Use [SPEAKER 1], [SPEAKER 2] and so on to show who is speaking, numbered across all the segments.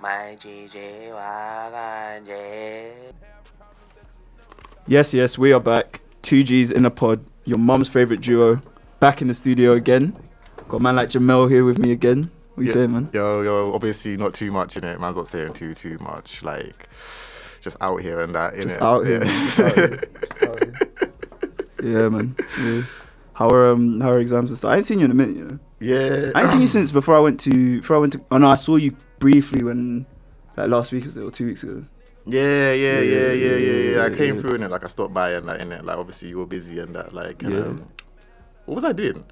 [SPEAKER 1] my Gigi Waganje.
[SPEAKER 2] Yes, yes, we are back. Two G's in a pod. Your mum's favorite duo, back in the studio again. Got a man like Jamel here with me again. What you
[SPEAKER 3] Yeah.
[SPEAKER 2] saying, man?
[SPEAKER 3] Yo, yo, obviously not too much in it. Man's not saying too, too much. Like, just out here and that. In
[SPEAKER 2] Just
[SPEAKER 3] it.
[SPEAKER 2] out here, man, just out here, just out here. Yeah, man. Yeah. How are um how are exams and stuff? I ain't seen you in a minute. You know,
[SPEAKER 3] yeah.
[SPEAKER 2] I ain't seen you since before I went to before I went to. Oh no, I saw you briefly when like last week was it or two weeks ago?
[SPEAKER 3] Yeah, yeah, yeah, yeah, yeah, yeah. I
[SPEAKER 2] Yeah,
[SPEAKER 3] came
[SPEAKER 2] yeah.
[SPEAKER 3] through in it. Like, I stopped by and that in it. Like, obviously you were busy and that. Like, and,
[SPEAKER 2] Yeah.
[SPEAKER 3] um, what was I doing?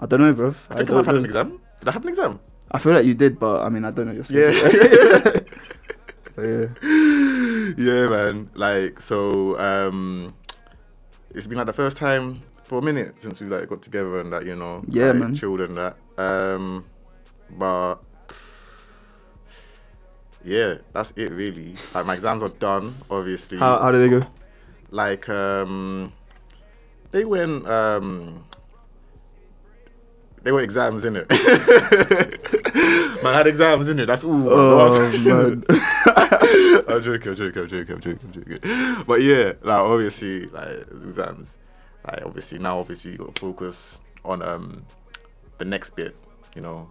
[SPEAKER 2] I don't know, bruv.
[SPEAKER 3] I
[SPEAKER 2] don't
[SPEAKER 3] think I, might have had an
[SPEAKER 2] know.
[SPEAKER 3] exam. Did I have an exam?
[SPEAKER 2] I feel like you did, but I mean, I don't know your
[SPEAKER 3] Yeah.
[SPEAKER 2] But yeah.
[SPEAKER 3] yeah, man. Like, so um, it's been like the first time for a minute since we like got together and that, you know,
[SPEAKER 2] Yeah,
[SPEAKER 3] like,
[SPEAKER 2] man.
[SPEAKER 3] chilled and that. Um, but yeah, that's it really. Like my exams are done, obviously.
[SPEAKER 2] How how do they go?
[SPEAKER 3] like um, they went um. They were exams in it. man had exams in it. That's all.
[SPEAKER 2] Oh
[SPEAKER 3] That's-
[SPEAKER 2] man.
[SPEAKER 3] I'm joking, I'm joking, I'm joking, I'm joking, I'm joking. But yeah, like obviously, like exams, like obviously now, obviously you got to focus on um the next bit, you know,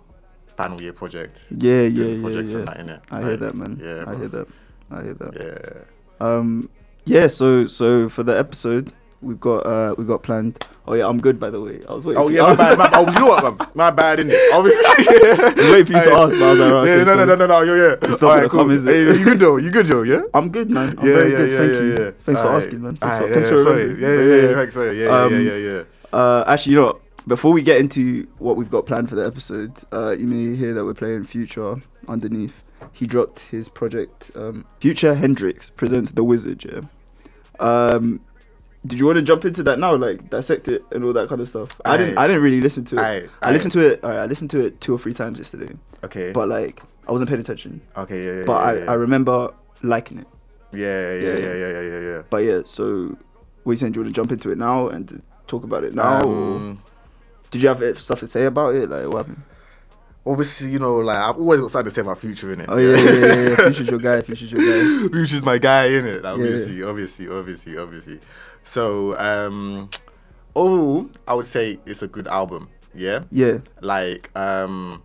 [SPEAKER 3] final year project.
[SPEAKER 2] Yeah,
[SPEAKER 3] doing
[SPEAKER 2] yeah, yeah,
[SPEAKER 3] projects
[SPEAKER 2] yeah.
[SPEAKER 3] and that innit?
[SPEAKER 2] I hear
[SPEAKER 3] Like,
[SPEAKER 2] that, man.
[SPEAKER 3] Yeah,
[SPEAKER 2] I hear
[SPEAKER 3] bruv.
[SPEAKER 2] that. I hear that.
[SPEAKER 3] Yeah,
[SPEAKER 2] Um, yeah. So, so for the episode, we've got uh, we've got planned. Oh yeah, I'm good by the way. I was waiting.
[SPEAKER 3] Oh
[SPEAKER 2] for
[SPEAKER 3] yeah, my bad. My, oh, you know what, man? My bad, innit? Obviously.
[SPEAKER 2] Wait for you to ask, man. I was like, right,
[SPEAKER 3] yeah,
[SPEAKER 2] okay,
[SPEAKER 3] no, no,
[SPEAKER 2] sorry.
[SPEAKER 3] no, no, no, yo, yeah.
[SPEAKER 2] It's not
[SPEAKER 3] All
[SPEAKER 2] gonna come, is it?
[SPEAKER 3] Hey, you good though? You good though? Yeah.
[SPEAKER 2] I'm good, man. I'm very good. Thank you. Thanks for
[SPEAKER 3] Aight.
[SPEAKER 2] asking, man. Thanks for,
[SPEAKER 3] Aight,
[SPEAKER 2] thanks
[SPEAKER 3] yeah,
[SPEAKER 2] for
[SPEAKER 3] sorry.
[SPEAKER 2] remembering.
[SPEAKER 3] Yeah, yeah, yeah, yeah. Thanks, sorry. Yeah, yeah,
[SPEAKER 2] Um,
[SPEAKER 3] yeah, yeah, yeah.
[SPEAKER 2] Uh, actually, you know, what? before we get into what we've got planned for the episode, uh, you may hear that we're playing Future underneath. He dropped his project, um, Future Hendrix presents The Wizard. Yeah. Um, did you want to jump into that now, like dissect it and all that kind of stuff? I didn't.
[SPEAKER 3] Aight.
[SPEAKER 2] I didn't really listen to it.
[SPEAKER 3] Aight,
[SPEAKER 2] I
[SPEAKER 3] aight.
[SPEAKER 2] listened to it. All right, I listened to it two or three times yesterday,
[SPEAKER 3] Okay.
[SPEAKER 2] but like I wasn't paying attention.
[SPEAKER 3] okay, yeah, yeah.
[SPEAKER 2] But
[SPEAKER 3] yeah,
[SPEAKER 2] I,
[SPEAKER 3] yeah.
[SPEAKER 2] I remember liking it.
[SPEAKER 3] Yeah, yeah,
[SPEAKER 2] Yeah.
[SPEAKER 3] yeah, yeah, yeah, yeah, yeah.
[SPEAKER 2] But yeah, so what are you saying? Do you want to jump into it now and talk about it now? or-
[SPEAKER 3] Um,
[SPEAKER 2] Did you have uh, stuff to say about it? Like what happened?
[SPEAKER 3] obviously, you know, like I've always got something to say about future in it.
[SPEAKER 2] Oh yeah, yeah, yeah. yeah. Future's your guy. Future's your guy.
[SPEAKER 3] Which is my guy, in it?
[SPEAKER 2] Yeah, yeah.
[SPEAKER 3] obviously, obviously, obviously, obviously. So, um, overall, I would say it's a good album. Yeah.
[SPEAKER 2] Yeah,
[SPEAKER 3] Like, um,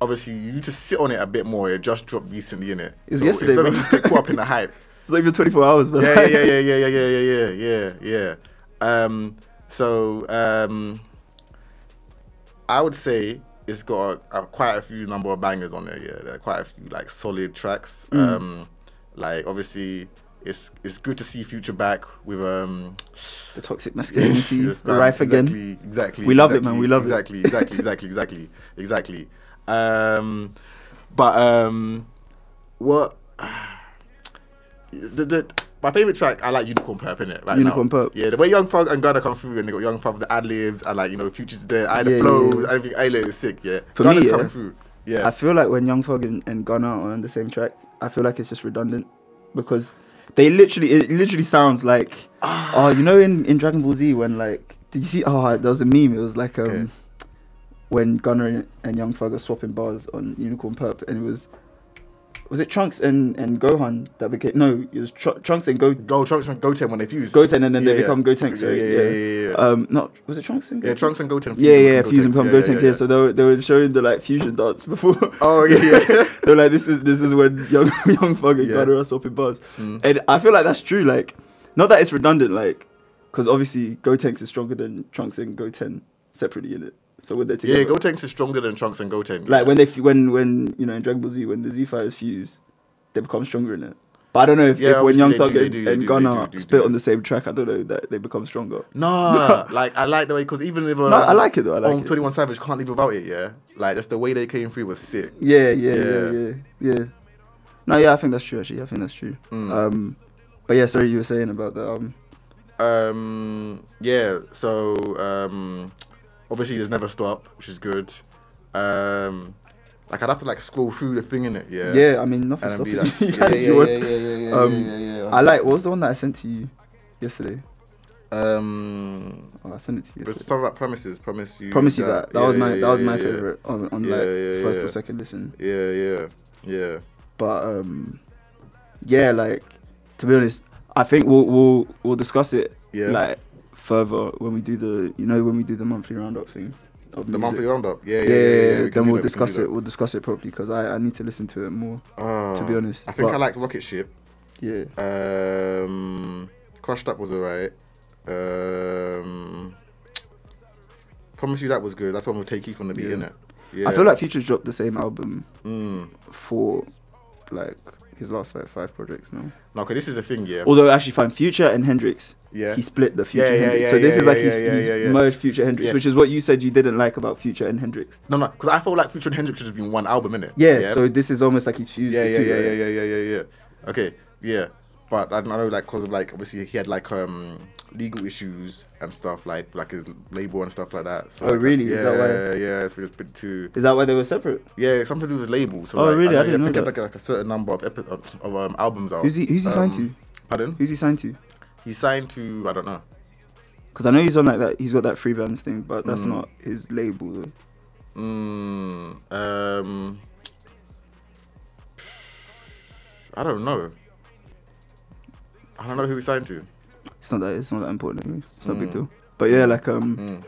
[SPEAKER 3] obviously, you just sit on it a bit more. It just dropped recently, in it.
[SPEAKER 2] It's yesterday,
[SPEAKER 3] It's
[SPEAKER 2] bro.
[SPEAKER 3] you just get caught up in the hype.
[SPEAKER 2] it's not even 24 hours, man.
[SPEAKER 3] yeah, yeah, yeah, yeah, yeah, yeah, yeah, yeah, yeah, yeah. Um, so um, I would say it's got a, a, quite a few number of bangers on there. Yeah, there are quite a few like solid tracks. Um, like obviously, it's it's good to see Future back with um.
[SPEAKER 2] The toxic masculinity,
[SPEAKER 3] Yes, man,
[SPEAKER 2] rife again.
[SPEAKER 3] Exactly, exactly.
[SPEAKER 2] We love it, man,
[SPEAKER 3] exactly,
[SPEAKER 2] we love it.
[SPEAKER 3] exactly, it. Exactly, exactly, exactly, exactly, exactly. Um, but um, what? The, the, my favorite track, I like Unicorn Perp in it right
[SPEAKER 2] Unicorn
[SPEAKER 3] now.
[SPEAKER 2] Perp.
[SPEAKER 3] Yeah, the way Young Thug and Ghana come through and they got Young Thug with the ad libs and like you know Future's there, I had
[SPEAKER 2] Yeah,
[SPEAKER 3] the
[SPEAKER 2] yeah,
[SPEAKER 3] flows,
[SPEAKER 2] yeah.
[SPEAKER 3] everything. I is sick. Yeah,
[SPEAKER 2] For
[SPEAKER 3] Ghana's
[SPEAKER 2] me, yeah.
[SPEAKER 3] coming through. Yeah,
[SPEAKER 2] I feel like when Young Thug and, and Gunna are on the same track, I feel like it's just redundant because they literally, it literally sounds like,
[SPEAKER 3] Ah.
[SPEAKER 2] oh, you know, in, in Dragon Ball Z when like, did you see? Oh, there was a meme. It was like um,
[SPEAKER 3] Okay.
[SPEAKER 2] when Gunna and, and Young Thug are swapping bars on Unicorn Perp, and it was. Was it Trunks and, and Gohan that became no? It was Tr- Trunks and Go
[SPEAKER 3] go Trunks and Goten when they fuse.
[SPEAKER 2] Goten, and then they
[SPEAKER 3] Yeah, yeah.
[SPEAKER 2] become Gotenks,
[SPEAKER 3] Yeah,
[SPEAKER 2] right?
[SPEAKER 3] yeah, yeah, yeah, yeah.
[SPEAKER 2] Um, not was it Trunks and
[SPEAKER 3] Yeah,
[SPEAKER 2] Gotenks?
[SPEAKER 3] Trunks and Goten.
[SPEAKER 2] Yeah,
[SPEAKER 3] fuse
[SPEAKER 2] yeah,
[SPEAKER 3] become
[SPEAKER 2] fusion become
[SPEAKER 3] Gotenks. Yeah,
[SPEAKER 2] Gotenks. Yeah,
[SPEAKER 3] yeah, yeah.
[SPEAKER 2] so they were, they were showing the like fusion dance before.
[SPEAKER 3] Oh, yeah, yeah.
[SPEAKER 2] they were like, this is this is when young young fucking
[SPEAKER 3] Yeah.
[SPEAKER 2] got
[SPEAKER 3] Hmm.
[SPEAKER 2] us up in bars, and I feel like that's true. Like, not that it's redundant, like, because obviously Gotenks is stronger than Trunks and Goten separately in it. So when they're together,
[SPEAKER 3] Yeah, Gotenks is stronger than Trunks and Goten.
[SPEAKER 2] like when they f- when when you know in Dragon Ball Z when the Z fighters fuse, they become stronger in it. But I don't know if,
[SPEAKER 3] Yeah,
[SPEAKER 2] if when
[SPEAKER 3] obviously
[SPEAKER 2] Young
[SPEAKER 3] they do,
[SPEAKER 2] Thug
[SPEAKER 3] they
[SPEAKER 2] and,
[SPEAKER 3] do, they
[SPEAKER 2] and
[SPEAKER 3] do, they
[SPEAKER 2] Gunna
[SPEAKER 3] do, they do,
[SPEAKER 2] spit
[SPEAKER 3] they
[SPEAKER 2] on
[SPEAKER 3] do.
[SPEAKER 2] the same track, I don't know that they become stronger.
[SPEAKER 3] Nah, like I like the way because even if uh,
[SPEAKER 2] No, I like it though, I like
[SPEAKER 3] on
[SPEAKER 2] it.
[SPEAKER 3] Twenty One Savage can't live without it. Yeah, like that's the way they came through was sick.
[SPEAKER 2] Yeah, yeah, yeah,
[SPEAKER 3] Yeah.
[SPEAKER 2] yeah, yeah. No, yeah, I think that's true. Actually, I think that's true.
[SPEAKER 3] Mm.
[SPEAKER 2] Um, but yeah, sorry, you were saying about the um.
[SPEAKER 3] Um, yeah. So um, obviously there's never stop, which is good. Um, like I'd have to like scroll through the thing in it. Yeah.
[SPEAKER 2] Yeah, I mean nothing.
[SPEAKER 3] And I'd be
[SPEAKER 2] stopping
[SPEAKER 3] like,
[SPEAKER 2] you.
[SPEAKER 3] yeah,
[SPEAKER 2] You
[SPEAKER 3] yeah,
[SPEAKER 2] want-
[SPEAKER 3] yeah, yeah, yeah, yeah,
[SPEAKER 2] Um,
[SPEAKER 3] yeah, yeah, yeah.
[SPEAKER 2] I like. What was the one that I sent to you yesterday?
[SPEAKER 3] Um,
[SPEAKER 2] Oh, I sent it to you.
[SPEAKER 3] but
[SPEAKER 2] Yesterday.
[SPEAKER 3] something like promises, promise you.
[SPEAKER 2] Promise you that. That
[SPEAKER 3] Yeah,
[SPEAKER 2] was my.
[SPEAKER 3] yeah,
[SPEAKER 2] that was
[SPEAKER 3] yeah,
[SPEAKER 2] my
[SPEAKER 3] yeah.
[SPEAKER 2] favorite on, on
[SPEAKER 3] Yeah,
[SPEAKER 2] like
[SPEAKER 3] yeah,
[SPEAKER 2] first or
[SPEAKER 3] yeah.
[SPEAKER 2] second listen.
[SPEAKER 3] Yeah, yeah, yeah.
[SPEAKER 2] But um, yeah, like to be honest, I think we'll we'll we'll discuss it
[SPEAKER 3] Yeah.
[SPEAKER 2] like further when we do the you know when we do the monthly roundup thing. Of
[SPEAKER 3] The
[SPEAKER 2] music.
[SPEAKER 3] monthly roundup. Yeah, yeah,
[SPEAKER 2] Yeah,
[SPEAKER 3] yeah. yeah, yeah,
[SPEAKER 2] then
[SPEAKER 3] we can do
[SPEAKER 2] we'll
[SPEAKER 3] that, we can do
[SPEAKER 2] discuss
[SPEAKER 3] that.
[SPEAKER 2] it. We'll discuss it properly because I, I need to listen to it more.
[SPEAKER 3] Uh,
[SPEAKER 2] to be honest,
[SPEAKER 3] I think I
[SPEAKER 2] but-
[SPEAKER 3] liked Rocket Ship.
[SPEAKER 2] Yeah,
[SPEAKER 3] Um, Crushed Up was alright. Um, Promise You That was good. That's one with Tay Keith on the beat,
[SPEAKER 2] Yeah.
[SPEAKER 3] innit? Yeah.
[SPEAKER 2] I feel like Future's dropped the same album
[SPEAKER 3] Mm.
[SPEAKER 2] for like his last like five projects now.
[SPEAKER 3] No, because this is the thing, yeah.
[SPEAKER 2] Although I actually find Future and Hendrix,
[SPEAKER 3] Yeah.
[SPEAKER 2] he split the Future
[SPEAKER 3] Yeah, yeah,
[SPEAKER 2] Hendrix.
[SPEAKER 3] yeah,
[SPEAKER 2] so this
[SPEAKER 3] yeah,
[SPEAKER 2] is like
[SPEAKER 3] yeah,
[SPEAKER 2] he's,
[SPEAKER 3] yeah,
[SPEAKER 2] he's
[SPEAKER 3] yeah, yeah.
[SPEAKER 2] merged Future Hendrix,
[SPEAKER 3] Yeah.
[SPEAKER 2] which is what you said you didn't like about Future and Hendrix.
[SPEAKER 3] No, no, because I feel like Future and Hendrix should have been one album, innit?
[SPEAKER 2] Yeah, so this is almost like he's fused
[SPEAKER 3] yeah,
[SPEAKER 2] the
[SPEAKER 3] yeah,
[SPEAKER 2] two.
[SPEAKER 3] yeah,
[SPEAKER 2] right?
[SPEAKER 3] yeah, yeah, yeah, yeah, yeah. Okay, yeah. But I don't know, like, cause of like, obviously he had like um legal issues and stuff, like like his label and stuff like that. So,
[SPEAKER 2] Oh,
[SPEAKER 3] like,
[SPEAKER 2] really?
[SPEAKER 3] Yeah,
[SPEAKER 2] Is that why-
[SPEAKER 3] yeah. So it's been too.
[SPEAKER 2] Is that why they were separate?
[SPEAKER 3] Yeah, it's something to do with his label. So
[SPEAKER 2] Oh,
[SPEAKER 3] like,
[SPEAKER 2] really? I
[SPEAKER 3] know,
[SPEAKER 2] didn't
[SPEAKER 3] yeah,
[SPEAKER 2] know
[SPEAKER 3] think he had,
[SPEAKER 2] that.
[SPEAKER 3] Like, a certain number of epi- of of, um, albums out.
[SPEAKER 2] Who's he- who's he signed
[SPEAKER 3] Um, Pardon?
[SPEAKER 2] Who's he signed to?
[SPEAKER 3] He signed to I don't know.
[SPEAKER 2] Because I know he's on like that. He's got that free bands thing, but that's
[SPEAKER 3] Mm.
[SPEAKER 2] not his label. Though.
[SPEAKER 3] Mm, um, I don't know. I don't know who he signed to.
[SPEAKER 2] It's not that. It's not that important. Anyway. It's not a big
[SPEAKER 3] Mm.
[SPEAKER 2] deal. But yeah, like um,
[SPEAKER 3] Mm.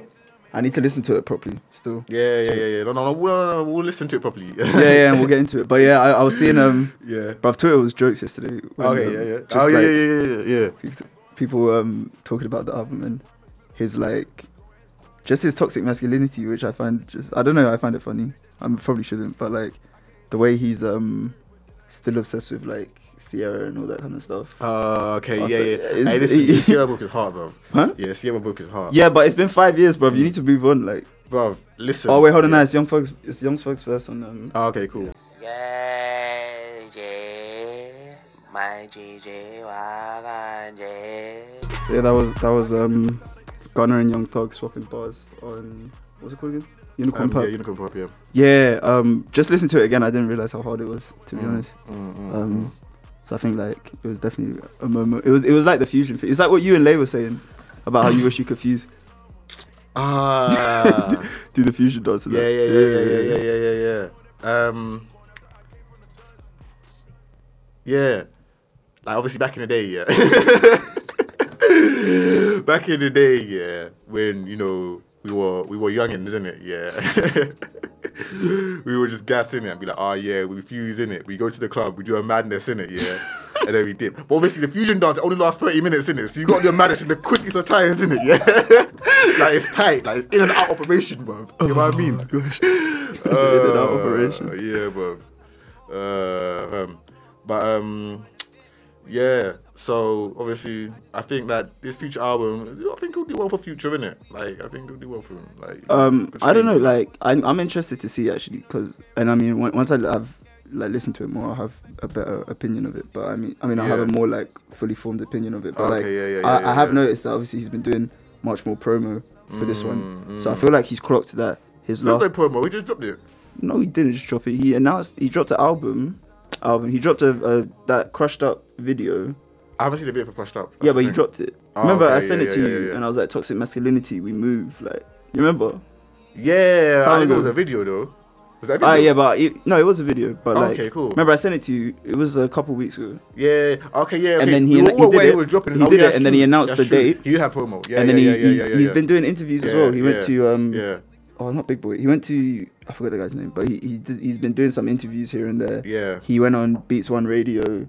[SPEAKER 2] I need to listen to it properly still.
[SPEAKER 3] Yeah, yeah, yeah, yeah. No, no, no, we'll, no, no, we'll listen to it properly.
[SPEAKER 2] yeah, yeah, and we'll get into it. But yeah, I, I was seeing um,
[SPEAKER 3] yeah.
[SPEAKER 2] bruv, Twitter was jokes yesterday. when,
[SPEAKER 3] Okay,
[SPEAKER 2] um,
[SPEAKER 3] yeah, yeah.
[SPEAKER 2] Just
[SPEAKER 3] oh, yeah,
[SPEAKER 2] like,
[SPEAKER 3] yeah, yeah, yeah,
[SPEAKER 2] people- people um talking about the album and his like just his toxic masculinity which i find just i don't know i find it funny i probably shouldn't but like the way he's um still obsessed with like sierra and all that kind of stuff
[SPEAKER 3] yeah. Uh, okay,
[SPEAKER 2] I
[SPEAKER 3] yeah,
[SPEAKER 2] thought-
[SPEAKER 3] yeah.
[SPEAKER 2] is-
[SPEAKER 3] Hey, listen, Sierra Book is hard, bro.
[SPEAKER 2] Huh?
[SPEAKER 3] Yeah, Sierra Book is hard.
[SPEAKER 2] yeah but it's been five years bro you need to move on like
[SPEAKER 3] bro. Listen.
[SPEAKER 2] oh wait hold on
[SPEAKER 3] yeah.
[SPEAKER 2] now it's young folks it's young folks verse on um
[SPEAKER 3] Oh, okay, cool.
[SPEAKER 1] Yeah, yeah, my GG wagon, yeah.
[SPEAKER 2] so yeah that was that was um gunner and young thug swapping bars on what's it called again unicorn
[SPEAKER 3] Um,
[SPEAKER 2] pub
[SPEAKER 3] yeah, Unicorn Pop. Yeah.
[SPEAKER 2] yeah um just listen to it again i didn't realize how hard it was to be honest
[SPEAKER 3] Mm, mm,
[SPEAKER 2] Um, so I think like it was definitely a moment. It was it was like the fusion thing. Is that what you and Lay were saying about how you wish you could fuse,
[SPEAKER 3] Ah.
[SPEAKER 2] do the fusion dance? and
[SPEAKER 3] yeah,
[SPEAKER 2] that?
[SPEAKER 3] yeah, yeah, yeah, yeah, yeah, yeah, yeah, yeah. Um. Yeah, like obviously back in the day, yeah. back in the day, yeah, when you know we were we were young and isn't it? Yeah. we were just gassing it and be like, oh yeah, we fuse in it. We go to the club, we do a madness in it, yeah. And then we dip. But obviously the fusion dance only lasts 30 minutes in it. So you gotta do a madness in the quickest of times in it, yeah. like it's tight, like it's in and out operation, bruv. You know what I mean?
[SPEAKER 2] Gosh. That's an in and out
[SPEAKER 3] Uh,
[SPEAKER 2] operation.
[SPEAKER 3] Yeah, but uh, um, but um, yeah. So obviously, I think that this future album, I think it'll do well for future, innit? Like, I think it'll do well for him. Like,
[SPEAKER 2] Um,
[SPEAKER 3] good
[SPEAKER 2] I don't know.
[SPEAKER 3] thing.
[SPEAKER 2] Like I'm I'm interested to see actually because and I mean on- once I have like listened to it more, I'll have a better opinion of it. But I mean I mean I have a
[SPEAKER 3] Yeah.
[SPEAKER 2] more like fully formed opinion of it. But like
[SPEAKER 3] Okay, yeah, yeah,
[SPEAKER 2] I,
[SPEAKER 3] yeah,
[SPEAKER 2] I have
[SPEAKER 3] yeah.
[SPEAKER 2] noticed that obviously he's been doing much more promo for this one,
[SPEAKER 3] Mm,
[SPEAKER 2] so I
[SPEAKER 3] mm.
[SPEAKER 2] feel like he's clocked that his
[SPEAKER 3] there's
[SPEAKER 2] last
[SPEAKER 3] no promo. We just dropped it.
[SPEAKER 2] No, he didn't just drop it. He announced he dropped an album. Album. He dropped a, a that crushed up video.
[SPEAKER 3] I haven't seen the video for Crushed Up.
[SPEAKER 2] yeah, but
[SPEAKER 3] That's the
[SPEAKER 2] he
[SPEAKER 3] thing.
[SPEAKER 2] dropped it.
[SPEAKER 3] Oh,
[SPEAKER 2] remember, I
[SPEAKER 3] okay,
[SPEAKER 2] sent
[SPEAKER 3] yeah,
[SPEAKER 2] it to
[SPEAKER 3] yeah,
[SPEAKER 2] you,
[SPEAKER 3] yeah, yeah.
[SPEAKER 2] and I was like, "Toxic masculinity, we move." Like, you remember?
[SPEAKER 3] Yeah,
[SPEAKER 2] How
[SPEAKER 3] I think
[SPEAKER 2] long
[SPEAKER 3] it was
[SPEAKER 2] ago?
[SPEAKER 3] a video though. Was that a
[SPEAKER 2] Ah,
[SPEAKER 3] video?
[SPEAKER 2] yeah, but it, no, it was a video. But
[SPEAKER 3] Oh,
[SPEAKER 2] like,
[SPEAKER 3] okay, cool.
[SPEAKER 2] Remember, I sent it to you. It was a couple weeks ago,
[SPEAKER 3] yeah. Okay, yeah. okay.
[SPEAKER 2] and then
[SPEAKER 3] we
[SPEAKER 2] he,
[SPEAKER 3] were
[SPEAKER 2] he
[SPEAKER 3] all
[SPEAKER 2] did
[SPEAKER 3] aware
[SPEAKER 2] it.
[SPEAKER 3] It was dropping.
[SPEAKER 2] He
[SPEAKER 3] Oh,
[SPEAKER 2] did it,
[SPEAKER 3] yeah, that's
[SPEAKER 2] and then he
[SPEAKER 3] true.
[SPEAKER 2] announced
[SPEAKER 3] That's
[SPEAKER 2] the
[SPEAKER 3] true.
[SPEAKER 2] date,
[SPEAKER 3] He did have promo. Yeah,
[SPEAKER 2] and
[SPEAKER 3] yeah,
[SPEAKER 2] then he,
[SPEAKER 3] yeah, yeah,
[SPEAKER 2] he
[SPEAKER 3] yeah,
[SPEAKER 2] he's
[SPEAKER 3] yeah.
[SPEAKER 2] been doing interviews as
[SPEAKER 3] Yeah,
[SPEAKER 2] well. He
[SPEAKER 3] yeah.
[SPEAKER 2] went to um,
[SPEAKER 3] Yeah,
[SPEAKER 2] oh, not Big Boy. He went to I forgot the guy's name, but he he did, he's been doing some interviews here and there.
[SPEAKER 3] yeah,
[SPEAKER 2] He went on Beats One Radio.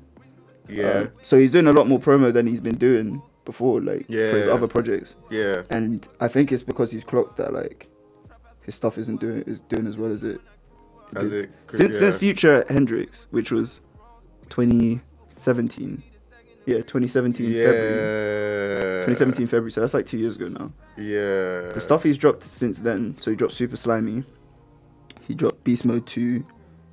[SPEAKER 3] yeah,
[SPEAKER 2] Um, so he's doing a lot more promo than he's been doing before, like for his
[SPEAKER 3] Yeah.
[SPEAKER 2] other projects.
[SPEAKER 3] yeah.
[SPEAKER 2] And I think it's because he's clocked that like his stuff isn't doing is doing as well as it.
[SPEAKER 3] As
[SPEAKER 2] did.
[SPEAKER 3] it could-
[SPEAKER 2] since since
[SPEAKER 3] yeah.
[SPEAKER 2] Future Hendrix, which was 2017, yeah, 2017 February. 2017 February, so that's like two years ago now.
[SPEAKER 3] Yeah.
[SPEAKER 2] The stuff he's dropped since then, so he dropped Super Slimy, he dropped Beast Mode 2,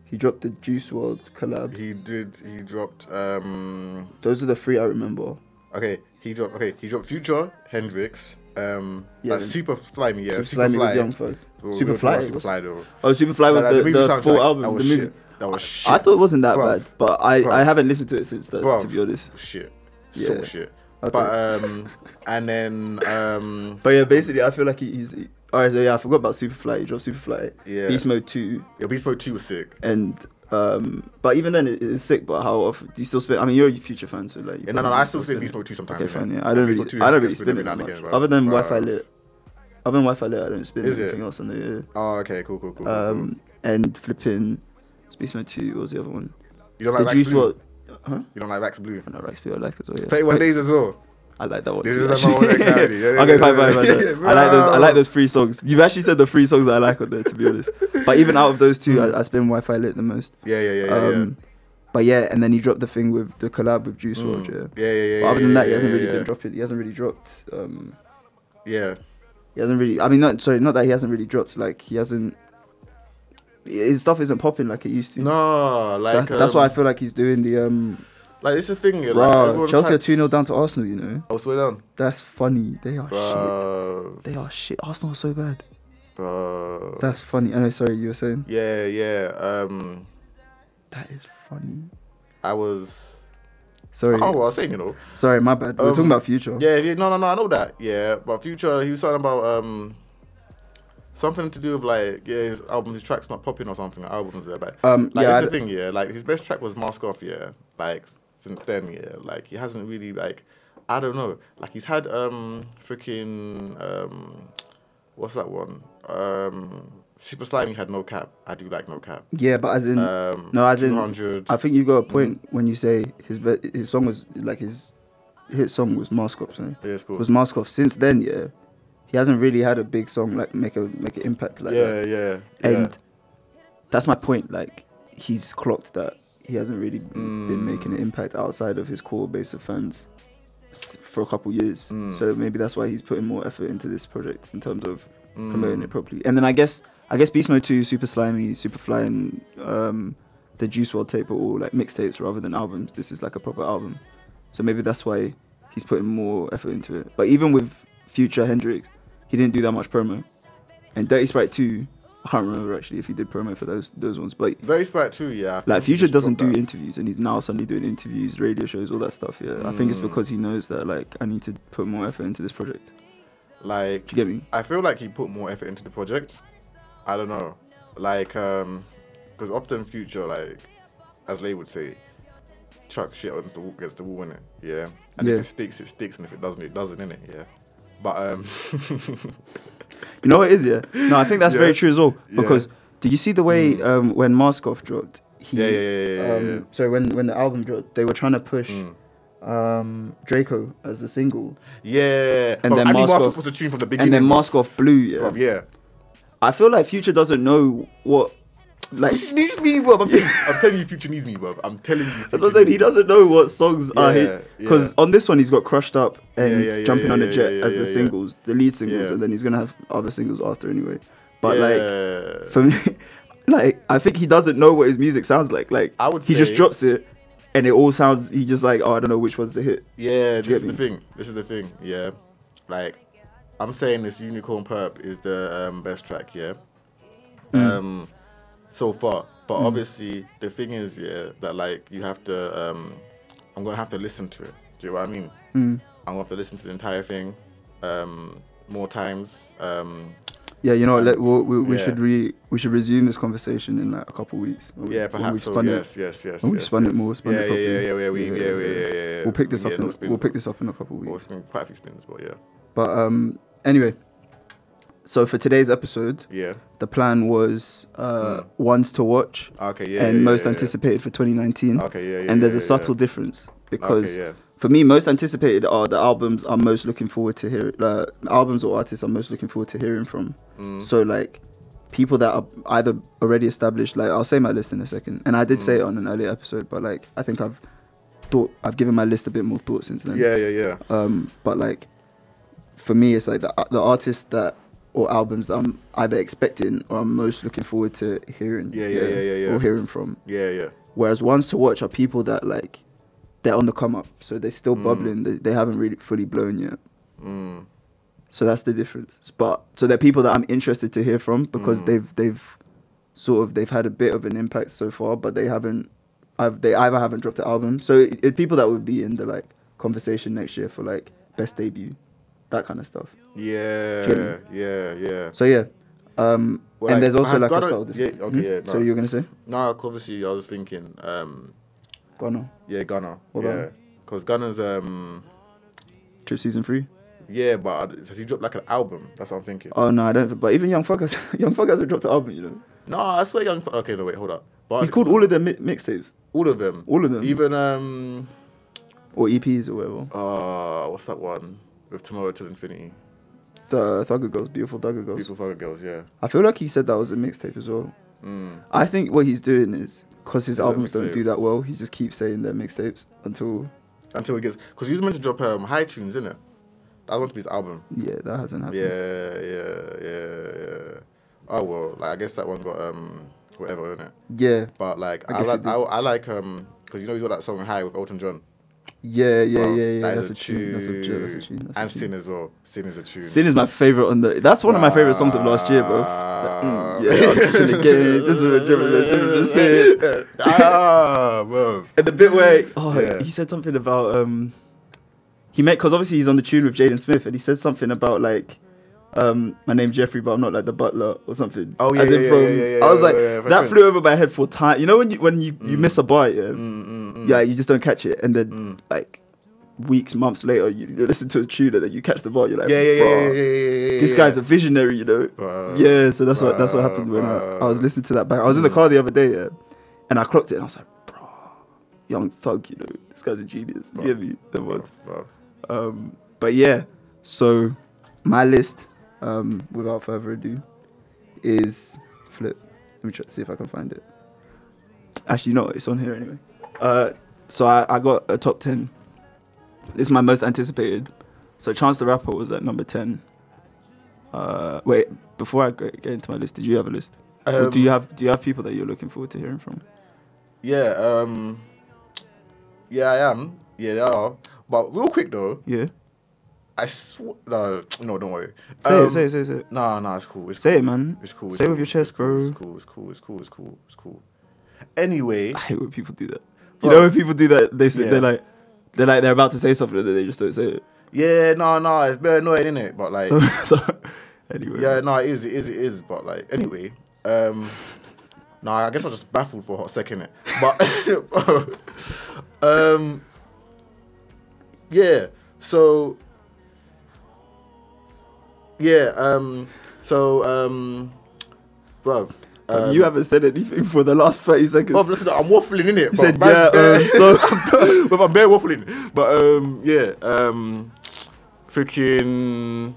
[SPEAKER 2] he dropped the Juice World collab.
[SPEAKER 3] he did. He dropped. Um.
[SPEAKER 2] Those are the three I remember.
[SPEAKER 3] Okay. He dropped. Okay. He dropped Future Hendrix. Um.
[SPEAKER 2] Yeah,
[SPEAKER 3] Yeah.
[SPEAKER 2] then-
[SPEAKER 3] super slimy. Yeah.
[SPEAKER 2] Super Slimy
[SPEAKER 3] Superfly.
[SPEAKER 2] with Young Thug.
[SPEAKER 3] Well, we don't
[SPEAKER 2] Superfly.
[SPEAKER 3] talk about
[SPEAKER 2] it was-
[SPEAKER 3] Superfly though.
[SPEAKER 2] Oh, Superfly was
[SPEAKER 3] Like,
[SPEAKER 2] the,
[SPEAKER 3] movie
[SPEAKER 2] the
[SPEAKER 3] soundtrack,
[SPEAKER 2] full album.
[SPEAKER 3] That was
[SPEAKER 2] the movie.
[SPEAKER 3] shit. That was shit.
[SPEAKER 2] I thought it wasn't that
[SPEAKER 3] Bruv.
[SPEAKER 2] bad, but I,
[SPEAKER 3] Bruv.
[SPEAKER 2] I haven't listened to it since that, to
[SPEAKER 3] Bruv.
[SPEAKER 2] be honest.
[SPEAKER 3] shit.
[SPEAKER 2] Yeah.
[SPEAKER 3] So shit.
[SPEAKER 2] Okay.
[SPEAKER 3] But um. And then um.
[SPEAKER 2] But yeah, basically, I feel like he, he's. he- Alright, so yeah, I forgot about Superfly. He dropped Superfly.
[SPEAKER 3] Yeah.
[SPEAKER 2] Beast Mode 2
[SPEAKER 3] Yo, Beast Mode Two was sick.
[SPEAKER 2] and Um, but even then, it, it's sick. But how often do you still spin? I mean, you're a Future fan, so like. you
[SPEAKER 3] Yeah, no, no,
[SPEAKER 2] probably
[SPEAKER 3] I still spin
[SPEAKER 2] it.
[SPEAKER 3] Beast Mode 2 sometimes.
[SPEAKER 2] Okay,
[SPEAKER 3] yeah.
[SPEAKER 2] fine. Yeah, I
[SPEAKER 3] Like,
[SPEAKER 2] don't really,
[SPEAKER 3] Beast Mode 2
[SPEAKER 2] I don't
[SPEAKER 3] get
[SPEAKER 2] really spin
[SPEAKER 3] every
[SPEAKER 2] it
[SPEAKER 3] now
[SPEAKER 2] that
[SPEAKER 3] and
[SPEAKER 2] much.
[SPEAKER 3] again, bro.
[SPEAKER 2] Other than
[SPEAKER 3] Bro.
[SPEAKER 2] Wi-Fi lit, other than Wi-Fi lit, I don't spin
[SPEAKER 3] Is it?
[SPEAKER 2] anything else on the.
[SPEAKER 3] Oh, okay, cool, cool, cool. cool,
[SPEAKER 2] Um, and flipping, Beast Mode Two. What was the other one?
[SPEAKER 3] cool. You don't like
[SPEAKER 2] the
[SPEAKER 3] Vax
[SPEAKER 2] Juice
[SPEAKER 3] Blue?
[SPEAKER 2] World. Huh?
[SPEAKER 3] You don't like Vax Blue?
[SPEAKER 2] I know Rex Blue I like as well. Yeah.
[SPEAKER 3] 31
[SPEAKER 2] Wait,
[SPEAKER 3] Days as well.
[SPEAKER 2] I like that one.
[SPEAKER 3] This
[SPEAKER 2] too,
[SPEAKER 3] is a
[SPEAKER 2] actually.
[SPEAKER 3] moment of clarity. Yeah, yeah,
[SPEAKER 2] okay,
[SPEAKER 3] yeah,
[SPEAKER 2] fine,
[SPEAKER 3] yeah,
[SPEAKER 2] fine, fine.
[SPEAKER 3] yeah,
[SPEAKER 2] I like those. I like
[SPEAKER 3] bro.
[SPEAKER 2] those three songs. You've actually said the three songs that I like on there, to be honest. But even out of those two, I, I spin Wi-Fi lit the most.
[SPEAKER 3] Yeah, yeah, yeah, yeah.
[SPEAKER 2] Um, but yeah, and then he dropped the thing with the collab with Juice
[SPEAKER 3] yeah.
[SPEAKER 2] WRLD.
[SPEAKER 3] Mm.
[SPEAKER 2] Yeah.
[SPEAKER 3] yeah, yeah, yeah.
[SPEAKER 2] But other
[SPEAKER 3] yeah,
[SPEAKER 2] than that, he
[SPEAKER 3] yeah,
[SPEAKER 2] hasn't
[SPEAKER 3] yeah,
[SPEAKER 2] really
[SPEAKER 3] yeah.
[SPEAKER 2] been dropped. He hasn't really dropped. Um,
[SPEAKER 3] Yeah.
[SPEAKER 2] he hasn't really. I mean, not sorry, not that he hasn't really dropped. Like he hasn't. His stuff isn't popping like it used to.
[SPEAKER 3] No,
[SPEAKER 2] So
[SPEAKER 3] like
[SPEAKER 2] that's, that's
[SPEAKER 3] um,
[SPEAKER 2] why I feel like he's doing the um.
[SPEAKER 3] Like it's the thing. yeah, Like,
[SPEAKER 2] Raw.
[SPEAKER 3] everyone's
[SPEAKER 2] Chelsea are
[SPEAKER 3] hyped.
[SPEAKER 2] two 0 down to Arsenal. You know,
[SPEAKER 3] Oh, slow down,
[SPEAKER 2] that's funny. They are shit.
[SPEAKER 3] bro.
[SPEAKER 2] They are shit. Arsenal are so bad.
[SPEAKER 3] Bro.
[SPEAKER 2] That's funny. I know. Sorry, you were saying
[SPEAKER 3] yeah, yeah. Um,
[SPEAKER 2] that is funny.
[SPEAKER 3] I was. I
[SPEAKER 2] Sorry,
[SPEAKER 3] don't know what I was saying, you know.
[SPEAKER 2] sorry, my bad. We're
[SPEAKER 3] Oh. Um,
[SPEAKER 2] talking about future.
[SPEAKER 3] Yeah, yeah, no, no, no, I know that. Yeah, but Future, he was talking about um something to do with like yeah, his album, his track's not popping or something. Albums there, but
[SPEAKER 2] Um,
[SPEAKER 3] like
[SPEAKER 2] yeah,
[SPEAKER 3] that's
[SPEAKER 2] I-
[SPEAKER 3] the thing, yeah. Like his best track was Mask Off, yeah. Like since then, yeah. Like he hasn't really like I don't know. Like he's had um freaking um what's that one um Super Slime. He had no cap. I do like no cap.
[SPEAKER 2] Yeah, but as in,
[SPEAKER 3] Um, Mm-hmm.
[SPEAKER 2] no, as in,
[SPEAKER 3] 200.
[SPEAKER 2] I think you got a point when you say his be- his song was like his hit song was Mask Off. Sorry,
[SPEAKER 3] Yeah, it's cool.
[SPEAKER 2] was Mask Off. Since then, yeah, he hasn't really had a big song like make a make an impact like that.
[SPEAKER 3] yeah, yeah, yeah.
[SPEAKER 2] And that's my point. Like he's clocked that he hasn't really been
[SPEAKER 3] Mm.
[SPEAKER 2] been making an impact outside of his core base of fans s- for a couple years. So maybe that's why he's putting more effort into this project in terms of promoting it properly. And then I guess I guess Beast Mode Two, Super Slimy, Superfly, and um, the Juice World tape are all like mixtapes rather than albums. This is like a proper album. So maybe that's why he's putting more effort into it. But even with Future Hendrix, he didn't do that much promo. And Dirty Sprite 2, I can't remember actually if he did promo for those those ones. But
[SPEAKER 3] Very Sprite too, yeah. I think
[SPEAKER 2] like
[SPEAKER 3] he
[SPEAKER 2] Future
[SPEAKER 3] just
[SPEAKER 2] doesn't do
[SPEAKER 3] dropped that.
[SPEAKER 2] interviews, and he's now suddenly doing interviews, radio shows, all that stuff. Yeah, I
[SPEAKER 3] Mm.
[SPEAKER 2] think it's because he knows that like I need to put more effort into this project.
[SPEAKER 3] like
[SPEAKER 2] Do you get me?
[SPEAKER 3] I feel like he put more effort into the project. I don't know, like, um, because often Future, like, as Lay would say, chuck shit against the wall, against the wall in it, yeah. And
[SPEAKER 2] Yeah.
[SPEAKER 3] if it sticks, it sticks, and if it doesn't, it doesn't, in it, yeah. But um,
[SPEAKER 2] You know what it is, yeah. No, I think that's very
[SPEAKER 3] Yeah.
[SPEAKER 2] true as well.
[SPEAKER 3] Yeah. Mm.
[SPEAKER 2] Because did you see the way um, when Maskoff dropped? He,
[SPEAKER 3] Yeah, yeah, yeah, yeah, yeah,
[SPEAKER 2] um,
[SPEAKER 3] yeah. Mm.
[SPEAKER 2] Sorry, when when the album dropped, they were trying to push um, Draco as the single,
[SPEAKER 3] yeah,
[SPEAKER 2] and
[SPEAKER 3] Bro,
[SPEAKER 2] then
[SPEAKER 3] I knew
[SPEAKER 2] Mask
[SPEAKER 3] Mask
[SPEAKER 2] Off-
[SPEAKER 3] was the tune from the
[SPEAKER 2] and
[SPEAKER 3] beginning.
[SPEAKER 2] then
[SPEAKER 3] bro.
[SPEAKER 2] Maskoff blew. Yeah.
[SPEAKER 3] Bro, yeah.
[SPEAKER 2] I feel like Future doesn't know what, like.
[SPEAKER 3] Future needs me, bro. I'm, telling- I'm telling you, Future needs me, bro. I'm telling you.
[SPEAKER 2] That's what I'm
[SPEAKER 3] Future
[SPEAKER 2] saying.
[SPEAKER 3] needs
[SPEAKER 2] He doesn't know what songs
[SPEAKER 3] Yeah,
[SPEAKER 2] are because
[SPEAKER 3] yeah.
[SPEAKER 2] on this one he's got crushed up and
[SPEAKER 3] Yeah, yeah, yeah,
[SPEAKER 2] jumping on a
[SPEAKER 3] yeah,
[SPEAKER 2] jet
[SPEAKER 3] yeah,
[SPEAKER 2] as
[SPEAKER 3] yeah,
[SPEAKER 2] the
[SPEAKER 3] yeah.
[SPEAKER 2] singles, the lead singles,
[SPEAKER 3] Yeah.
[SPEAKER 2] and then he's gonna have other singles after anyway. But
[SPEAKER 3] me.
[SPEAKER 2] like
[SPEAKER 3] yeah.
[SPEAKER 2] for me, like I think he doesn't know what his music sounds like. Like
[SPEAKER 3] I would
[SPEAKER 2] he just
[SPEAKER 3] say-
[SPEAKER 2] drops it, and it all sounds. He just like oh I don't know which was the hit.
[SPEAKER 3] Yeah,
[SPEAKER 2] Do you
[SPEAKER 3] this is
[SPEAKER 2] get
[SPEAKER 3] the thing. This is the thing. Yeah, like I'm saying, this unicorn perp is the um, best track. Yeah,
[SPEAKER 2] Mm.
[SPEAKER 3] um, so far. But obviously, the thing is, yeah, that like you have to. Um, I'm gonna have to listen to it. Do you know what I mean?
[SPEAKER 2] Mm.
[SPEAKER 3] I'm gonna have to listen to the entire thing um, more times. Um,
[SPEAKER 2] Yeah, you know, let, we'll, we we
[SPEAKER 3] Yeah.
[SPEAKER 2] should re we should resume this conversation in like a couple weeks. when we-
[SPEAKER 3] yeah,
[SPEAKER 2] when we
[SPEAKER 3] perhaps. So,
[SPEAKER 2] spun it-
[SPEAKER 3] yes, yes, yes.
[SPEAKER 2] when we
[SPEAKER 3] yes,
[SPEAKER 2] spun it
[SPEAKER 3] yes.
[SPEAKER 2] more, spun
[SPEAKER 3] yeah,
[SPEAKER 2] it properly.
[SPEAKER 3] Yeah, yeah, yeah, we- yeah, yeah, yeah, yeah, yeah.
[SPEAKER 2] We'll pick this up.
[SPEAKER 3] Yeah,
[SPEAKER 2] In,
[SPEAKER 3] no spins,
[SPEAKER 2] we'll pick
[SPEAKER 3] bro.
[SPEAKER 2] this up in a couple weeks.
[SPEAKER 3] Well, it's been quite a few spins, but yeah,
[SPEAKER 2] But um, anyway, so for today's episode,
[SPEAKER 3] yeah.
[SPEAKER 2] the plan was uh, ones to watch
[SPEAKER 3] Okay, Ah, yeah.
[SPEAKER 2] and
[SPEAKER 3] yeah,
[SPEAKER 2] most
[SPEAKER 3] yeah, yeah.
[SPEAKER 2] anticipated for 2019.
[SPEAKER 3] Okay, yeah, yeah,
[SPEAKER 2] and there's
[SPEAKER 3] yeah,
[SPEAKER 2] a
[SPEAKER 3] yeah.
[SPEAKER 2] subtle difference because
[SPEAKER 3] yeah.
[SPEAKER 2] for me, most anticipated are the albums I'm most looking forward to hear. Uh, albums or artists I'm most looking forward to hearing from.
[SPEAKER 3] Hmm.
[SPEAKER 2] So like people that are either already established. Like I'll say my list in a second, and I did
[SPEAKER 3] Hmm.
[SPEAKER 2] say it on an earlier episode, but like I think I've thought I've given my list a bit more thought since then.
[SPEAKER 3] Yeah, yeah, yeah.
[SPEAKER 2] Um, but like, for me, it's like the the artists that or albums that I'm either expecting or I'm most looking forward to hearing.
[SPEAKER 3] Yeah, yeah, yeah, yeah, yeah.
[SPEAKER 2] Or hearing from.
[SPEAKER 3] Yeah, yeah.
[SPEAKER 2] Whereas ones to watch are people that like they're on the come up, so they're still
[SPEAKER 3] Mm.
[SPEAKER 2] bubbling. They, they haven't really fully blown yet. So that's the difference. But so they're people that I'm interested to hear from because
[SPEAKER 3] Mm.
[SPEAKER 2] they've they've sort of they've had a bit of an impact so far, but they haven't. I've, they either haven't dropped an album, so it, it, people that would be in the like conversation next year for like best debut, that kind of stuff.
[SPEAKER 3] Yeah,
[SPEAKER 2] Jimmy.
[SPEAKER 3] yeah, yeah.
[SPEAKER 2] So yeah, um,
[SPEAKER 3] Well,
[SPEAKER 2] and there's also
[SPEAKER 3] has
[SPEAKER 2] like a
[SPEAKER 3] Ghana-
[SPEAKER 2] subtle difference.
[SPEAKER 3] Yeah, okay,
[SPEAKER 2] Hmm?
[SPEAKER 3] yeah. No.
[SPEAKER 2] So you're gonna say?
[SPEAKER 3] no, obviously, I was thinking, um,
[SPEAKER 2] Go on.
[SPEAKER 3] yeah, Ghana.
[SPEAKER 2] What about
[SPEAKER 3] yeah, because Ghana's, um,
[SPEAKER 2] Trip season three.
[SPEAKER 3] yeah, but has he dropped like an album? That's what I'm thinking.
[SPEAKER 2] Oh no, I don't. But even young fuckers, young fuckers have dropped an album. You know,
[SPEAKER 3] no, I swear, young. Okay, no, wait, hold up. But
[SPEAKER 2] he's called all of them mi- mixtapes
[SPEAKER 3] all of them.
[SPEAKER 2] all of them.
[SPEAKER 3] Even um,
[SPEAKER 2] or EPs or whatever.
[SPEAKER 3] uh, what's that one with Tomorrow Till Infinity?
[SPEAKER 2] The Thugger Girls, Beautiful Thugger Girls.
[SPEAKER 3] Beautiful fucking girls, yeah.
[SPEAKER 2] I feel like he said that was a mixtape as well.
[SPEAKER 3] Mm.
[SPEAKER 2] I think what he's doing is because his
[SPEAKER 3] Is it a
[SPEAKER 2] albums don't
[SPEAKER 3] mixtape?
[SPEAKER 2] do that well, he just keeps saying they're mixtapes until
[SPEAKER 3] Until it gets, because he was meant to drop um, High Tunes, innit? That was meant to be his album.
[SPEAKER 2] yeah, that hasn't happened.
[SPEAKER 3] Yeah, yeah, yeah, yeah. Oh well, like I guess that one got um whatever in it.
[SPEAKER 2] yeah,
[SPEAKER 3] But like
[SPEAKER 2] I
[SPEAKER 3] I,
[SPEAKER 2] guess it
[SPEAKER 3] like
[SPEAKER 2] did.
[SPEAKER 3] I, I like um because you know he's got that song High with Elton John.
[SPEAKER 2] yeah, yeah, yeah.
[SPEAKER 3] Well,
[SPEAKER 2] yeah,
[SPEAKER 3] that
[SPEAKER 2] That's
[SPEAKER 3] is
[SPEAKER 2] a tune. That's a tune. That's a tune.
[SPEAKER 3] and
[SPEAKER 2] That's a
[SPEAKER 3] Sin
[SPEAKER 2] tune.
[SPEAKER 3] as well. Sin is a tune.
[SPEAKER 2] Sin is my favorite on the. That's one of my favorite songs of last year, bro.
[SPEAKER 3] Ah.
[SPEAKER 2] Mm, yeah, I'm just in the game, just in the dribble, just in the sin.
[SPEAKER 3] Ah, bro.
[SPEAKER 2] And the bit where oh,
[SPEAKER 3] Yeah.
[SPEAKER 2] he said something about um, he met because obviously he's on the tune with Jaden Smith, and he said something about like, um, my name's Jeffrey, but I'm not like the butler or something.
[SPEAKER 3] Oh, yeah,
[SPEAKER 2] As in
[SPEAKER 3] yeah, yeah,
[SPEAKER 2] from-
[SPEAKER 3] yeah, yeah,
[SPEAKER 2] I was
[SPEAKER 3] yeah,
[SPEAKER 2] like,
[SPEAKER 3] yeah, yeah,
[SPEAKER 2] that
[SPEAKER 3] reference.
[SPEAKER 2] flew over my head for time. You know when you when you, you miss a bite, yeah,
[SPEAKER 3] Mm, mm, mm.
[SPEAKER 2] yeah, you just don't catch it, and then
[SPEAKER 3] Mm.
[SPEAKER 2] like weeks, months later, you, you listen to a tune and then you catch the bar, you're like,
[SPEAKER 3] Yeah, yeah, yeah, yeah, yeah,
[SPEAKER 2] "Bruh,
[SPEAKER 3] yeah, yeah, yeah.
[SPEAKER 2] This
[SPEAKER 3] yeah.
[SPEAKER 2] guy's a visionary, you know.
[SPEAKER 3] Bruh,
[SPEAKER 2] yeah, so that's what that's what
[SPEAKER 3] bruh,
[SPEAKER 2] happened when I, I was
[SPEAKER 3] bruh.
[SPEAKER 2] listening to that back. I was in
[SPEAKER 3] Mm.
[SPEAKER 2] the car the other day, yeah, and I clocked it, and I was like, bro, young thug, you know, this guy's a genius. You get me? The words.
[SPEAKER 3] Bruh.
[SPEAKER 2] Um, but yeah, so my list, um, without further ado, is flip. Let me try to see if I can find it. Actually, no, it's on here anyway. Uh, so I, I got a top ten. This is my most anticipated. So Chance the Rapper was at number ten. Uh, wait, before I go- get into my list, did you have a list? Or do
[SPEAKER 3] Um,
[SPEAKER 2] you have do you have people that you're looking forward to hearing from?
[SPEAKER 3] Yeah, um, yeah, I am. Yeah, they are. But real quick though,
[SPEAKER 2] Yeah.
[SPEAKER 3] I swear. No, no, don't worry.
[SPEAKER 2] Say
[SPEAKER 3] Um,
[SPEAKER 2] it, say it, say it, say it.
[SPEAKER 3] No, no, it's cool. It's
[SPEAKER 2] Say
[SPEAKER 3] cool.
[SPEAKER 2] it, man.
[SPEAKER 3] It's cool. it's
[SPEAKER 2] Say it
[SPEAKER 3] cool,
[SPEAKER 2] with your chest,
[SPEAKER 3] it's cool,
[SPEAKER 2] bro.
[SPEAKER 3] It's cool. It's cool. It's cool. It's cool. It's cool. Anyway,
[SPEAKER 2] I hate when people do that. You
[SPEAKER 3] Bro.
[SPEAKER 2] know when people do that, they say,
[SPEAKER 3] Yeah.
[SPEAKER 2] they're like, they're like they're about to say something and then they just don't say it.
[SPEAKER 3] yeah, no, no, it's very annoying, isn't it? But like,
[SPEAKER 2] So, so anyway,
[SPEAKER 3] yeah, no, it is, it is, it is. But like, anyway, um, no, I guess I was just baffled for a hot second, it. But, um, yeah. So, yeah. Um, so, um, bro,
[SPEAKER 2] Um, you haven't said anything for the last thirty seconds.
[SPEAKER 3] Bro, listen, I'm waffling in it.
[SPEAKER 2] you said yeah, uh, so
[SPEAKER 3] but I'm bare waffling. But um, yeah, um, freaking.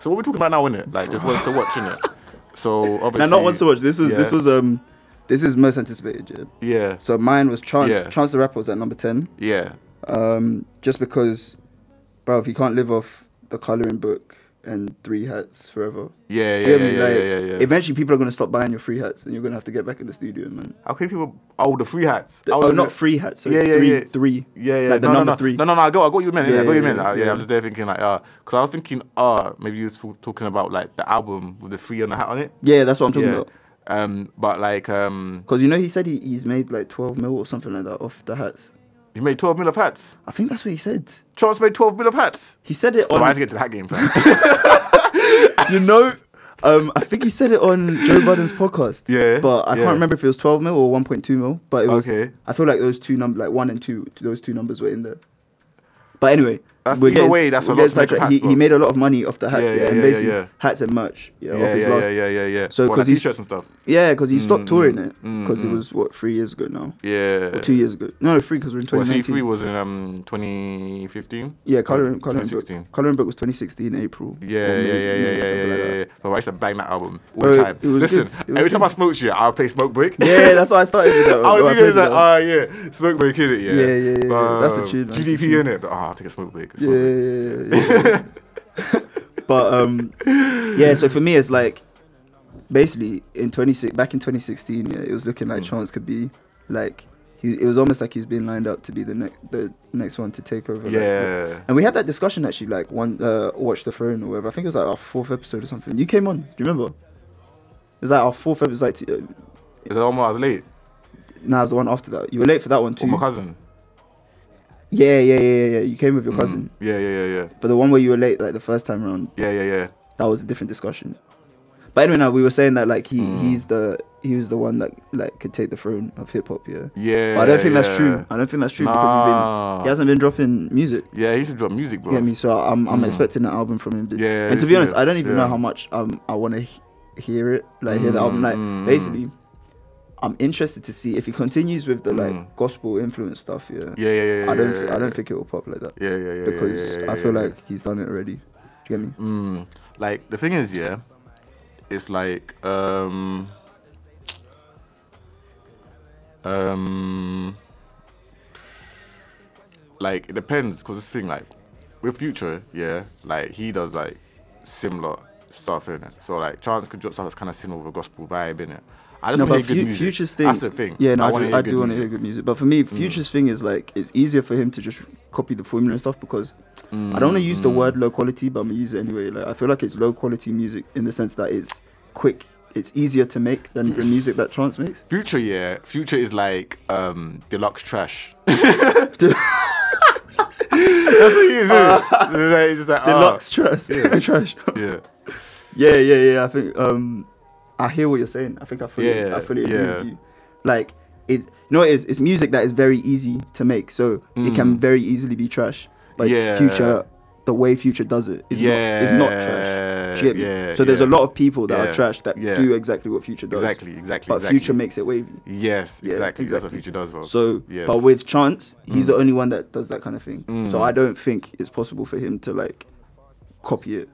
[SPEAKER 3] So what we talking about now, innit? Like just wants to watch, innit? So obviously.
[SPEAKER 2] now not once to watch. This was this
[SPEAKER 3] Yeah.
[SPEAKER 2] was um, this is most anticipated. Yeah.
[SPEAKER 3] Yeah,
[SPEAKER 2] So mine was Chance.
[SPEAKER 3] Yeah.
[SPEAKER 2] Chance the Rapper was at number ten.
[SPEAKER 3] yeah,
[SPEAKER 2] Um, just because, bro, if you can't live off the coloring book and three hats forever.
[SPEAKER 3] yeah, yeah,
[SPEAKER 2] do you
[SPEAKER 3] yeah,
[SPEAKER 2] get me?
[SPEAKER 3] yeah,
[SPEAKER 2] Like,
[SPEAKER 3] yeah, yeah, yeah.
[SPEAKER 2] Eventually, people are gonna stop buying your free hats, and you're gonna have to get back in the studio, man.
[SPEAKER 3] How can people? Oh, the free hats.
[SPEAKER 2] Oh, not free hats. Sorry,
[SPEAKER 3] Yeah, yeah,
[SPEAKER 2] three,
[SPEAKER 3] yeah.
[SPEAKER 2] three.
[SPEAKER 3] Yeah, yeah,
[SPEAKER 2] Like the
[SPEAKER 3] no,
[SPEAKER 2] number
[SPEAKER 3] no, no.
[SPEAKER 2] three.
[SPEAKER 3] No, no, no. I got, I got what you meant. innit?
[SPEAKER 2] Yeah,
[SPEAKER 3] I got what you
[SPEAKER 2] yeah,
[SPEAKER 3] meant.
[SPEAKER 2] yeah,
[SPEAKER 3] Yeah, yeah,
[SPEAKER 2] yeah.
[SPEAKER 3] I was just there thinking like, uh, because I was thinking, uh, maybe you was f- talking about like the album with the free and the hat on it.
[SPEAKER 2] Yeah, that's what I'm talking
[SPEAKER 3] Yeah.
[SPEAKER 2] about.
[SPEAKER 3] Um, but like, um,
[SPEAKER 2] Because you know he said he, he's made like 12 mil or something like that off the hats.
[SPEAKER 3] you made twelve mil of hats.
[SPEAKER 2] I think that's what he said.
[SPEAKER 3] Chance made 12 mil of hats.
[SPEAKER 2] He said it
[SPEAKER 3] Oh, I had to
[SPEAKER 2] on,
[SPEAKER 3] get to that game, fam.
[SPEAKER 2] you know, um, I think he said it on Joe Biden's podcast.
[SPEAKER 3] Yeah,
[SPEAKER 2] But I
[SPEAKER 3] yeah.
[SPEAKER 2] can't remember if it was 12 mil or 1.2 mil. But it was,
[SPEAKER 3] Okay.
[SPEAKER 2] I feel like those two numbers, like one and two, those two numbers were in there. But anyway,
[SPEAKER 3] That's-
[SPEAKER 2] we're
[SPEAKER 3] either
[SPEAKER 2] getting-
[SPEAKER 3] way, that's a
[SPEAKER 2] we're
[SPEAKER 3] lot
[SPEAKER 2] getting
[SPEAKER 3] to make a
[SPEAKER 2] sidetracked.
[SPEAKER 3] hat
[SPEAKER 2] he, he
[SPEAKER 3] from.
[SPEAKER 2] made a lot of money off the hats, yeah,
[SPEAKER 3] Yeah, yeah,
[SPEAKER 2] and
[SPEAKER 3] yeah,
[SPEAKER 2] basically
[SPEAKER 3] yeah.
[SPEAKER 2] hats and merch, yeah, off
[SPEAKER 3] yeah,
[SPEAKER 2] his
[SPEAKER 3] yeah,
[SPEAKER 2] last.
[SPEAKER 3] yeah, yeah, yeah, yeah.
[SPEAKER 2] So
[SPEAKER 3] Well,
[SPEAKER 2] because
[SPEAKER 3] like
[SPEAKER 2] he's
[SPEAKER 3] t-shirts and stuff.
[SPEAKER 2] yeah, because he stopped touring it
[SPEAKER 3] mm,
[SPEAKER 2] because it was what three years ago now,
[SPEAKER 3] Yeah.
[SPEAKER 2] or two years ago. No, no, three because we're in
[SPEAKER 3] Well,
[SPEAKER 2] 2019.
[SPEAKER 3] C3 was in um 2015.
[SPEAKER 2] Yeah, coloring, coloring book.
[SPEAKER 3] 2016.
[SPEAKER 2] Coloring book was 2016 April.
[SPEAKER 3] Yeah,
[SPEAKER 2] Or
[SPEAKER 3] yeah,
[SPEAKER 2] May-
[SPEAKER 3] yeah, yeah,
[SPEAKER 2] May,
[SPEAKER 3] yeah,
[SPEAKER 2] something
[SPEAKER 3] yeah,
[SPEAKER 2] like
[SPEAKER 3] yeah,
[SPEAKER 2] that.
[SPEAKER 3] yeah. But I used to bang that album all
[SPEAKER 2] Bro,
[SPEAKER 3] the time.
[SPEAKER 2] it was
[SPEAKER 3] Listen,
[SPEAKER 2] good. It was
[SPEAKER 3] every time
[SPEAKER 2] good.
[SPEAKER 3] I smoke shit, I'll play Smoke Break.
[SPEAKER 2] Yeah, that's why I started with that.
[SPEAKER 3] I
[SPEAKER 2] one.
[SPEAKER 3] would
[SPEAKER 2] I
[SPEAKER 3] be
[SPEAKER 2] played with
[SPEAKER 3] like,
[SPEAKER 2] that.
[SPEAKER 3] ah, yeah, Smoke Break, hit it, yeah.
[SPEAKER 2] Yeah, yeah, yeah, yeah. That's a
[SPEAKER 3] Um,
[SPEAKER 2] tune, that's a
[SPEAKER 3] GDP,
[SPEAKER 2] tune.
[SPEAKER 3] innit? But, ah, I'll take a Smoke Break.
[SPEAKER 2] Yeah,
[SPEAKER 3] a Smoke Break.
[SPEAKER 2] yeah, yeah, yeah, yeah. but um, yeah. So for me, it's like basically in 26 back in 2016, yeah, it was looking
[SPEAKER 3] Mm.
[SPEAKER 2] like Chance could be like he. It was almost like he was being lined up to be the next the next one to take over. like,
[SPEAKER 3] Yeah.
[SPEAKER 2] and we had that discussion actually, like one uh, watch the throne or whatever. I think it was like our fourth episode or something. You came on, do you remember? It was like our fourth episode. Like, t- uh,
[SPEAKER 3] Is that one where I was late?
[SPEAKER 2] No, it was the one after that. You were late for that one too.
[SPEAKER 3] Or my cousin?
[SPEAKER 2] yeah, yeah, yeah, yeah, yeah. You came with your
[SPEAKER 3] Mm.
[SPEAKER 2] cousin.
[SPEAKER 3] Yeah, yeah, yeah, yeah.
[SPEAKER 2] But the one where you were late, like the first time round,
[SPEAKER 3] Yeah, yeah, yeah.
[SPEAKER 2] that was a different discussion. But anyway, now we were saying that like he
[SPEAKER 3] Mm.
[SPEAKER 2] he's the he was the one that like could take the throne of hip hop. Yeah.
[SPEAKER 3] Yeah,
[SPEAKER 2] But I don't think that's
[SPEAKER 3] yeah.
[SPEAKER 2] true. I don't think that's true because he's been
[SPEAKER 3] Nah.
[SPEAKER 2] he hasn't been dropping music.
[SPEAKER 3] Yeah, he used to drop music, bro.
[SPEAKER 2] You get me? So I'm I'm expecting an album from him.
[SPEAKER 3] Mm. Yeah,
[SPEAKER 2] And to
[SPEAKER 3] this
[SPEAKER 2] be honest,
[SPEAKER 3] year.
[SPEAKER 2] I don't even
[SPEAKER 3] Yeah.
[SPEAKER 2] know how much um I want to he- hear it, like hear the album. Like
[SPEAKER 3] Mm.
[SPEAKER 2] basically, I'm interested to see if he continues with the
[SPEAKER 3] Mm.
[SPEAKER 2] like gospel influence stuff. Yeah.
[SPEAKER 3] Yeah, yeah, yeah.
[SPEAKER 2] I don't
[SPEAKER 3] yeah,
[SPEAKER 2] thi-
[SPEAKER 3] yeah,
[SPEAKER 2] I don't think it will pop like that.
[SPEAKER 3] Yeah, yeah, yeah. yeah,
[SPEAKER 2] Because
[SPEAKER 3] yeah, yeah,
[SPEAKER 2] I feel
[SPEAKER 3] yeah.
[SPEAKER 2] like he's done it already. Do you get me?
[SPEAKER 3] Mm, like the thing is, yeah, it's like um um like it depends because this thing like with Future, yeah, like he does like similar stuff in it. So like Chance could drop stuff that's kind of similar with a gospel vibe in it. I just
[SPEAKER 2] no,
[SPEAKER 3] want to
[SPEAKER 2] but
[SPEAKER 3] hear good
[SPEAKER 2] fu-
[SPEAKER 3] music.
[SPEAKER 2] Future's thing.
[SPEAKER 3] That's the thing.
[SPEAKER 2] Yeah, no, I,
[SPEAKER 3] wanna
[SPEAKER 2] do, I
[SPEAKER 3] good
[SPEAKER 2] do want to hear
[SPEAKER 3] music. Mm.
[SPEAKER 2] good music. But for me, Future's thing is like it's easier for him to just copy the formula and stuff because I don't want to
[SPEAKER 3] Mm.
[SPEAKER 2] use the word low quality, but I'm gonna use it anyway. Like I feel like it's low quality music in the sense that it's quick, it's easier to make than the music that Chance makes.
[SPEAKER 3] Future, yeah. Future is like um deluxe trash. That's what he is. isn't it? Like, it's just like, ah.
[SPEAKER 2] Deluxe trash,
[SPEAKER 3] yeah.
[SPEAKER 2] trash.
[SPEAKER 3] Yeah.
[SPEAKER 2] Yeah, yeah, yeah. I think um, I hear what you're saying. I think I fully,
[SPEAKER 3] Yeah,
[SPEAKER 2] I fully agree
[SPEAKER 3] yeah.
[SPEAKER 2] with you. Like it, no, it's it's music that is very easy to make, so it can very easily be trash. But
[SPEAKER 3] Mm. Yeah.
[SPEAKER 2] future, the way future does it is not is not
[SPEAKER 3] Yeah,
[SPEAKER 2] trash. Do you get me?
[SPEAKER 3] yeah,
[SPEAKER 2] so there's a
[SPEAKER 3] yeah.
[SPEAKER 2] lot of people that
[SPEAKER 3] Yeah,
[SPEAKER 2] are trash that
[SPEAKER 3] yeah.
[SPEAKER 2] do exactly what future does.
[SPEAKER 3] Exactly, exactly,
[SPEAKER 2] But
[SPEAKER 3] exactly.
[SPEAKER 2] future makes it wavy.
[SPEAKER 3] Yes,
[SPEAKER 2] Yeah,
[SPEAKER 3] exactly. That's what
[SPEAKER 2] exactly.
[SPEAKER 3] Future does, bro.
[SPEAKER 2] So,
[SPEAKER 3] yes. Mm.
[SPEAKER 2] but with Chance, he's the only one that does that kind of thing. So I don't think it's possible for him to like copy it.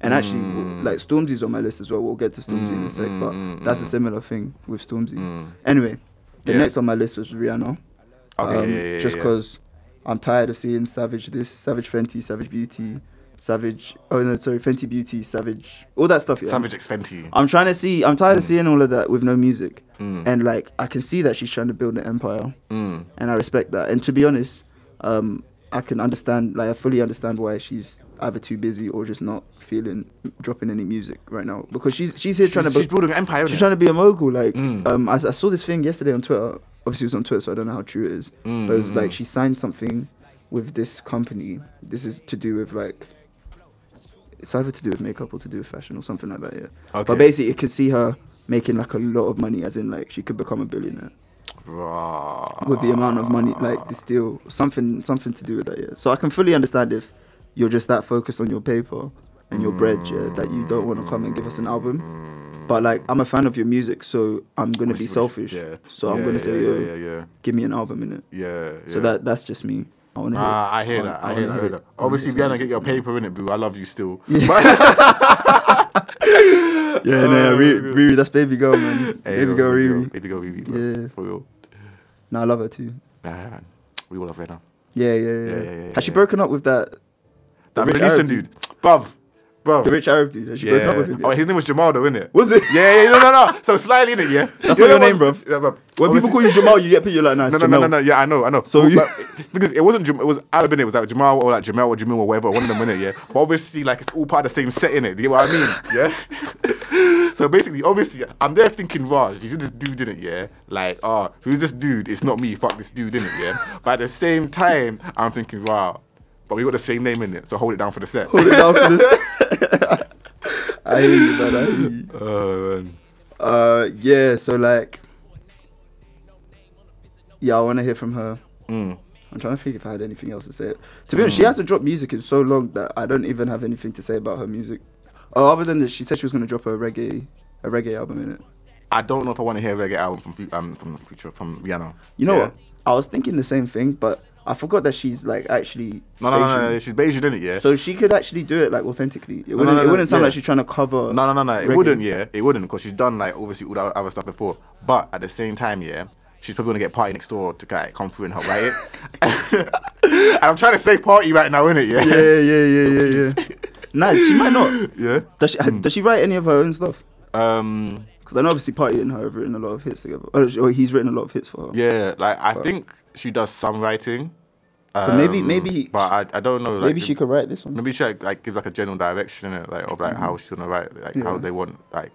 [SPEAKER 2] And actually, w-
[SPEAKER 3] Mm.
[SPEAKER 2] like Stormzy's on my list as well. We'll get to Stormzy in a sec, but that's a similar thing with Stormzy. Anyway, the
[SPEAKER 3] mm. Yeah.
[SPEAKER 2] next on my list was Rihanna.
[SPEAKER 3] Okay,
[SPEAKER 2] um,
[SPEAKER 3] yeah, yeah, yeah,
[SPEAKER 2] just
[SPEAKER 3] yeah.
[SPEAKER 2] because I'm tired of seeing Savage this, Savage Fenty, Savage Beauty, Savage. Oh no, sorry, Fenty Beauty, Savage. All that stuff. Yeah.
[SPEAKER 3] Savage Expenty.
[SPEAKER 2] I'm trying to see. I'm tired of seeing all of that with no music,
[SPEAKER 3] Mm.
[SPEAKER 2] and like I can see that she's trying to build an empire
[SPEAKER 3] Mm.
[SPEAKER 2] and I respect that. And to be honest, um, I can understand, like, I fully understand why she's either too busy or just not feeling dropping any music right now because she's she's here trying to
[SPEAKER 3] She's,
[SPEAKER 2] bu-
[SPEAKER 3] she's building an empire.
[SPEAKER 2] she's
[SPEAKER 3] innit?
[SPEAKER 2] trying to be a mogul. Like,
[SPEAKER 3] Mm.
[SPEAKER 2] um, I, I saw this thing yesterday on Twitter. Obviously, it was on Twitter, so I don't know how true it is.
[SPEAKER 3] Mm,
[SPEAKER 2] But it was
[SPEAKER 3] mm,
[SPEAKER 2] like
[SPEAKER 3] mm.
[SPEAKER 2] she signed something with this company. This is to do with like. It's either to do with makeup or to do with fashion or something like that, yeah.
[SPEAKER 3] Okay.
[SPEAKER 2] But basically, it could see her making like a lot of money, as in like she could become a billionaire
[SPEAKER 3] Rah.
[SPEAKER 2] with the amount of money like this deal something something to do with that yeah so i can fully understand if you're just that focused on your paper and your bread yeah that you don't want to come and give us an album but like i'm a fan of your music so i'm gonna be selfish
[SPEAKER 3] Yeah.
[SPEAKER 2] so i'm
[SPEAKER 3] Yeah,
[SPEAKER 2] gonna
[SPEAKER 3] yeah,
[SPEAKER 2] say
[SPEAKER 3] yeah,
[SPEAKER 2] Yo,
[SPEAKER 3] yeah, yeah,
[SPEAKER 2] give me an album in it
[SPEAKER 3] yeah, yeah.
[SPEAKER 2] so that that's just me i want to hear
[SPEAKER 3] Ah,
[SPEAKER 2] it.
[SPEAKER 3] I hear
[SPEAKER 2] wanna-
[SPEAKER 3] that. I
[SPEAKER 2] wanna
[SPEAKER 3] hear that. I hear that.
[SPEAKER 2] it.
[SPEAKER 3] Obviously,
[SPEAKER 2] I wanna hear
[SPEAKER 3] Rihanna, get your paper in it, boo. I love you still.
[SPEAKER 2] it. yeah no Riri, Riri, that's baby girl man
[SPEAKER 3] Oh, Hey,
[SPEAKER 2] baby
[SPEAKER 3] yo,
[SPEAKER 2] girl
[SPEAKER 3] baby
[SPEAKER 2] Riri.
[SPEAKER 3] Baby girl, Riri. bro.
[SPEAKER 2] Yeah.
[SPEAKER 3] For real.
[SPEAKER 2] no i love her too
[SPEAKER 3] Nah, we all love Rihanna.
[SPEAKER 2] yeah yeah yeah,
[SPEAKER 3] Yeah, yeah, yeah,
[SPEAKER 2] has she
[SPEAKER 3] yeah.
[SPEAKER 2] broken up with that
[SPEAKER 3] That
[SPEAKER 2] rich
[SPEAKER 3] Middle Eastern
[SPEAKER 2] Arab
[SPEAKER 3] dude. Bruv. Bruv.
[SPEAKER 2] the rich arab dude has she broken up with him
[SPEAKER 3] Oh, his name was Jamal, though, innit?
[SPEAKER 2] Was it?
[SPEAKER 3] Yeah, yeah, no, no, no. So slightly, innit? Yeah.
[SPEAKER 2] That's
[SPEAKER 3] You
[SPEAKER 2] not
[SPEAKER 3] know
[SPEAKER 2] your name,
[SPEAKER 3] what's-
[SPEAKER 2] bruv.
[SPEAKER 3] Yeah, bruv.
[SPEAKER 2] When people call you Jamal, you get people like, nah, it's
[SPEAKER 3] oh, No, no, no, no,
[SPEAKER 2] Jamal.
[SPEAKER 3] no. Yeah, I know, I know.
[SPEAKER 2] So
[SPEAKER 3] But-
[SPEAKER 2] you-
[SPEAKER 3] but- because it wasn't Jam- it was Arab in it. Was like Jamal or like Jamal or Jamil or whatever. One of them in it, yeah. But obviously, like it's all part of the same set in it. Do you know what I mean? Yeah. so basically, obviously, I'm there thinking, Raj, you see this dude in it, yeah. Like, oh, who's this dude? It's not me. Fuck this dude in it, yeah. But at the same time, I'm thinking, wow. But we got the same name in it, so hold it down for the set.
[SPEAKER 2] Hold it down for this. I hear you, man. I hear you.
[SPEAKER 3] Uh, man.
[SPEAKER 2] Uh, yeah, so like, yeah, I want to hear from her.
[SPEAKER 3] Mm.
[SPEAKER 2] I'm trying to think if I had anything else to say. To be honest, she
[SPEAKER 3] Hmm.
[SPEAKER 2] hasn't dropped music in so long that I don't even have anything to say about her music. Oh, other than that, she said she was going to drop a reggae, a reggae album in it.
[SPEAKER 3] I don't know if I want to hear a reggae album from Fu- um from Future from Rihanna.
[SPEAKER 2] You know
[SPEAKER 3] Yeah.
[SPEAKER 2] what? I was thinking the same thing, but I forgot that she's like actually.
[SPEAKER 3] No, no, no, no,
[SPEAKER 2] Asian.
[SPEAKER 3] no. She's Beijing, isn't it? Yeah.
[SPEAKER 2] So she could actually do it like authentically. It wouldn't,
[SPEAKER 3] no,
[SPEAKER 2] it
[SPEAKER 3] no,
[SPEAKER 2] wouldn't sound
[SPEAKER 3] yeah.
[SPEAKER 2] like she's trying to cover.
[SPEAKER 3] No, no, no, no. It
[SPEAKER 2] reggae.
[SPEAKER 3] wouldn't, yeah. It wouldn't, because she's done like obviously all that other stuff before. But at the same time, yeah, she's probably gonna get party next door to like, come through and help write it. and I'm trying to say party right now, innit? Yeah.
[SPEAKER 2] Yeah, yeah, yeah, yeah, yeah. nah, she might not.
[SPEAKER 3] Yeah.
[SPEAKER 2] Does she does she write any of her own stuff?
[SPEAKER 3] Um.
[SPEAKER 2] Because I know obviously Party and her have written a lot of hits together. Or, or he's written a lot of hits for her.
[SPEAKER 3] Yeah. Like I think she does some writing.
[SPEAKER 2] But maybe-
[SPEAKER 3] um,
[SPEAKER 2] maybe-
[SPEAKER 3] But I, I don't know. Like,
[SPEAKER 2] Maybe
[SPEAKER 3] if-
[SPEAKER 2] she could write this one.
[SPEAKER 3] Maybe she like, like gives like a general direction in it, like of like how she's gonna write, like how
[SPEAKER 2] Mm-hmm. Yeah.
[SPEAKER 3] they want, like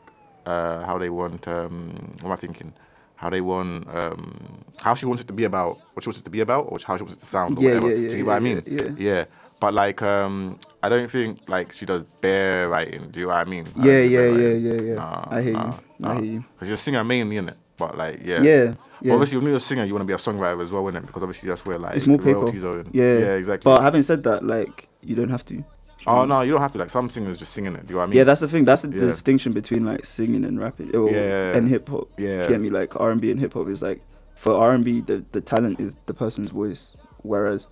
[SPEAKER 3] uh, how they want. Um, what am I thinking? How they want, um, how she wants it to be about, what she wants it to be about, or how she wants it to sound, or
[SPEAKER 2] Yeah,
[SPEAKER 3] whatever.
[SPEAKER 2] yeah, yeah,
[SPEAKER 3] Do you know what I
[SPEAKER 2] yeah,
[SPEAKER 3] mean?
[SPEAKER 2] yeah,
[SPEAKER 3] yeah. But like, um, I don't think like she does bear writing. Do you know what I mean? I don't
[SPEAKER 2] Yeah,
[SPEAKER 3] do bear
[SPEAKER 2] yeah, yeah,
[SPEAKER 3] writing.
[SPEAKER 2] yeah, yeah.
[SPEAKER 3] Nah,
[SPEAKER 2] I hear
[SPEAKER 3] nah,
[SPEAKER 2] you. I
[SPEAKER 3] nah.
[SPEAKER 2] hear you.
[SPEAKER 3] Cause you're a singer mainly, innit? But like, yeah.
[SPEAKER 2] Yeah, yeah.
[SPEAKER 3] Obviously, when you're a singer, you want to be a songwriter as well, innit? Because obviously that's where like
[SPEAKER 2] it's more
[SPEAKER 3] the
[SPEAKER 2] paper.
[SPEAKER 3] royalties are in.
[SPEAKER 2] Yeah,
[SPEAKER 3] yeah, exactly.
[SPEAKER 2] But having said that, like you don't have to.
[SPEAKER 3] oh no, you don't have to. Like some singers just singing it. Do you know what I mean?
[SPEAKER 2] Yeah, that's the thing. That's the
[SPEAKER 3] Yeah.
[SPEAKER 2] distinction between like singing and rapping, or,
[SPEAKER 3] Yeah.
[SPEAKER 2] and hip hop.
[SPEAKER 3] Yeah.
[SPEAKER 2] get me like R and B and hip hop is like for R and B the the talent is the person's voice, whereas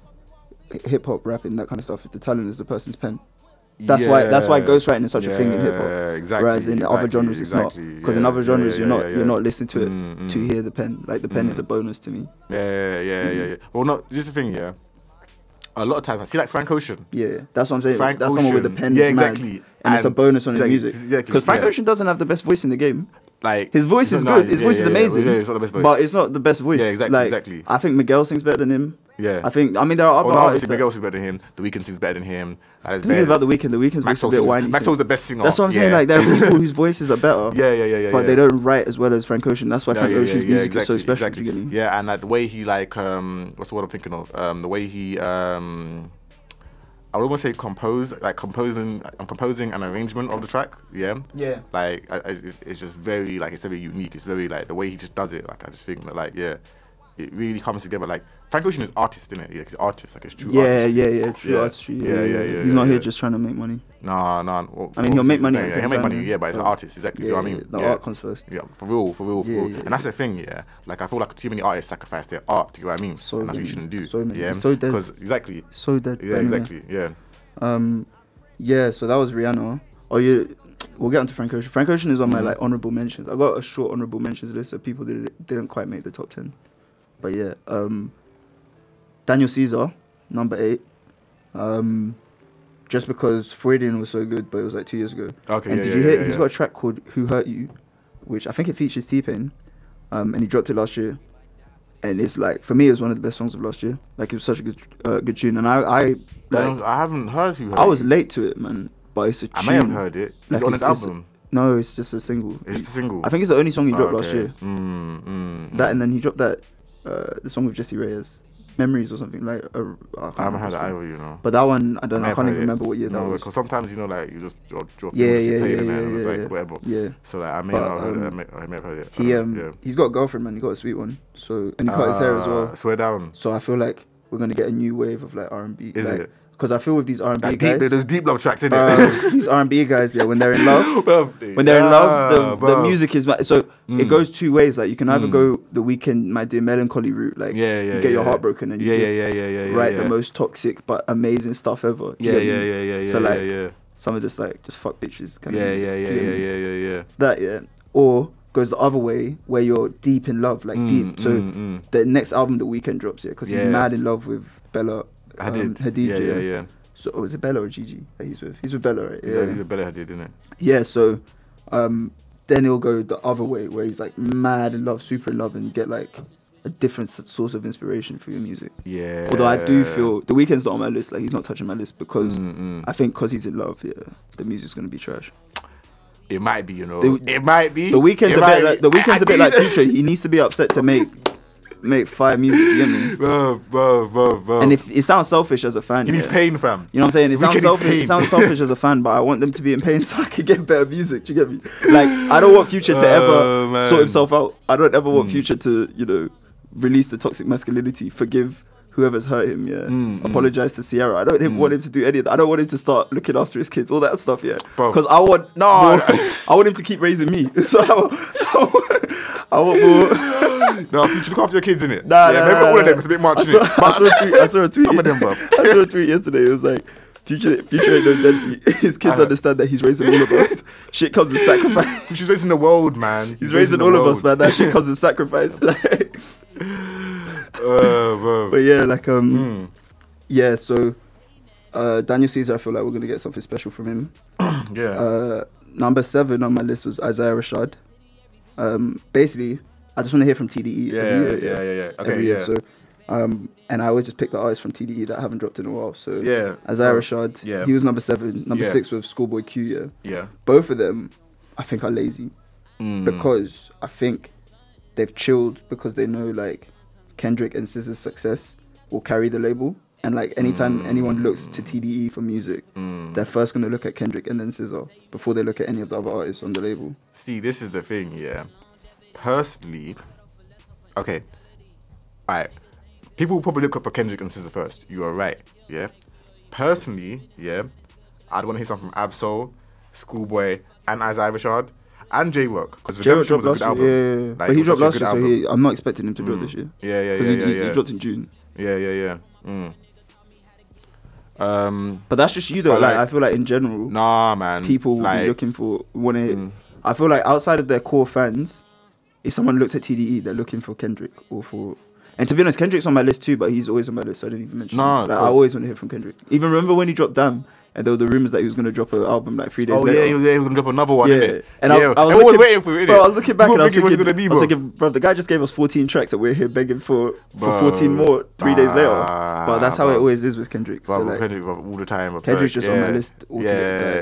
[SPEAKER 2] hip hop rapping that kind of stuff the talent is the person's pen. That's why that's why
[SPEAKER 3] Yeah.
[SPEAKER 2] ghostwriting is such a thing in hip hop.
[SPEAKER 3] Yeah, Exactly.
[SPEAKER 2] Whereas in other
[SPEAKER 3] exactly,
[SPEAKER 2] genres it's
[SPEAKER 3] exactly,
[SPEAKER 2] not. Because in
[SPEAKER 3] yeah,
[SPEAKER 2] other
[SPEAKER 3] yeah,
[SPEAKER 2] genres
[SPEAKER 3] yeah,
[SPEAKER 2] you're not
[SPEAKER 3] yeah,
[SPEAKER 2] you're
[SPEAKER 3] yeah.
[SPEAKER 2] not listening to it
[SPEAKER 3] Mm,
[SPEAKER 2] to hear the pen. Like the pen is a bonus to me.
[SPEAKER 3] Yeah, yeah, yeah, yeah. Well, no, this is the thing, yeah. A lot of times, I see like Frank Ocean.
[SPEAKER 2] Yeah, that's what I'm saying.
[SPEAKER 3] Frank
[SPEAKER 2] that's someone with a
[SPEAKER 3] Ocean.
[SPEAKER 2] pen.
[SPEAKER 3] Yeah,
[SPEAKER 2] is mad,
[SPEAKER 3] exactly.
[SPEAKER 2] and, it's a
[SPEAKER 3] And-
[SPEAKER 2] bonus on his
[SPEAKER 3] exactly,
[SPEAKER 2] music.
[SPEAKER 3] exactly,
[SPEAKER 2] Because Frank
[SPEAKER 3] yeah.
[SPEAKER 2] Ocean doesn't have the best voice in the game.
[SPEAKER 3] Like
[SPEAKER 2] His voice
[SPEAKER 3] he's
[SPEAKER 2] is
[SPEAKER 3] not-
[SPEAKER 2] good. His
[SPEAKER 3] yeah,
[SPEAKER 2] voice
[SPEAKER 3] yeah,
[SPEAKER 2] is
[SPEAKER 3] yeah,
[SPEAKER 2] amazing.
[SPEAKER 3] Yeah, it's not the best voice.
[SPEAKER 2] But it's not the best voice.
[SPEAKER 3] Yeah, exactly,
[SPEAKER 2] Like,
[SPEAKER 3] exactly.
[SPEAKER 2] I think Miguel sings better than him.
[SPEAKER 3] Yeah.
[SPEAKER 2] I think. I mean, there are other
[SPEAKER 3] well, no,
[SPEAKER 2] artists.
[SPEAKER 3] obviously,
[SPEAKER 2] that-
[SPEAKER 3] Miguel sings better than him. The Weeknd sings better than him. That is
[SPEAKER 2] The thing
[SPEAKER 3] better.
[SPEAKER 2] about the weekend, the weekend's voice is a
[SPEAKER 3] Maxwell's
[SPEAKER 2] bit
[SPEAKER 3] sings-
[SPEAKER 2] whiny.
[SPEAKER 3] Maxwell's the best singer.
[SPEAKER 2] That's what I'm saying.
[SPEAKER 3] Yeah.
[SPEAKER 2] Like there are people whose voices are better.
[SPEAKER 3] Yeah, yeah, yeah, yeah,
[SPEAKER 2] But they
[SPEAKER 3] yeah.
[SPEAKER 2] don't write as well as Frank Ocean. That's why Frank Ocean's music is so special.
[SPEAKER 3] Exactly.
[SPEAKER 2] Do you get me?
[SPEAKER 3] Yeah, and like the way he like um what's the word I'm thinking of? Um the way he um I would almost say compose like composing I'm composing an arrangement of the track. Yeah.
[SPEAKER 2] Yeah.
[SPEAKER 3] Like I- I- it's, it's just very like it's very unique. It's very like the way he just does it. Like I just think that like yeah, it really comes together. Like Frank Ocean is artist, isn't it? Yeah, he's artist. Like it's true.
[SPEAKER 2] Yeah,
[SPEAKER 3] artistry.
[SPEAKER 2] yeah, yeah, true
[SPEAKER 3] Yeah.
[SPEAKER 2] artistry. Yeah,
[SPEAKER 3] Yeah,
[SPEAKER 2] yeah,
[SPEAKER 3] yeah,
[SPEAKER 2] yeah.
[SPEAKER 3] yeah,
[SPEAKER 2] He's not
[SPEAKER 3] yeah,
[SPEAKER 2] here
[SPEAKER 3] yeah.
[SPEAKER 2] just trying to make money.
[SPEAKER 3] No, no. well,
[SPEAKER 2] I mean, he'll
[SPEAKER 3] obviously,
[SPEAKER 2] make money
[SPEAKER 3] it's
[SPEAKER 2] at
[SPEAKER 3] the thing,
[SPEAKER 2] the
[SPEAKER 3] Yeah, he'll
[SPEAKER 2] same
[SPEAKER 3] make
[SPEAKER 2] time,
[SPEAKER 3] money.
[SPEAKER 2] yeah.
[SPEAKER 3] Yeah, but it's an
[SPEAKER 2] But-
[SPEAKER 3] artist. Exactly. Do you know what I
[SPEAKER 2] yeah,
[SPEAKER 3] mean?
[SPEAKER 2] the
[SPEAKER 3] yeah.
[SPEAKER 2] art comes first.
[SPEAKER 3] Yeah, for real, for real, for
[SPEAKER 2] Yeah,
[SPEAKER 3] real.
[SPEAKER 2] yeah,
[SPEAKER 3] and that's the thing, yeah. Like I feel like too many artists sacrifice their art. Do you know what I mean?
[SPEAKER 2] So
[SPEAKER 3] and that's what
[SPEAKER 2] many,
[SPEAKER 3] you shouldn't do.
[SPEAKER 2] so many.
[SPEAKER 3] Yeah.
[SPEAKER 2] It's so dead.
[SPEAKER 3] Because exactly.
[SPEAKER 2] So dead.
[SPEAKER 3] Yeah,
[SPEAKER 2] but anyway.
[SPEAKER 3] exactly. Yeah.
[SPEAKER 2] Um, yeah. So that was Rihanna. Oh, yeah. We'll get onto Frank Ocean. Frank Ocean is on
[SPEAKER 3] Mm-hmm.
[SPEAKER 2] my like honorable mentions. I got a short honorable mentions list of people that didn't quite make the top ten, but yeah. Um, Daniel Caesar, number eight. Um, just because Freudian was so good, but it was like two years ago.
[SPEAKER 3] Okay,
[SPEAKER 2] And did
[SPEAKER 3] yeah, yeah,
[SPEAKER 2] you
[SPEAKER 3] yeah,
[SPEAKER 2] hear?
[SPEAKER 3] yeah,
[SPEAKER 2] He's
[SPEAKER 3] yeah.
[SPEAKER 2] got a track called "Who Hurt You," which I think it features T Pain, um, and he dropped it last year. And it's like for me, it was one of the best songs of last year. Like it was such a good, uh, good tune. And I, I, like,
[SPEAKER 3] Daniels- I haven't heard you. Heard
[SPEAKER 2] I was
[SPEAKER 3] it.
[SPEAKER 2] late to it, man. But it's a
[SPEAKER 3] I
[SPEAKER 2] tune.
[SPEAKER 3] may have heard it. Is
[SPEAKER 2] Like,
[SPEAKER 3] it on
[SPEAKER 2] it's-
[SPEAKER 3] his
[SPEAKER 2] it's-
[SPEAKER 3] album?
[SPEAKER 2] No, it's just a single.
[SPEAKER 3] It's just a single?
[SPEAKER 2] I think it's the only song he
[SPEAKER 3] Oh,
[SPEAKER 2] dropped last
[SPEAKER 3] okay.
[SPEAKER 2] year.
[SPEAKER 3] Mm, mm,
[SPEAKER 2] That
[SPEAKER 3] mm.
[SPEAKER 2] and then he dropped that, uh, the song with Jesse Reyes, Memories or something like. Uh, I, can't
[SPEAKER 3] I haven't
[SPEAKER 2] remember
[SPEAKER 3] heard
[SPEAKER 2] the
[SPEAKER 3] that
[SPEAKER 2] song.
[SPEAKER 3] either, you know.
[SPEAKER 2] But that one, I don't. know,
[SPEAKER 3] may
[SPEAKER 2] I
[SPEAKER 3] have
[SPEAKER 2] can't
[SPEAKER 3] heard
[SPEAKER 2] even
[SPEAKER 3] it.
[SPEAKER 2] remember what year that
[SPEAKER 3] No,
[SPEAKER 2] was.
[SPEAKER 3] because sometimes you know, like you just draw, draw
[SPEAKER 2] Yeah, yeah, yeah,
[SPEAKER 3] played
[SPEAKER 2] yeah,
[SPEAKER 3] and
[SPEAKER 2] yeah,
[SPEAKER 3] it's
[SPEAKER 2] yeah.
[SPEAKER 3] like whatever.
[SPEAKER 2] Yeah.
[SPEAKER 3] So like, I may
[SPEAKER 2] But,
[SPEAKER 3] not have heard it. I
[SPEAKER 2] um,
[SPEAKER 3] may, I may have heard it. I
[SPEAKER 2] He
[SPEAKER 3] don't
[SPEAKER 2] um
[SPEAKER 3] know, yeah.
[SPEAKER 2] he's got a girlfriend man, he got a sweet one. So and he cut his hair as
[SPEAKER 3] Ah,
[SPEAKER 2] well.
[SPEAKER 3] Swear down.
[SPEAKER 2] So I feel like we're gonna get a new wave of like R and B.
[SPEAKER 3] Is
[SPEAKER 2] like,
[SPEAKER 3] it?
[SPEAKER 2] Because I feel with these R and B
[SPEAKER 3] Like deep,
[SPEAKER 2] guys,
[SPEAKER 3] there's deep love tracks in
[SPEAKER 2] uh,
[SPEAKER 3] it.
[SPEAKER 2] these R and B guys, yeah, when they're in love,
[SPEAKER 3] Lovely.
[SPEAKER 2] when they're in
[SPEAKER 3] Ah,
[SPEAKER 2] love, the, the
[SPEAKER 3] bruv.
[SPEAKER 2] music is ma- so it
[SPEAKER 3] Mm.
[SPEAKER 2] goes two ways. Like you can either go the weekend, my dear melancholy route, like
[SPEAKER 3] Yeah, yeah,
[SPEAKER 2] you get your
[SPEAKER 3] yeah.
[SPEAKER 2] heart broken and you
[SPEAKER 3] Yeah, yeah,
[SPEAKER 2] just
[SPEAKER 3] yeah, yeah, yeah, yeah,
[SPEAKER 2] write the
[SPEAKER 3] yeah.
[SPEAKER 2] most toxic but amazing stuff ever. Do you
[SPEAKER 3] Yeah,
[SPEAKER 2] get me?
[SPEAKER 3] yeah, yeah, yeah,
[SPEAKER 2] So
[SPEAKER 3] yeah,
[SPEAKER 2] like
[SPEAKER 3] yeah, yeah.
[SPEAKER 2] some of this like just fuck bitches kind
[SPEAKER 3] Yeah,
[SPEAKER 2] of music,
[SPEAKER 3] yeah,
[SPEAKER 2] do you
[SPEAKER 3] yeah,
[SPEAKER 2] get
[SPEAKER 3] yeah,
[SPEAKER 2] me?
[SPEAKER 3] yeah, yeah, yeah.
[SPEAKER 2] It's that yeah or goes the other way where you're deep in love like deep so
[SPEAKER 3] mm, mm.
[SPEAKER 2] the next album the weekend drops yeah because
[SPEAKER 3] Yeah.
[SPEAKER 2] he's mad in love with bella um,
[SPEAKER 3] Hadid.
[SPEAKER 2] Hadid,
[SPEAKER 3] Yeah, yeah, yeah.
[SPEAKER 2] so oh, is it bella or gigi that he's with he's with bella right
[SPEAKER 3] Yeah,
[SPEAKER 2] yeah
[SPEAKER 3] he's
[SPEAKER 2] yeah,
[SPEAKER 3] a better Hadid, isn't it?
[SPEAKER 2] so um then he'll go the other way where he's like mad in love super in love and get like a different s- source of inspiration for your music
[SPEAKER 3] Yeah.
[SPEAKER 2] although i do feel the weekend's not on my list like he's not touching my list because
[SPEAKER 3] Mm, mm.
[SPEAKER 2] i think because he's in love yeah the music's gonna be trash
[SPEAKER 3] it might be, you know,
[SPEAKER 2] The-
[SPEAKER 3] it might be.
[SPEAKER 2] The weekend's
[SPEAKER 3] it
[SPEAKER 2] a
[SPEAKER 3] might
[SPEAKER 2] bit. Like,
[SPEAKER 3] be.
[SPEAKER 2] the weekend's a bit like
[SPEAKER 3] I- I-
[SPEAKER 2] Future. He needs to be upset to make make fire music. You get me?
[SPEAKER 3] Bro, bro, bro, bro.
[SPEAKER 2] And if it sounds selfish as a fan,
[SPEAKER 3] he needs
[SPEAKER 2] yeah.
[SPEAKER 3] pain, fam.
[SPEAKER 2] You know what I'm saying? It
[SPEAKER 3] Weekend
[SPEAKER 2] sounds
[SPEAKER 3] needs
[SPEAKER 2] selfish. It
[SPEAKER 3] pain.
[SPEAKER 2] sounds selfish as a fan, but I want them to be in pain so I can get better music. Do you get me? Like I don't want Future to
[SPEAKER 3] Oh,
[SPEAKER 2] ever
[SPEAKER 3] man. Hmm.
[SPEAKER 2] sort himself out. I don't ever want Future to you know release the toxic masculinity. Forgive. Whoever's hurt him, yeah.
[SPEAKER 3] Mm, mm.
[SPEAKER 2] Apologize to Sierra. I don't
[SPEAKER 3] Hmm.
[SPEAKER 2] him- want him to do any of that. I don't want him to start looking after his kids, all that stuff, yeah.
[SPEAKER 3] Bro.
[SPEAKER 2] Because I want no,
[SPEAKER 3] no.
[SPEAKER 2] I want him to keep raising me. So, I want, so I want- I want more.
[SPEAKER 3] no, you should look after your kids, innit?
[SPEAKER 2] Nah,
[SPEAKER 3] yeah,
[SPEAKER 2] nah,
[SPEAKER 3] maybe
[SPEAKER 2] nah,
[SPEAKER 3] all of
[SPEAKER 2] nah.
[SPEAKER 3] them. It's a bit much,
[SPEAKER 2] I saw,
[SPEAKER 3] innit?
[SPEAKER 2] I saw a tweet. I saw a tweet.
[SPEAKER 3] Some of them, bruv.
[SPEAKER 2] I saw a tweet yesterday. It was like, future, future ain't no deadbeat. His kids
[SPEAKER 3] know.
[SPEAKER 2] understand that he's raising all of us. shit comes with sacrifice.
[SPEAKER 3] She's raising the world, man.
[SPEAKER 2] He's raising all of us, man.
[SPEAKER 3] world.
[SPEAKER 2] That shit comes with sacrifice. Like,
[SPEAKER 3] Uh, bro.
[SPEAKER 2] but yeah, like um,
[SPEAKER 3] Mm.
[SPEAKER 2] yeah. So, uh, Daniel Caesar, I feel like we're gonna get something special from him.
[SPEAKER 3] Yeah.
[SPEAKER 2] Uh, number seven on my list was Isaiah Rashad. Um, basically, I just want to hear from TDE.
[SPEAKER 3] Yeah,
[SPEAKER 2] every
[SPEAKER 3] yeah, yeah, yeah, yeah. Okay,
[SPEAKER 2] every year.
[SPEAKER 3] yeah.
[SPEAKER 2] So, um, and I always just pick the artists from TDE that haven't dropped in a while. So
[SPEAKER 3] Yeah,
[SPEAKER 2] Isaiah
[SPEAKER 3] so-
[SPEAKER 2] Rashad.
[SPEAKER 3] yeah.
[SPEAKER 2] he was number seven. Number
[SPEAKER 3] Yeah.
[SPEAKER 2] six was Schoolboy Q. Yeah,
[SPEAKER 3] yeah.
[SPEAKER 2] both of them, I think are lazy
[SPEAKER 3] Mm.
[SPEAKER 2] because I think they've chilled because they know like Kendrick and SZA's success will carry the label. And like anytime
[SPEAKER 3] Mm.
[SPEAKER 2] anyone looks to TDE for music, they're first gonna look at Kendrick and then Scissor before they look at any of the other artists on the label.
[SPEAKER 3] See, this is the thing, yeah. Personally, okay, all right. People will probably look up for Kendrick and Scissor first. You are right, yeah. Personally, yeah, I'd want to hear something from Absol, Schoolboy, and Isaiah Rashad, and J Rock because
[SPEAKER 2] J-Rock
[SPEAKER 3] Redemption
[SPEAKER 2] dropped
[SPEAKER 3] was a
[SPEAKER 2] last
[SPEAKER 3] good
[SPEAKER 2] year, yeah,
[SPEAKER 3] album.
[SPEAKER 2] yeah, yeah.
[SPEAKER 3] Like,
[SPEAKER 2] but he
[SPEAKER 3] it was
[SPEAKER 2] dropped last
[SPEAKER 3] actually
[SPEAKER 2] year,
[SPEAKER 3] a good
[SPEAKER 2] so
[SPEAKER 3] album. Mm.
[SPEAKER 2] he, I'm not expecting him to drop this year.
[SPEAKER 3] Yeah, yeah,
[SPEAKER 2] Because
[SPEAKER 3] yeah,
[SPEAKER 2] he,
[SPEAKER 3] yeah,
[SPEAKER 2] he- he
[SPEAKER 3] yeah.
[SPEAKER 2] dropped in June.
[SPEAKER 3] Yeah, yeah, yeah. Mm. Um,
[SPEAKER 2] But that's just you though.
[SPEAKER 3] But,
[SPEAKER 2] Like,
[SPEAKER 3] like,
[SPEAKER 2] I feel like in general,
[SPEAKER 3] nah, man.
[SPEAKER 2] people will
[SPEAKER 3] Mm. like,
[SPEAKER 2] be looking for want to.
[SPEAKER 3] Mm.
[SPEAKER 2] I feel like outside of their core fans, if someone looks at TDE, they're looking for Kendrick or for. And to be honest, Kendrick's on my list too, but he's always on my list, so I didn't even mention.
[SPEAKER 3] No,
[SPEAKER 2] him. like, I
[SPEAKER 3] cool.
[SPEAKER 2] always want to hear from Kendrick. Even remember when he dropped Damn, and there were the rumors that he was going to drop an album like three days
[SPEAKER 3] Oh
[SPEAKER 2] later.
[SPEAKER 3] yeah, he was, yeah, he was gonna drop another one,
[SPEAKER 2] Yeah.
[SPEAKER 3] innit?
[SPEAKER 2] and
[SPEAKER 3] yeah.
[SPEAKER 2] I, I was
[SPEAKER 3] Everyone
[SPEAKER 2] looking,
[SPEAKER 3] waiting for it.
[SPEAKER 2] Bro,
[SPEAKER 3] innit?
[SPEAKER 2] I was looking back
[SPEAKER 3] People
[SPEAKER 2] and I was
[SPEAKER 3] thinking
[SPEAKER 2] thinking,
[SPEAKER 3] what's it gonna be,
[SPEAKER 2] I was
[SPEAKER 3] bro.
[SPEAKER 2] thinking, bro, the guy just gave us 14 tracks that we're here begging for for
[SPEAKER 3] Bro,
[SPEAKER 2] 14 more three days later. But that's how
[SPEAKER 3] bruh.
[SPEAKER 2] it always is with Kendrick.
[SPEAKER 3] Bro,
[SPEAKER 2] so, like,
[SPEAKER 3] Kendrick bro, all the time. I've
[SPEAKER 2] Kendrick's
[SPEAKER 3] heard,
[SPEAKER 2] just on my
[SPEAKER 3] yeah,
[SPEAKER 2] list altogether,
[SPEAKER 3] Yeah,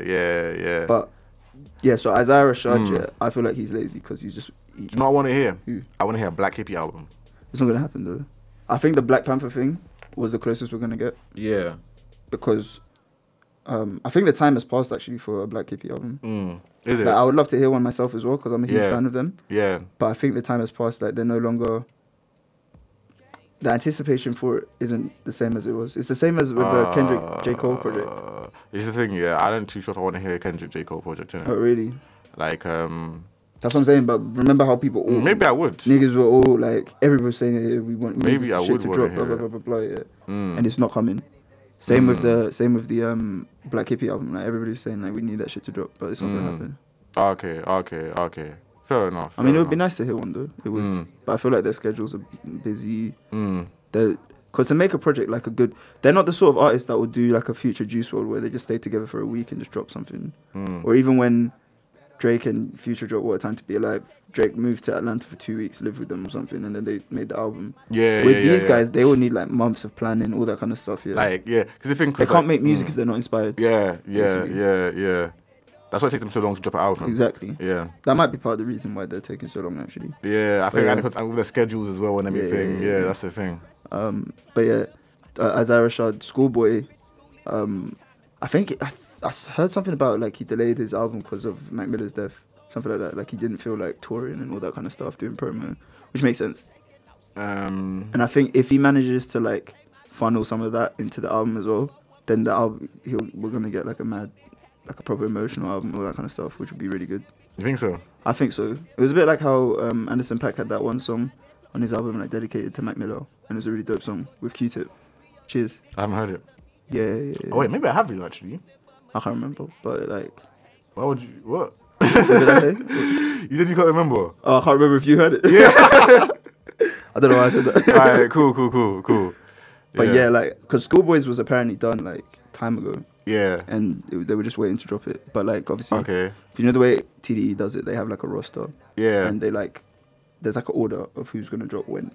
[SPEAKER 2] like,
[SPEAKER 3] yeah, yeah, yeah.
[SPEAKER 2] But yeah, so Isaiah Rashad,
[SPEAKER 3] Mm.
[SPEAKER 2] yeah, I feel like he's lazy because he's just. He,
[SPEAKER 3] you know what I want to hear?
[SPEAKER 2] Who?
[SPEAKER 3] I want to hear a Black Hippie album.
[SPEAKER 2] it's not gonna happen though. I think the Black Panther thing was the closest we're gonna get
[SPEAKER 3] Yeah.
[SPEAKER 2] because um, I think the time has passed actually for a Black Hippie album.
[SPEAKER 3] Mm. Is it?
[SPEAKER 2] Like, I would love to hear one myself as well because I'm a huge
[SPEAKER 3] Yeah.
[SPEAKER 2] fan of them.
[SPEAKER 3] yeah.
[SPEAKER 2] But I think the time has passed. Like they're no longer. The anticipation for it isn't the same as it was. It's the same as with the Kendrick J Cole project.
[SPEAKER 3] Uh, It's the thing, yeah. I don't too sure if I want to hear a Kendrick J Cole project. innit?
[SPEAKER 2] Not really.
[SPEAKER 3] Like, um,
[SPEAKER 2] That's what I'm saying. But remember how people all
[SPEAKER 3] maybe I would.
[SPEAKER 2] niggas were all like everybody was saying yeah, we want we
[SPEAKER 3] Maybe
[SPEAKER 2] need this
[SPEAKER 3] I
[SPEAKER 2] shit
[SPEAKER 3] would
[SPEAKER 2] to
[SPEAKER 3] wanna
[SPEAKER 2] drop blah blah blah
[SPEAKER 3] hear it. Hmm.
[SPEAKER 2] blah blah yeah.
[SPEAKER 3] Mm.
[SPEAKER 2] and it's not coming. Same with the same with the um Black Hippie album. Like everybody's saying like we need that shit to drop, but it's not gonna
[SPEAKER 3] Mm.
[SPEAKER 2] happen.
[SPEAKER 3] Okay, okay, okay. Fair enough.
[SPEAKER 2] I mean, it
[SPEAKER 3] fair
[SPEAKER 2] would be
[SPEAKER 3] enough.
[SPEAKER 2] nice to hear one though. It would,
[SPEAKER 3] Mm.
[SPEAKER 2] but I feel like their schedules are busy.
[SPEAKER 3] Mm.
[SPEAKER 2] They're because to make a project like a good, they're not the sort of artists that will do like a future Juice World where they just stay together for a week and just drop something.
[SPEAKER 3] Mm.
[SPEAKER 2] Or even when Drake and Future dropped What a Time to Be Alive, Drake moved to Atlanta for two weeks, lived with them or something, and then they made the album.
[SPEAKER 3] Yeah,
[SPEAKER 2] with
[SPEAKER 3] yeah, yeah,
[SPEAKER 2] these
[SPEAKER 3] yeah.
[SPEAKER 2] guys, they all need like months of planning, all that kind of stuff. Yeah,
[SPEAKER 3] Like, yeah, because the thing
[SPEAKER 2] they can't make music
[SPEAKER 3] Mm.
[SPEAKER 2] if they're not inspired.
[SPEAKER 3] Yeah, yeah,
[SPEAKER 2] basically.
[SPEAKER 3] yeah, yeah. That's why it takes them so long to drop an album.
[SPEAKER 2] Exactly.
[SPEAKER 3] Yeah,
[SPEAKER 2] That might be part of the reason why they're taking so long, actually.
[SPEAKER 3] yeah. I think
[SPEAKER 2] yeah.
[SPEAKER 3] and because- and with the schedules as well and
[SPEAKER 2] Yeah, yeah,
[SPEAKER 3] everything.
[SPEAKER 2] yeah,
[SPEAKER 3] Yeah,
[SPEAKER 2] yeah.
[SPEAKER 3] that's the thing.
[SPEAKER 2] Um, but yeah, uh, Isaiah Rashad, Schoolboy, um, I think I, I s- heard something about like he delayed his album because of Mac Miller's death, something like that. Like he didn't feel like touring and all that kind of stuff, doing promo, which makes sense.
[SPEAKER 3] Um,
[SPEAKER 2] And I think if he manages to like funnel some of that into the album as well, then the album he'll, we're gonna get like a mad, like a proper emotional album, all that kind of stuff, which would be really good.
[SPEAKER 3] you think so?
[SPEAKER 2] I think so. It was a bit like how um, Anderson Pack had that one song on his album like dedicated to Mac Miller, and it was a really dope song with Q-Tip. Cheers.
[SPEAKER 3] I haven't heard it.
[SPEAKER 2] Yeah, yeah, yeah, yeah.
[SPEAKER 3] Oh wait, maybe I have you actually.
[SPEAKER 2] I can't remember, but like,
[SPEAKER 3] Why would you? What?
[SPEAKER 2] what did I say?
[SPEAKER 3] you said you can't remember.
[SPEAKER 2] Oh, I can't remember if you heard it. Yeah. I don't know why I said that.
[SPEAKER 3] Alright, cool, cool, cool, cool.
[SPEAKER 2] But yeah, like, because Schoolboys was apparently done like time ago,
[SPEAKER 3] yeah.
[SPEAKER 2] and it, they were just waiting to drop it. But like, obviously,
[SPEAKER 3] Okay.
[SPEAKER 2] you know the way TDE does it, they have like a roster.
[SPEAKER 3] Yeah.
[SPEAKER 2] and they like there's like an order of who's gonna drop when.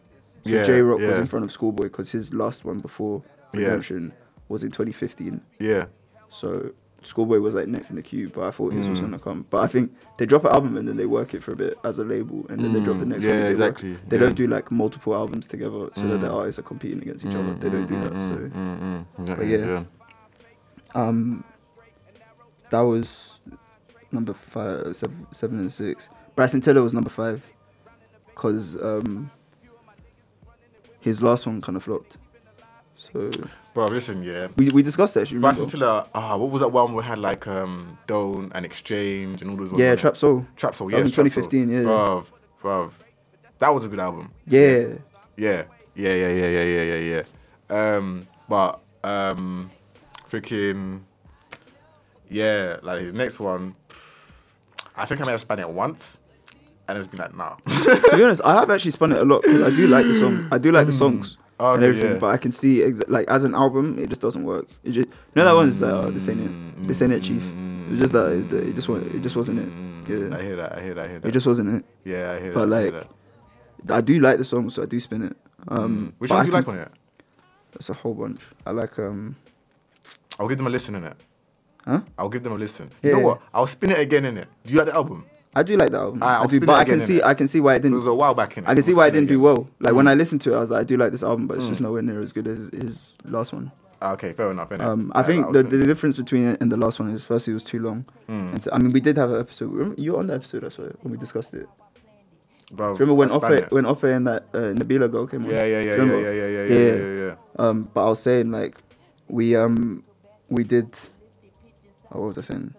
[SPEAKER 2] So
[SPEAKER 3] Yeah,
[SPEAKER 2] J Rock was
[SPEAKER 3] yeah.
[SPEAKER 2] in front of Schoolboy because his last one before
[SPEAKER 3] Yeah.
[SPEAKER 2] Redemption was in 2015.
[SPEAKER 3] yeah.
[SPEAKER 2] So Schoolboy was like next in the queue, but I thought his
[SPEAKER 3] Hmm.
[SPEAKER 2] was gonna come. But I think they drop an album and then they work it for a bit as a label, and then they drop the
[SPEAKER 3] Mm,
[SPEAKER 2] next
[SPEAKER 3] yeah,
[SPEAKER 2] one. and They work-
[SPEAKER 3] exactly,
[SPEAKER 2] They
[SPEAKER 3] yeah. Hmm.
[SPEAKER 2] don't do like multiple albums together so that their artists are competing against each other. They don't do that. So
[SPEAKER 3] Mm, mm,
[SPEAKER 2] But
[SPEAKER 3] exactly,
[SPEAKER 2] yeah. um, that was number five, seven, seven and six. Bryson Tiller was number five, cause um, his last one kind of flopped. So
[SPEAKER 3] Bro, listen, yeah.
[SPEAKER 2] we, we discussed that. Actually,
[SPEAKER 3] Bryson
[SPEAKER 2] remember?
[SPEAKER 3] Tiller, ah, what was that one we had like um Doan and Exchange and all those ones?
[SPEAKER 2] Yeah,
[SPEAKER 3] wasn't it?
[SPEAKER 2] Trap Soul.
[SPEAKER 3] Trap Soul,
[SPEAKER 2] That
[SPEAKER 3] yeah.
[SPEAKER 2] was in 2015, yeah.
[SPEAKER 3] Bruv, bruv. That was a good album.
[SPEAKER 2] Yeah,
[SPEAKER 3] Yeah. Yeah, yeah, yeah, yeah, yeah, yeah, yeah. Um, but um freaking yeah, like his next one I think I may have spun it once and it's been like nah.
[SPEAKER 2] to be honest, I have actually spun it a lot because I do like the song. I do like the songs
[SPEAKER 3] Hmm. Oh, Okay,
[SPEAKER 2] and everything,
[SPEAKER 3] yeah.
[SPEAKER 2] but I can see exa- like as an album, it just doesn't work. It just you know that one's like
[SPEAKER 3] Hmm,
[SPEAKER 2] oh, this ain't it, this ain't it, Chief. It was just that it, it just wa- it just wasn't
[SPEAKER 3] hmm,
[SPEAKER 2] it.
[SPEAKER 3] I
[SPEAKER 2] Yeah,
[SPEAKER 3] hear that, I hear that, I hear that.
[SPEAKER 2] it just wasn't it.
[SPEAKER 3] yeah, I hear
[SPEAKER 2] But
[SPEAKER 3] that. I hear
[SPEAKER 2] like,
[SPEAKER 3] that.
[SPEAKER 2] I do like the song, so I do spin it. Um,
[SPEAKER 3] Mm. which
[SPEAKER 2] but
[SPEAKER 3] ones
[SPEAKER 2] I
[SPEAKER 3] do you
[SPEAKER 2] can-
[SPEAKER 3] like on it?
[SPEAKER 2] It's a whole bunch. I like um,
[SPEAKER 3] I'll give them a listen in it.
[SPEAKER 2] huh?
[SPEAKER 3] I'll give them a listen. You
[SPEAKER 2] Yeah.
[SPEAKER 3] know what? I'll spin it again in it. Do you like the album?
[SPEAKER 2] I I do like that album.
[SPEAKER 3] Alright,
[SPEAKER 2] I
[SPEAKER 3] I'll
[SPEAKER 2] do,
[SPEAKER 3] spin
[SPEAKER 2] but
[SPEAKER 3] it
[SPEAKER 2] I
[SPEAKER 3] again,
[SPEAKER 2] can see
[SPEAKER 3] innit?
[SPEAKER 2] I can see why it
[SPEAKER 3] It
[SPEAKER 2] didn't.
[SPEAKER 3] was a while back in.
[SPEAKER 2] I can see why it didn't do well. Like
[SPEAKER 3] Mm.
[SPEAKER 2] when I listened to it, I was like, I do like this album, but it's just nowhere near as good as his, his last one.
[SPEAKER 3] Ah, Okay, fair enough. innit?
[SPEAKER 2] Um, I
[SPEAKER 3] Yeah,
[SPEAKER 2] think
[SPEAKER 3] that
[SPEAKER 2] the,
[SPEAKER 3] was- Mm.
[SPEAKER 2] the difference between it and the last one is firstly it was too long. And so, I mean, we did have an episode. Remember, you were on the episode, I swear, when we discussed it.
[SPEAKER 3] Bro,
[SPEAKER 2] Do you remember when
[SPEAKER 3] I span
[SPEAKER 2] Offa
[SPEAKER 3] it.
[SPEAKER 2] when Offa and that uh, Nabila girl came on?
[SPEAKER 3] Yeah, yeah, yeah,
[SPEAKER 2] Do you
[SPEAKER 3] yeah,
[SPEAKER 2] remember?
[SPEAKER 3] yeah, yeah, yeah, yeah, yeah, yeah, yeah.
[SPEAKER 2] Um, but I was saying like, we um, we did. Oh, what was I saying?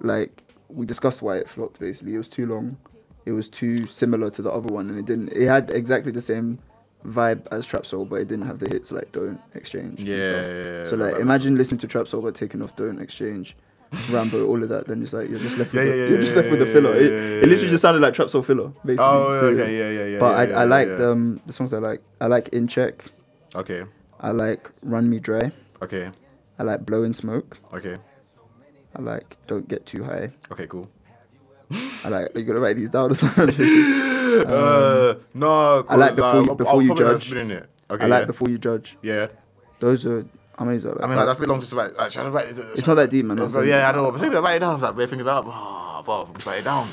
[SPEAKER 2] Like we discussed why it flopped. Basically, it was too long. It was too similar to the other one, and it didn't. It had exactly the same vibe as Trap Soul, but it didn't have the hits like Don't Exchange. and
[SPEAKER 3] Yeah,
[SPEAKER 2] stuff.
[SPEAKER 3] yeah, yeah,
[SPEAKER 2] So
[SPEAKER 3] yeah,
[SPEAKER 2] like,
[SPEAKER 3] like
[SPEAKER 2] imagine listening to Trap Soul but taking off Don't Exchange. Rambo, all of that, then it's like you're just left. With
[SPEAKER 3] Yeah,
[SPEAKER 2] the,
[SPEAKER 3] yeah,
[SPEAKER 2] you're just left with the
[SPEAKER 3] yeah,
[SPEAKER 2] filler.
[SPEAKER 3] yeah,
[SPEAKER 2] It,
[SPEAKER 3] yeah,
[SPEAKER 2] it literally
[SPEAKER 3] yeah.
[SPEAKER 2] just sounded like trap soul filler, basically.
[SPEAKER 3] Oh, okay, yeah, yeah, yeah,
[SPEAKER 2] But
[SPEAKER 3] yeah,
[SPEAKER 2] I, I
[SPEAKER 3] yeah,
[SPEAKER 2] liked
[SPEAKER 3] yeah.
[SPEAKER 2] um the songs I like. I like In Check.
[SPEAKER 3] Okay,
[SPEAKER 2] I like Run Me Dry.
[SPEAKER 3] okay,
[SPEAKER 2] I like Blowing Smoke.
[SPEAKER 3] okay,
[SPEAKER 2] I like Don't Get Too High.
[SPEAKER 3] okay, cool.
[SPEAKER 2] I like. You gotta write these down or something.
[SPEAKER 3] uh, no,
[SPEAKER 2] I like
[SPEAKER 3] 'cause,
[SPEAKER 2] Before
[SPEAKER 3] uh,
[SPEAKER 2] You-
[SPEAKER 3] I'll-
[SPEAKER 2] Before
[SPEAKER 3] I'll
[SPEAKER 2] You
[SPEAKER 3] probably not
[SPEAKER 2] Judge.
[SPEAKER 3] spin in it. Okay,
[SPEAKER 2] I like
[SPEAKER 3] yeah.
[SPEAKER 2] Before You Judge.
[SPEAKER 3] yeah.
[SPEAKER 2] Those are amazing. Like,
[SPEAKER 3] I mean, like, that's a bit long just to write. Like, trying to write.
[SPEAKER 2] It's not that deep, man,
[SPEAKER 3] Yeah,
[SPEAKER 2] I'm
[SPEAKER 3] bro,
[SPEAKER 2] saying.
[SPEAKER 3] yeah, I know. But maybe I write it down. I was like, thinking about, oh, bro, just write it down.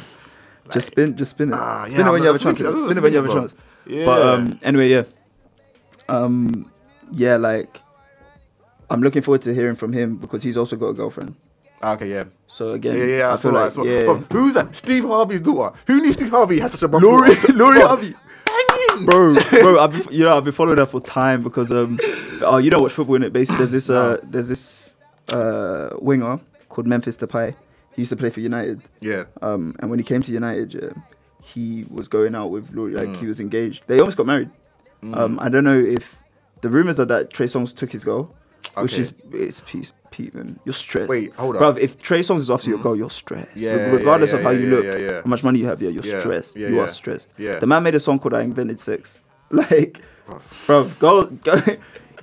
[SPEAKER 2] just
[SPEAKER 3] Like,
[SPEAKER 2] spin, just spin it.
[SPEAKER 3] Ah,
[SPEAKER 2] spin
[SPEAKER 3] yeah,
[SPEAKER 2] it when
[SPEAKER 3] I'm
[SPEAKER 2] you have a
[SPEAKER 3] just
[SPEAKER 2] chance.
[SPEAKER 3] thinking- I was
[SPEAKER 2] Spin it
[SPEAKER 3] just
[SPEAKER 2] when you have a
[SPEAKER 3] thinking,
[SPEAKER 2] chance.
[SPEAKER 3] bro.
[SPEAKER 2] But
[SPEAKER 3] Yeah.
[SPEAKER 2] um, anyway, yeah. Um, yeah, like I'm looking forward to hearing from him because he's also got a girlfriend.
[SPEAKER 3] ah, Okay, yeah.
[SPEAKER 2] So again,
[SPEAKER 3] Yeah, yeah, yeah, I, saw
[SPEAKER 2] feel
[SPEAKER 3] that. I
[SPEAKER 2] like
[SPEAKER 3] saw
[SPEAKER 2] yeah.
[SPEAKER 3] Bro, who's that? Steve Harvey's daughter. Who knew Steve Harvey had such a bump?
[SPEAKER 2] Laurie- Laurie
[SPEAKER 3] Harvey. Banging.
[SPEAKER 2] bro, bro, I've been, you know I've been following her for time because um, oh you don't watch football in it. Basically, there's this uh, there's this uh winger called Memphis Depay. He used to play for United.
[SPEAKER 3] Yeah.
[SPEAKER 2] Um, and when he came to United, yeah, he was going out with Laurie, like
[SPEAKER 3] Mm.
[SPEAKER 2] he was engaged. They almost got married. Um, I don't know if the rumors are that Trey Songz took his girl, which
[SPEAKER 3] Okay.
[SPEAKER 2] is it's peace, Pete, man. You're stressed.
[SPEAKER 3] Wait, hold
[SPEAKER 2] Bruv,
[SPEAKER 3] up. Mm.
[SPEAKER 2] if Trey Songz is after your girl, you're stressed.
[SPEAKER 3] Yeah,
[SPEAKER 2] Re-
[SPEAKER 3] yeah,
[SPEAKER 2] regardless
[SPEAKER 3] yeah,
[SPEAKER 2] of how
[SPEAKER 3] yeah,
[SPEAKER 2] you
[SPEAKER 3] yeah,
[SPEAKER 2] look,
[SPEAKER 3] yeah, yeah.
[SPEAKER 2] how much money you have, yeah, you're
[SPEAKER 3] Yeah,
[SPEAKER 2] stressed.
[SPEAKER 3] yeah,
[SPEAKER 2] you are
[SPEAKER 3] yeah,
[SPEAKER 2] stressed.
[SPEAKER 3] yeah.
[SPEAKER 2] The man made a song called "I Invented Sex." Like, bruv, go, go.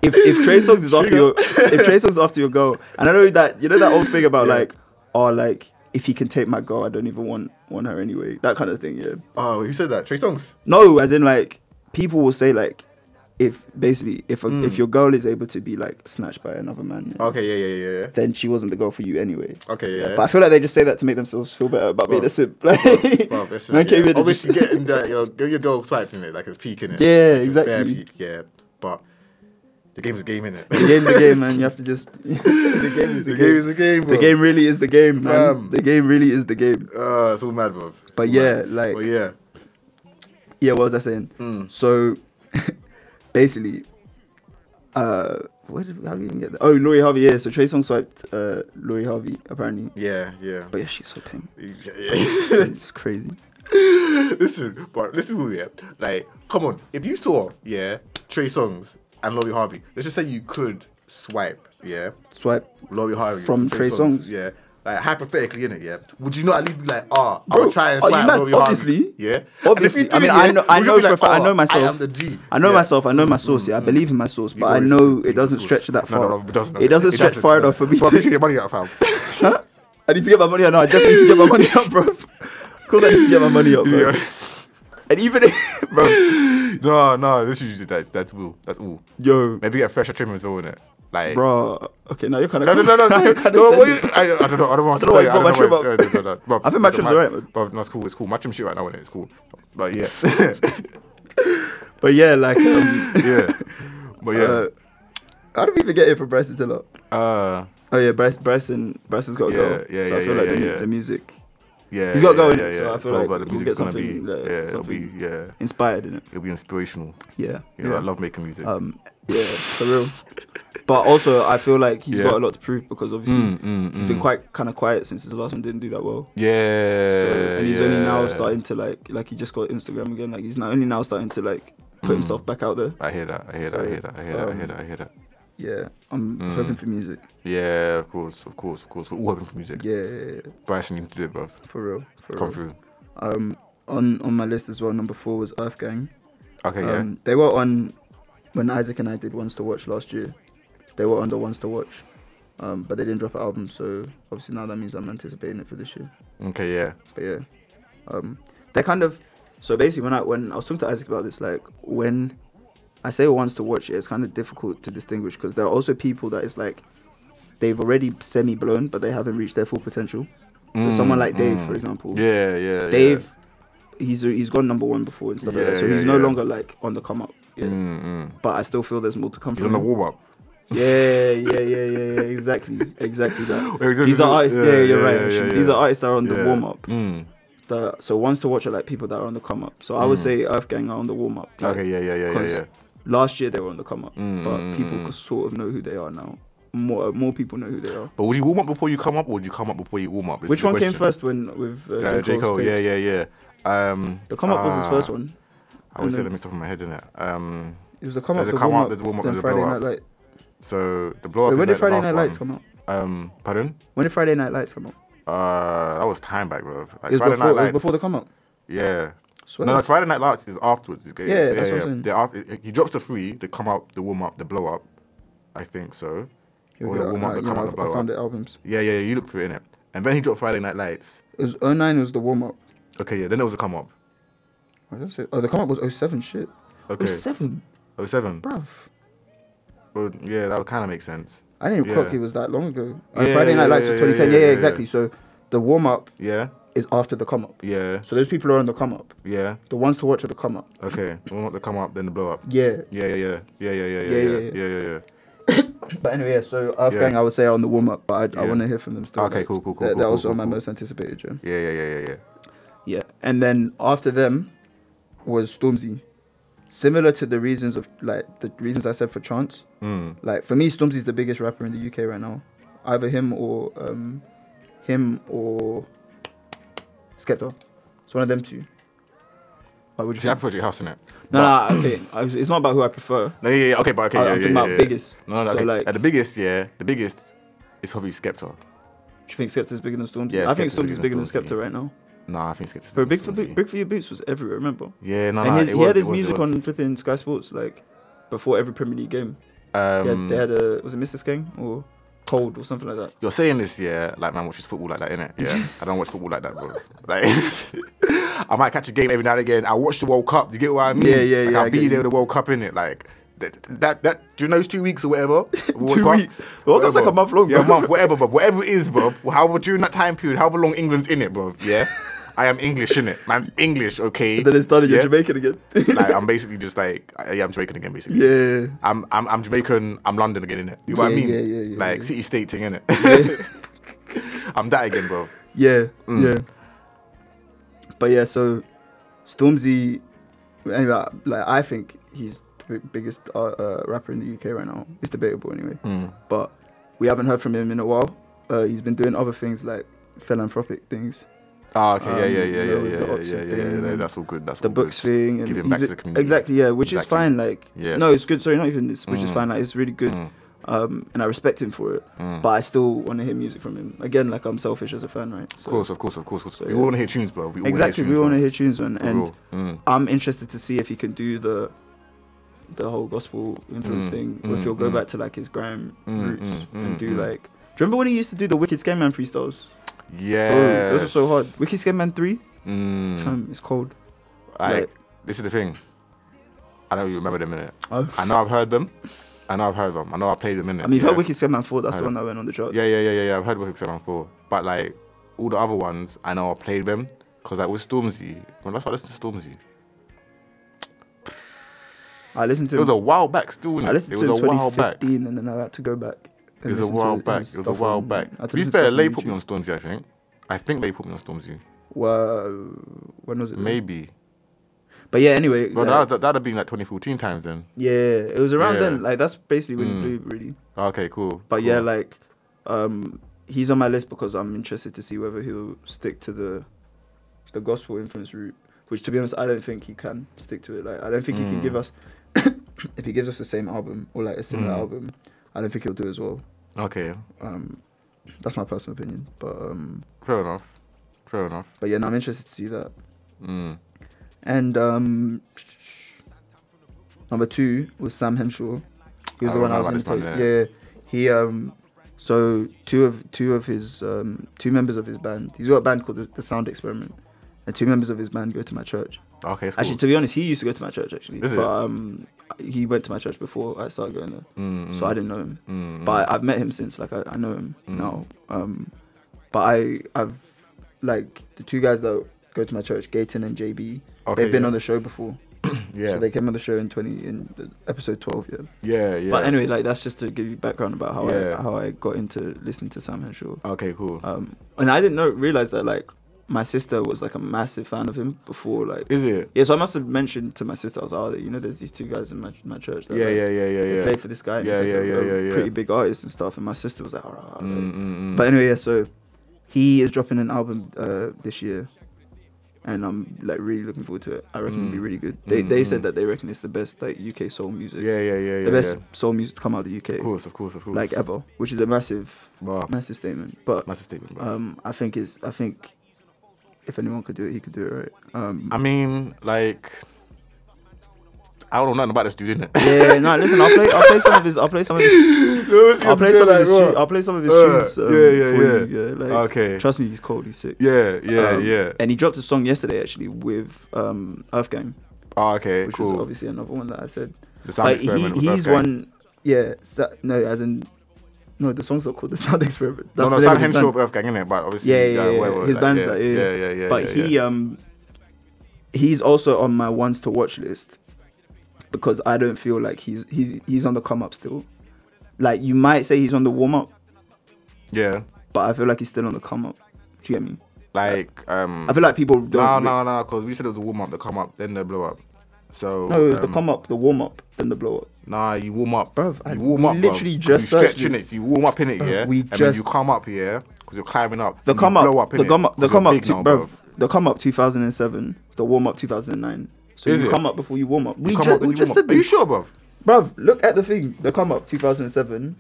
[SPEAKER 2] If, if Trey Songz is after your if Trey Songz is after your girl, and I know that you know that old thing about
[SPEAKER 3] Yeah.
[SPEAKER 2] like, oh, like if he can take my girl, I don't even want want her anyway. That kind of thing, yeah.
[SPEAKER 3] Oh, who said that? Trey Songs.
[SPEAKER 2] No, as in like people will say like, if basically if a, if your girl is able to be like snatched by another man, yeah,
[SPEAKER 3] Hmm. Okay, yeah, yeah, yeah, yeah.
[SPEAKER 2] then she wasn't the girl for you anyway.
[SPEAKER 3] Okay, yeah.
[SPEAKER 2] But I feel like they just say that to make themselves feel better about being
[SPEAKER 3] Bruv.
[SPEAKER 2] a simp. Like,
[SPEAKER 3] Bro, this is,
[SPEAKER 2] man came
[SPEAKER 3] yeah.
[SPEAKER 2] here to just-
[SPEAKER 3] Obviously, getting that your your girl swiped in it, like it's peaking it.
[SPEAKER 2] Yeah,
[SPEAKER 3] Like, it's bare
[SPEAKER 2] exactly.
[SPEAKER 3] peak, yeah, but the game's a game in it.
[SPEAKER 2] the game's the game, man. You have to just the game is the,
[SPEAKER 3] The game is the game,
[SPEAKER 2] The
[SPEAKER 3] bro.
[SPEAKER 2] game really is the game, man.
[SPEAKER 3] Fam.
[SPEAKER 2] The game really is the game.
[SPEAKER 3] Uh, it's all mad, bro. It's
[SPEAKER 2] But
[SPEAKER 3] all
[SPEAKER 2] yeah,
[SPEAKER 3] mad.
[SPEAKER 2] like-
[SPEAKER 3] But yeah, Hmm.
[SPEAKER 2] Yeah, what was I saying? So basically, uh, where did how did we even get that? Oh, Laurie Harvey. Yeah, so Trey Songz swiped uh Laurie Harvey apparently,
[SPEAKER 3] yeah, yeah.
[SPEAKER 2] but yeah, she swiped him.
[SPEAKER 3] yeah.
[SPEAKER 2] it's crazy.
[SPEAKER 3] listen, but listen to me, yeah. Like, come on. If you saw, yeah, Trey Songs and Laurie Harvey, let's just say you could swipe, yeah,
[SPEAKER 2] Swipe.
[SPEAKER 3] Laurie Harvey
[SPEAKER 2] From Trey
[SPEAKER 3] Songz,
[SPEAKER 2] Songz.
[SPEAKER 3] yeah. Like hypothetically, innit, yeah. Would you not at least be like, ah,
[SPEAKER 2] Bro,
[SPEAKER 3] I'm gonna try and
[SPEAKER 2] are you
[SPEAKER 3] swipe
[SPEAKER 2] mad?
[SPEAKER 3] Laurie Harvey,
[SPEAKER 2] Obviously.
[SPEAKER 3] yeah. And if you
[SPEAKER 2] Obviously,
[SPEAKER 3] did
[SPEAKER 2] I mean,
[SPEAKER 3] it,
[SPEAKER 2] I
[SPEAKER 3] yeah,
[SPEAKER 2] know, I
[SPEAKER 3] would
[SPEAKER 2] know
[SPEAKER 3] you be
[SPEAKER 2] for a
[SPEAKER 3] like,
[SPEAKER 2] fact, I
[SPEAKER 3] "Ah,
[SPEAKER 2] know myself.
[SPEAKER 3] I am the G.
[SPEAKER 2] I know
[SPEAKER 3] Yeah. Mm.
[SPEAKER 2] myself. I know my source. yeah, I believe in my source, but I know it doesn't stretch that
[SPEAKER 3] No,
[SPEAKER 2] far.
[SPEAKER 3] no, no, it doesn't.
[SPEAKER 2] It doesn't stretch far enough for me
[SPEAKER 3] Bro, you should
[SPEAKER 2] to.
[SPEAKER 3] get money out, fam.
[SPEAKER 2] Huh? I need to get my money up. No, I definitely need to get my money up, bro. Of course, I need to get my money up, bro.
[SPEAKER 3] Yeah.
[SPEAKER 2] And even if, bro,
[SPEAKER 3] No, no, this is that. That's all. That's all.
[SPEAKER 2] yo,
[SPEAKER 3] Maybe get a fresher trim as well, innit? Like,
[SPEAKER 2] bro. Okay, now you're kind
[SPEAKER 3] No,
[SPEAKER 2] of.
[SPEAKER 3] no, no, no.
[SPEAKER 2] you're
[SPEAKER 3] no,
[SPEAKER 2] kind
[SPEAKER 3] no
[SPEAKER 2] of.
[SPEAKER 3] what you- I, I don't know. I don't want
[SPEAKER 2] I don't
[SPEAKER 3] to
[SPEAKER 2] know why
[SPEAKER 3] say.
[SPEAKER 2] you
[SPEAKER 3] I
[SPEAKER 2] brought
[SPEAKER 3] don't know
[SPEAKER 2] my
[SPEAKER 3] why-
[SPEAKER 2] trim
[SPEAKER 3] no, no, no, bro,
[SPEAKER 2] I think my trim's
[SPEAKER 3] no,
[SPEAKER 2] alright, man.
[SPEAKER 3] Bro, no, it's cool. It's cool. My trim's shit right now, innit? It's cool. But yeah, yeah,
[SPEAKER 2] but yeah, like, um,
[SPEAKER 3] but
[SPEAKER 2] uh,
[SPEAKER 3] Oh, yeah.
[SPEAKER 2] how do we even get here for Bryson Tiller?
[SPEAKER 3] Uh,
[SPEAKER 2] Oh yeah, Bryce, Bryson, Bryson's got a
[SPEAKER 3] Yeah,
[SPEAKER 2] girl.
[SPEAKER 3] yeah,
[SPEAKER 2] so I
[SPEAKER 3] yeah,
[SPEAKER 2] feel
[SPEAKER 3] yeah,
[SPEAKER 2] like the,
[SPEAKER 3] yeah,
[SPEAKER 2] mu-
[SPEAKER 3] yeah.
[SPEAKER 2] the music
[SPEAKER 3] yeah.
[SPEAKER 2] He's got
[SPEAKER 3] yeah,
[SPEAKER 2] going,
[SPEAKER 3] Yeah, yeah.
[SPEAKER 2] so I feel
[SPEAKER 3] all
[SPEAKER 2] like
[SPEAKER 3] about the
[SPEAKER 2] we'll
[SPEAKER 3] music's
[SPEAKER 2] get
[SPEAKER 3] gonna
[SPEAKER 2] something,
[SPEAKER 3] be.
[SPEAKER 2] like,
[SPEAKER 3] yeah, it'll be.
[SPEAKER 2] something-
[SPEAKER 3] Yeah,
[SPEAKER 2] inspired in it.
[SPEAKER 3] it'll be inspirational.
[SPEAKER 2] Yeah,
[SPEAKER 3] You know, I love making music.
[SPEAKER 2] Um, yeah, for real. But also, I feel like he's
[SPEAKER 3] Yeah.
[SPEAKER 2] got a lot to prove because obviously he's
[SPEAKER 3] Mm, mm,
[SPEAKER 2] been
[SPEAKER 3] mm.
[SPEAKER 2] quite kind of quiet since his last one didn't do that well.
[SPEAKER 3] yeah,
[SPEAKER 2] and he's
[SPEAKER 3] yeah.
[SPEAKER 2] only now starting to like, like he just got Instagram again. Like he's now only now starting to like put
[SPEAKER 3] Mm.
[SPEAKER 2] himself back out there.
[SPEAKER 3] I hear that. I hear that. I hear that. I hear that.
[SPEAKER 2] um,
[SPEAKER 3] I hear that. I hear that.
[SPEAKER 2] Yeah, I'm
[SPEAKER 3] Mm.
[SPEAKER 2] hoping for music.
[SPEAKER 3] Yeah, of course, of course, of course. We're all hoping for music.
[SPEAKER 2] Yeah, yeah, yeah,
[SPEAKER 3] Bryson, you need to do it, bro.
[SPEAKER 2] for real. For
[SPEAKER 3] Come
[SPEAKER 2] real.
[SPEAKER 3] through.
[SPEAKER 2] Um, on on my list as well, number four was Earth Gang.
[SPEAKER 3] Okay, yeah.
[SPEAKER 2] Um, they were on when Isaac and I did ones to watch last year. They were on the ones to watch, um, but they didn't drop an album. So obviously now that means I'm anticipating it for this year.
[SPEAKER 3] Okay, yeah.
[SPEAKER 2] But yeah, um, they're kind of so basically when I when I was talking to Isaac about this, like when I say ones to watch, it's kind of difficult to distinguish because there are also people that it's like they've already semi blown, but they haven't reached their full potential. So someone like Dave, for example.
[SPEAKER 3] Mm, Yeah, yeah.
[SPEAKER 2] Dave, he's he's gone number one before and stuff like
[SPEAKER 3] Yeah,
[SPEAKER 2] that. So
[SPEAKER 3] yeah,
[SPEAKER 2] he's no
[SPEAKER 3] yeah.
[SPEAKER 2] longer like on the come up. Yeah. Mm.
[SPEAKER 3] Yeah. Mm, mm.
[SPEAKER 2] But I still feel there's more to come
[SPEAKER 3] He's on
[SPEAKER 2] from.
[SPEAKER 3] the
[SPEAKER 2] him.
[SPEAKER 3] warm up.
[SPEAKER 2] Yeah, yeah, yeah, yeah, yeah. Exactly, exactly that.
[SPEAKER 3] Wait, wait,
[SPEAKER 2] These
[SPEAKER 3] wait,
[SPEAKER 2] are
[SPEAKER 3] wait.
[SPEAKER 2] artists. Yeah,
[SPEAKER 3] Yeah,
[SPEAKER 2] you're
[SPEAKER 3] yeah,
[SPEAKER 2] right.
[SPEAKER 3] yeah,
[SPEAKER 2] actually.
[SPEAKER 3] yeah,
[SPEAKER 2] These
[SPEAKER 3] yeah.
[SPEAKER 2] are artists that are on the
[SPEAKER 3] Yeah.
[SPEAKER 2] warm up.
[SPEAKER 3] Mm.
[SPEAKER 2] So ones to watch are like people that are on the come up. So I would say Earth Gang are on the warm up.
[SPEAKER 3] Okay, yeah, yeah, yeah, yeah,
[SPEAKER 2] 'cause
[SPEAKER 3] yeah.
[SPEAKER 2] Last year they were on the come up,
[SPEAKER 3] Mm,
[SPEAKER 2] but
[SPEAKER 3] mm,
[SPEAKER 2] people
[SPEAKER 3] mm.
[SPEAKER 2] could sort of know who they are now. More uh, more people know who they are.
[SPEAKER 3] But would you warm up before you come up, or would you come up before you warm up? This is
[SPEAKER 2] Which
[SPEAKER 3] the
[SPEAKER 2] one came
[SPEAKER 3] question.
[SPEAKER 2] first when with uh,
[SPEAKER 3] Uh, J. Cole,
[SPEAKER 2] tapes?
[SPEAKER 3] yeah, yeah, yeah. Um,
[SPEAKER 2] The come up was his
[SPEAKER 3] ah,
[SPEAKER 2] first one.
[SPEAKER 3] I would
[SPEAKER 2] and
[SPEAKER 3] say
[SPEAKER 2] then-
[SPEAKER 3] let me stop in my head, innit? Um,
[SPEAKER 2] It was the come up,
[SPEAKER 3] There's a
[SPEAKER 2] the
[SPEAKER 3] come
[SPEAKER 2] warm
[SPEAKER 3] up,
[SPEAKER 2] up,
[SPEAKER 3] there's a warm up,
[SPEAKER 2] then
[SPEAKER 3] there's a
[SPEAKER 2] Friday
[SPEAKER 3] blow
[SPEAKER 2] Night
[SPEAKER 3] up.
[SPEAKER 2] Light.
[SPEAKER 3] so the blow up.
[SPEAKER 2] Wait,
[SPEAKER 3] is
[SPEAKER 2] when did
[SPEAKER 3] like the
[SPEAKER 2] Friday
[SPEAKER 3] last
[SPEAKER 2] Night Lights
[SPEAKER 3] one.
[SPEAKER 2] come out?
[SPEAKER 3] Um, pardon?
[SPEAKER 2] When did Friday Night Lights come out?
[SPEAKER 3] Uh, that was time back, bro.
[SPEAKER 2] It
[SPEAKER 3] Like,
[SPEAKER 2] was, before,
[SPEAKER 3] Friday Night
[SPEAKER 2] it was
[SPEAKER 3] Lights.
[SPEAKER 2] before the come up.
[SPEAKER 3] Yeah.
[SPEAKER 2] Swear.
[SPEAKER 3] No, no, Friday Night Lights is afterwards. It's, it's-
[SPEAKER 2] Yeah, that's what I'm saying.
[SPEAKER 3] They're after, he drops the three, the come up, the warm up, the blow up. I think so.
[SPEAKER 2] Here
[SPEAKER 3] Or
[SPEAKER 2] we
[SPEAKER 3] the
[SPEAKER 2] go.
[SPEAKER 3] warm up,
[SPEAKER 2] Nah,
[SPEAKER 3] the
[SPEAKER 2] you
[SPEAKER 3] come
[SPEAKER 2] know,
[SPEAKER 3] up, the
[SPEAKER 2] I- I
[SPEAKER 3] blow up.
[SPEAKER 2] found the albums.
[SPEAKER 3] Yeah, yeah, yeah, you look through it, innit? And then he dropped Friday Night Lights.
[SPEAKER 2] It was 09 was the warm up.
[SPEAKER 3] Okay, yeah, then there was a come up.
[SPEAKER 2] I don't say. Oh, the come up was 07 shit.
[SPEAKER 3] Okay.
[SPEAKER 2] 07,
[SPEAKER 3] Oh, seven.
[SPEAKER 2] bruv.
[SPEAKER 3] Well, yeah, that would kind of make sense.
[SPEAKER 2] I didn't
[SPEAKER 3] Yeah.
[SPEAKER 2] clock it was that long ago. Uh,
[SPEAKER 3] Yeah,
[SPEAKER 2] Friday
[SPEAKER 3] yeah,
[SPEAKER 2] Night Lights
[SPEAKER 3] yeah,
[SPEAKER 2] was
[SPEAKER 3] yeah,
[SPEAKER 2] 2010.
[SPEAKER 3] yeah,
[SPEAKER 2] Yeah, yeah,
[SPEAKER 3] yeah, yeah.
[SPEAKER 2] exactly. So the warm up
[SPEAKER 3] Yeah,
[SPEAKER 2] is after the come up.
[SPEAKER 3] yeah,
[SPEAKER 2] So those people are on the come up.
[SPEAKER 3] yeah.
[SPEAKER 2] The ones to watch are the come up.
[SPEAKER 3] Okay, we want the come up, then the blow up.
[SPEAKER 2] Yeah.
[SPEAKER 3] Yeah, yeah, yeah, yeah, yeah, yeah, yeah,
[SPEAKER 2] Yeah,
[SPEAKER 3] yeah,
[SPEAKER 2] yeah,
[SPEAKER 3] yeah, yeah, yeah.
[SPEAKER 2] But anyway, yeah, so Earth
[SPEAKER 3] Yeah.
[SPEAKER 2] Gang, I would say, are on the warm up, but I, I
[SPEAKER 3] Yeah.
[SPEAKER 2] want to hear from them still.
[SPEAKER 3] Okay, cool, cool, cool,
[SPEAKER 2] They're,
[SPEAKER 3] cool,
[SPEAKER 2] they're
[SPEAKER 3] cool,
[SPEAKER 2] also
[SPEAKER 3] cool,
[SPEAKER 2] on my
[SPEAKER 3] cool.
[SPEAKER 2] most anticipated, yeah.
[SPEAKER 3] Yeah, yeah, yeah, yeah, yeah.
[SPEAKER 2] Yeah, and then after them was Stormzy. Similar to the reasons of like the reasons I said for Chance.
[SPEAKER 3] Mm.
[SPEAKER 2] Like for me, Stormzy's the biggest rapper in the UK right now. Either him or um, him or Skepta. It's one of them two. Why would you?
[SPEAKER 3] See, I prefer Jake House in it.
[SPEAKER 2] no, no, okay. I was- It's not about who I prefer.
[SPEAKER 3] No, yeah, yeah, okay, but okay,
[SPEAKER 2] I- I'm
[SPEAKER 3] yeah,
[SPEAKER 2] thinking
[SPEAKER 3] yeah, yeah,
[SPEAKER 2] about
[SPEAKER 3] yeah.
[SPEAKER 2] biggest.
[SPEAKER 3] No, no,
[SPEAKER 2] So,
[SPEAKER 3] okay.
[SPEAKER 2] like-
[SPEAKER 3] uh, the biggest, yeah, the biggest is probably Skepta.
[SPEAKER 2] Do you think Skepta's bigger than Stormzy?
[SPEAKER 3] Yeah,
[SPEAKER 2] I think
[SPEAKER 3] Skepta's
[SPEAKER 2] Stormzy's bigger than
[SPEAKER 3] Stormzy.
[SPEAKER 2] Skepta right now.
[SPEAKER 3] No, I think Skepta's
[SPEAKER 2] But big for
[SPEAKER 3] Stormzy.
[SPEAKER 2] big, big for your boots was everywhere. Remember?
[SPEAKER 3] Yeah, no,
[SPEAKER 2] and
[SPEAKER 3] no,
[SPEAKER 2] his,
[SPEAKER 3] it
[SPEAKER 2] he
[SPEAKER 3] was,
[SPEAKER 2] had his
[SPEAKER 3] it was, it
[SPEAKER 2] music
[SPEAKER 3] was.
[SPEAKER 2] on flipping Sky Sports like before every Premier League game. They had,
[SPEAKER 3] Um,
[SPEAKER 2] they had a was it Mr. Skeng or Cold or something like that.
[SPEAKER 3] You're saying this, yeah, like man watches football like that, innit? Yeah. I don't watch football like that, bro. Like I might catch a game every now and again. I watch the World Cup, you get what I mean?
[SPEAKER 2] Yeah, yeah,
[SPEAKER 3] like,
[SPEAKER 2] yeah, I
[SPEAKER 3] I'll be
[SPEAKER 2] get
[SPEAKER 3] there
[SPEAKER 2] you.
[SPEAKER 3] with the World Cup in it. Like that that that during those two weeks or whatever. World
[SPEAKER 2] Two weeks. The World Cup's like a month long,
[SPEAKER 3] Yeah,
[SPEAKER 2] bro.
[SPEAKER 3] a month, whatever, but whatever it is, bro. However during that time period, however long England's in it, bro. Yeah. I am English, innit? Man's English, okay.
[SPEAKER 2] And then it started. You're
[SPEAKER 3] Yeah?
[SPEAKER 2] Jamaican again.
[SPEAKER 3] Like I'm basically just like yeah, I'm Jamaican again basically.
[SPEAKER 2] yeah.
[SPEAKER 3] I'm I'm I'm Jamaican, I'm London again, innit? You know what I
[SPEAKER 2] Yeah,
[SPEAKER 3] mean?
[SPEAKER 2] yeah, yeah, yeah,
[SPEAKER 3] like
[SPEAKER 2] yeah.
[SPEAKER 3] city state thing, innit? I'm that again, bro.
[SPEAKER 2] Yeah,
[SPEAKER 3] mm.
[SPEAKER 2] yeah. But yeah, so Stormzy, anyway, like I think he's the big- biggest uh, uh, rapper in the UK right now. It's debatable anyway,
[SPEAKER 3] Mm.
[SPEAKER 2] but we haven't heard from him in a while. Uh, he's been doing other things like philanthropic things,
[SPEAKER 3] Ah, okay, yeah, yeah,
[SPEAKER 2] Um, you
[SPEAKER 3] yeah, yeah,
[SPEAKER 2] know,
[SPEAKER 3] yeah,
[SPEAKER 2] the
[SPEAKER 3] yeah,
[SPEAKER 2] Oxford
[SPEAKER 3] yeah, yeah,
[SPEAKER 2] thing
[SPEAKER 3] yeah, yeah.
[SPEAKER 2] and
[SPEAKER 3] That's all good. That's
[SPEAKER 2] the
[SPEAKER 3] all
[SPEAKER 2] books
[SPEAKER 3] good.
[SPEAKER 2] thing, and
[SPEAKER 3] giving
[SPEAKER 2] he's
[SPEAKER 3] back
[SPEAKER 2] been-
[SPEAKER 3] to the community.
[SPEAKER 2] Exactly, yeah, which
[SPEAKER 3] Exactly.
[SPEAKER 2] is fine. Like,
[SPEAKER 3] Yes.
[SPEAKER 2] no, it's good. Sorry, not even this, which is
[SPEAKER 3] Mm.
[SPEAKER 2] fine. Like, it's really good,
[SPEAKER 3] Mm.
[SPEAKER 2] um, and I respect him for it.
[SPEAKER 3] Mm.
[SPEAKER 2] But I still want to hear music from him again. Like, I'm selfish as a fan, right?
[SPEAKER 3] Of course, of course, of course. of course.
[SPEAKER 2] So,
[SPEAKER 3] we
[SPEAKER 2] yeah.
[SPEAKER 3] all want to hear tunes, bro. We all
[SPEAKER 2] exactly. We want
[SPEAKER 3] want
[SPEAKER 2] to
[SPEAKER 3] to
[SPEAKER 2] hear tunes, man, and.
[SPEAKER 3] tunes, bro. Mm.
[SPEAKER 2] I'm interested to see if he can do the the whole gospel influence
[SPEAKER 3] Mm,
[SPEAKER 2] thing,
[SPEAKER 3] mm,
[SPEAKER 2] or if he'll go
[SPEAKER 3] mm.
[SPEAKER 2] back to like his grime
[SPEAKER 3] Mm,
[SPEAKER 2] roots
[SPEAKER 3] mm,
[SPEAKER 2] and
[SPEAKER 3] mm,
[SPEAKER 2] do
[SPEAKER 3] mm.
[SPEAKER 2] like. Do you remember when he used to do the Wicked Scan Man freestyles?
[SPEAKER 3] Yeah.
[SPEAKER 2] Bro, those are so hard. Wicked Scan Man three,
[SPEAKER 3] Mm.
[SPEAKER 2] fam, it's cold.
[SPEAKER 3] Alright,
[SPEAKER 2] like-
[SPEAKER 3] this is the thing. I don't even remember them in it.
[SPEAKER 2] Oh.
[SPEAKER 3] I know I've heard them. I know I've heard them. I know Uh. I played them in it.
[SPEAKER 2] I mean, you've
[SPEAKER 3] yeah.
[SPEAKER 2] heard Wicked Scan Man four. That's the
[SPEAKER 3] Heard
[SPEAKER 2] one that went on the chart.
[SPEAKER 3] Yeah, yeah, yeah, yeah, yeah. I've heard Wicked Seven Four, but like all the other ones, I know I played them because like with Stormzy, when I started listening to Stormzy,
[SPEAKER 2] I listened to.
[SPEAKER 3] it was
[SPEAKER 2] him-
[SPEAKER 3] a while back. Still,
[SPEAKER 2] I listened
[SPEAKER 3] it
[SPEAKER 2] to
[SPEAKER 3] was
[SPEAKER 2] him
[SPEAKER 3] a
[SPEAKER 2] in
[SPEAKER 3] while back.
[SPEAKER 2] 2015, and then I had to go back.
[SPEAKER 3] It was a while back. It was a while back. To be fair, Lay put me on Stormzy. I think. I think they put me on Stormzy.
[SPEAKER 2] Well, when was it? then?
[SPEAKER 3] Maybe.
[SPEAKER 2] But yeah, anyway.
[SPEAKER 3] Well,
[SPEAKER 2] like,
[SPEAKER 3] that that'd have been like 2014 times then.
[SPEAKER 2] yeah, it was around
[SPEAKER 3] Yeah.
[SPEAKER 2] then. Like that's basically when
[SPEAKER 3] Mm.
[SPEAKER 2] he blew, really.
[SPEAKER 3] Okay, cool.
[SPEAKER 2] But
[SPEAKER 3] cool.
[SPEAKER 2] yeah, like um he's on my list because I'm interested to see whether he'll stick to the the gospel influence route, which to be honest, I don't think he can stick to it. Like I don't think he can give
[SPEAKER 3] Mm.
[SPEAKER 2] us if he gives us the same album or like a similar
[SPEAKER 3] Mm.
[SPEAKER 2] album, I don't think he'll do as well.
[SPEAKER 3] Okay,
[SPEAKER 2] Um that's my personal opinion. But um
[SPEAKER 3] fair enough. Fair enough.
[SPEAKER 2] but yeah, no, I'm interested to see that.
[SPEAKER 3] Mm.
[SPEAKER 2] And um number two was Sam Henshaw. He was the
[SPEAKER 3] Oh, I don't
[SPEAKER 2] one I
[SPEAKER 3] know
[SPEAKER 2] was
[SPEAKER 3] about
[SPEAKER 2] going
[SPEAKER 3] this
[SPEAKER 2] to tell.
[SPEAKER 3] man,
[SPEAKER 2] Yeah, he um. So two of two of his um, two members of his band. He's got a band called the, the Sound Experiment, and two members of his band go to my church.
[SPEAKER 3] Okay, it's cool.
[SPEAKER 2] Actually, to be honest, he used to go to my church. Actually,
[SPEAKER 3] Is it?
[SPEAKER 2] but um, he went to my church before I started going there,
[SPEAKER 3] Mm,
[SPEAKER 2] so
[SPEAKER 3] mm,
[SPEAKER 2] I didn't know him.
[SPEAKER 3] mm, mm. Mm-hmm.
[SPEAKER 2] But I, I've met him since. Like I, I know him
[SPEAKER 3] Mm.
[SPEAKER 2] now. Um, but I I've like the two guys that go to my church, Gayton and JB.
[SPEAKER 3] Okay,
[SPEAKER 2] they've been
[SPEAKER 3] yeah.
[SPEAKER 2] on the show before.
[SPEAKER 3] Yeah.
[SPEAKER 2] So they came on the show in twenty in the- episode twelve. Yeah.
[SPEAKER 3] yeah, yeah.
[SPEAKER 2] But anyway, like that's just to give you background about how
[SPEAKER 3] Yeah.
[SPEAKER 2] I how I got into listening to Sam Henshaw.
[SPEAKER 3] Okay, cool.
[SPEAKER 2] Um, and I didn't know realize that like my sister was like a massive fan of him before. Like
[SPEAKER 3] Is it?
[SPEAKER 2] yeah, so I must have mentioned to my sister I was like, oh, you know, there's these two guys in my my church. That,
[SPEAKER 3] Yeah,
[SPEAKER 2] like,
[SPEAKER 3] yeah, yeah, yeah,
[SPEAKER 2] they
[SPEAKER 3] yeah.
[SPEAKER 2] Played for this guy. and
[SPEAKER 3] Yeah,
[SPEAKER 2] he's, like,
[SPEAKER 3] yeah,
[SPEAKER 2] a-
[SPEAKER 3] yeah,
[SPEAKER 2] a
[SPEAKER 3] yeah, yeah.
[SPEAKER 2] Pretty big artist and stuff. And my sister was like, all right, all right.
[SPEAKER 3] Mm, mm, mm.
[SPEAKER 2] But anyway, yeah, so he is dropping an album uh, this year, and I'm like really looking forward to it. I reckon it'll be
[SPEAKER 3] Mm.
[SPEAKER 2] really good. They
[SPEAKER 3] Mm,
[SPEAKER 2] they
[SPEAKER 3] mm.
[SPEAKER 2] said that they reckon it's the best like UK soul music.
[SPEAKER 3] yeah, yeah, yeah, yeah.
[SPEAKER 2] the best
[SPEAKER 3] yeah.
[SPEAKER 2] soul music to come out of the UK,
[SPEAKER 3] Of course, of course, of course.
[SPEAKER 2] like uh, ever, which is a massive,
[SPEAKER 3] Wow.
[SPEAKER 2] massive statement. But
[SPEAKER 3] Massive statement, bro.
[SPEAKER 2] um, I think is I think if anyone could do it, he could do it right. Um,
[SPEAKER 3] I mean, like, I don't know nothing about this dude, innit?
[SPEAKER 2] yeah, no, listen, I'll play I'll play some of his I'll play some of his I'll play some of his tu- I'll play some of his
[SPEAKER 3] Uh,
[SPEAKER 2] tunes. Um,
[SPEAKER 3] yeah, yeah,
[SPEAKER 2] for
[SPEAKER 3] yeah.
[SPEAKER 2] You, yeah like,
[SPEAKER 3] Okay.
[SPEAKER 2] Trust me, he's cold. He's sick.
[SPEAKER 3] Yeah, yeah,
[SPEAKER 2] Um,
[SPEAKER 3] yeah.
[SPEAKER 2] And he dropped a song yesterday actually with um, Earth Gang,
[SPEAKER 3] Oh, okay,
[SPEAKER 2] which was
[SPEAKER 3] cool.
[SPEAKER 2] obviously another one that I said.
[SPEAKER 3] The sound
[SPEAKER 2] he-
[SPEAKER 3] experiment with
[SPEAKER 2] he's
[SPEAKER 3] Earth Gang.
[SPEAKER 2] one, yeah. sa- no, as in, no, the song's not called the Sound Experiment. That's
[SPEAKER 3] no,
[SPEAKER 2] the
[SPEAKER 3] no,
[SPEAKER 2] name
[SPEAKER 3] Sam
[SPEAKER 2] of his
[SPEAKER 3] Henshaw
[SPEAKER 2] band.
[SPEAKER 3] of Earth Gang, innit? But obviously,
[SPEAKER 2] Yeah, yeah, yeah.
[SPEAKER 3] whatever,
[SPEAKER 2] his
[SPEAKER 3] like,
[SPEAKER 2] band's
[SPEAKER 3] yeah,
[SPEAKER 2] that, yeah,
[SPEAKER 3] yeah, yeah, yeah.
[SPEAKER 2] But
[SPEAKER 3] yeah,
[SPEAKER 2] he,
[SPEAKER 3] yeah.
[SPEAKER 2] um, he's also on my ones to watch list because I don't feel like he's he's he's on the come up still. Like you might say he's on the warm up,
[SPEAKER 3] yeah,
[SPEAKER 2] but I feel like he's still on the come up. Do you get me?
[SPEAKER 3] like, um,
[SPEAKER 2] I feel like people don't.
[SPEAKER 3] no,
[SPEAKER 2] re-
[SPEAKER 3] no, no, because we said it was a warm up, the come up, then the blow up. So
[SPEAKER 2] No, it was the
[SPEAKER 3] um,
[SPEAKER 2] come up, the warm up, then the blow up.
[SPEAKER 3] Nah, you warm up,
[SPEAKER 2] Bruv, I
[SPEAKER 3] You warm up,
[SPEAKER 2] literally
[SPEAKER 3] bruv.
[SPEAKER 2] just
[SPEAKER 3] you
[SPEAKER 2] searched
[SPEAKER 3] stretching
[SPEAKER 2] this.
[SPEAKER 3] it. You warm up in it,
[SPEAKER 2] Bruv,
[SPEAKER 3] yeah.
[SPEAKER 2] we
[SPEAKER 3] and then
[SPEAKER 2] just-
[SPEAKER 3] you come up, yeah, because you're climbing up.
[SPEAKER 2] The
[SPEAKER 3] You
[SPEAKER 2] come up,
[SPEAKER 3] Mm, blow up
[SPEAKER 2] the
[SPEAKER 3] innit?
[SPEAKER 2] come up, the
[SPEAKER 3] 'Cause you're
[SPEAKER 2] come up,
[SPEAKER 3] big
[SPEAKER 2] two,
[SPEAKER 3] now,
[SPEAKER 2] bruv,
[SPEAKER 3] bruv.
[SPEAKER 2] the come up 2007, the warm up 2009. So
[SPEAKER 3] Is
[SPEAKER 2] you
[SPEAKER 3] it?
[SPEAKER 2] come up before you warm up. We
[SPEAKER 3] You come
[SPEAKER 2] ju-
[SPEAKER 3] up, then
[SPEAKER 2] we
[SPEAKER 3] you
[SPEAKER 2] just
[SPEAKER 3] warm up.
[SPEAKER 2] said
[SPEAKER 3] Are you
[SPEAKER 2] this.
[SPEAKER 3] sure, bruv?
[SPEAKER 2] Bruv, look at the thing. The come up 2007,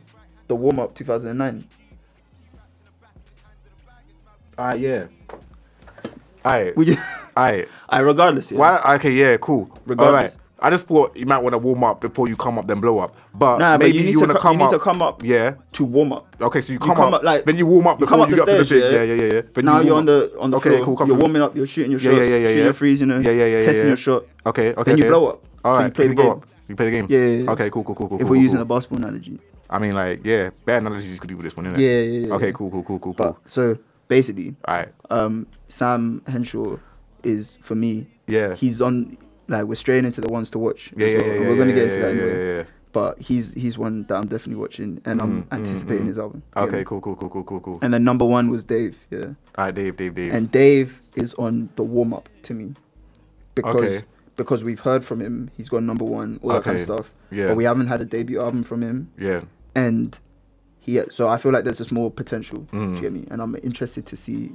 [SPEAKER 2] the warm up 2009.
[SPEAKER 3] Ah, yeah. Alright,
[SPEAKER 2] We just,
[SPEAKER 3] alright.
[SPEAKER 2] I regardless. Yeah.
[SPEAKER 3] Why? Okay, yeah, cool.
[SPEAKER 2] Regardless.
[SPEAKER 3] Alright. I just thought you might want to warm up before you come up, then blow up. But
[SPEAKER 2] Nah, but
[SPEAKER 3] maybe
[SPEAKER 2] you need to
[SPEAKER 3] want
[SPEAKER 2] co- you need to come up.
[SPEAKER 3] Yeah.
[SPEAKER 2] To warm up.
[SPEAKER 3] Okay, so you
[SPEAKER 2] You
[SPEAKER 3] come, up, like then you warm up
[SPEAKER 2] come
[SPEAKER 3] before you,
[SPEAKER 2] up the
[SPEAKER 3] get up to
[SPEAKER 2] stairs,
[SPEAKER 3] the big. Yeah,
[SPEAKER 2] yeah?
[SPEAKER 3] yeah, yeah. yeah. Then
[SPEAKER 2] now
[SPEAKER 3] you
[SPEAKER 2] you're
[SPEAKER 3] warm
[SPEAKER 2] on
[SPEAKER 3] up.
[SPEAKER 2] the on the
[SPEAKER 3] okay,
[SPEAKER 2] floor.
[SPEAKER 3] cool. Come
[SPEAKER 2] you're
[SPEAKER 3] through.
[SPEAKER 2] warming up. You're shooting your
[SPEAKER 3] Yeah,
[SPEAKER 2] shots.
[SPEAKER 3] yeah, yeah, yeah,
[SPEAKER 2] shooting
[SPEAKER 3] yeah.
[SPEAKER 2] your threes. You know.
[SPEAKER 3] Yeah, yeah, yeah,
[SPEAKER 2] Testing
[SPEAKER 3] yeah.
[SPEAKER 2] your shot.
[SPEAKER 3] Okay, okay.
[SPEAKER 2] Then you
[SPEAKER 3] okay.
[SPEAKER 2] blow up.
[SPEAKER 3] All
[SPEAKER 2] So
[SPEAKER 3] right,
[SPEAKER 2] you play
[SPEAKER 3] then
[SPEAKER 2] the
[SPEAKER 3] blow
[SPEAKER 2] game.
[SPEAKER 3] up. You play the game.
[SPEAKER 2] Yeah, yeah, yeah.
[SPEAKER 3] Okay, cool, cool, cool, cool.
[SPEAKER 2] If
[SPEAKER 3] cool,
[SPEAKER 2] we're
[SPEAKER 3] cool,
[SPEAKER 2] using
[SPEAKER 3] cool.
[SPEAKER 2] a basketball analogy.
[SPEAKER 3] I mean, like, yeah, bad analogies you could do with this one, innit?
[SPEAKER 2] Yeah, yeah, yeah,
[SPEAKER 3] Okay,
[SPEAKER 2] yeah.
[SPEAKER 3] cool, cool, cool, cool, cool.
[SPEAKER 2] But so basically,
[SPEAKER 3] All right.
[SPEAKER 2] um, Sam Henshaw is for me.
[SPEAKER 3] Yeah.
[SPEAKER 2] He's on. Like we're straying into the ones to watch.
[SPEAKER 3] Yeah,
[SPEAKER 2] as well,
[SPEAKER 3] yeah, yeah,
[SPEAKER 2] and
[SPEAKER 3] yeah,
[SPEAKER 2] We're gonna
[SPEAKER 3] yeah,
[SPEAKER 2] get into
[SPEAKER 3] yeah,
[SPEAKER 2] that
[SPEAKER 3] yeah,
[SPEAKER 2] anyway.
[SPEAKER 3] yeah, yeah.
[SPEAKER 2] But he's he's one that I'm definitely watching, and I'm anticipating his album. you
[SPEAKER 3] mm. Okay,
[SPEAKER 2] know?
[SPEAKER 3] cool, cool, cool, cool, cool, cool.
[SPEAKER 2] And then number one was Dave. Yeah.
[SPEAKER 3] All right, Dave, Dave, Dave.
[SPEAKER 2] and Dave is on the warm up to me because
[SPEAKER 3] Okay.
[SPEAKER 2] because we've heard from him, he's gone number one, all that kind of
[SPEAKER 3] Okay.
[SPEAKER 2] stuff.
[SPEAKER 3] Yeah.
[SPEAKER 2] But we haven't had a debut album from him,
[SPEAKER 3] yeah.
[SPEAKER 2] and he so I feel like there's just more potential. Do
[SPEAKER 3] Mm.
[SPEAKER 2] you get me? And I'm interested to see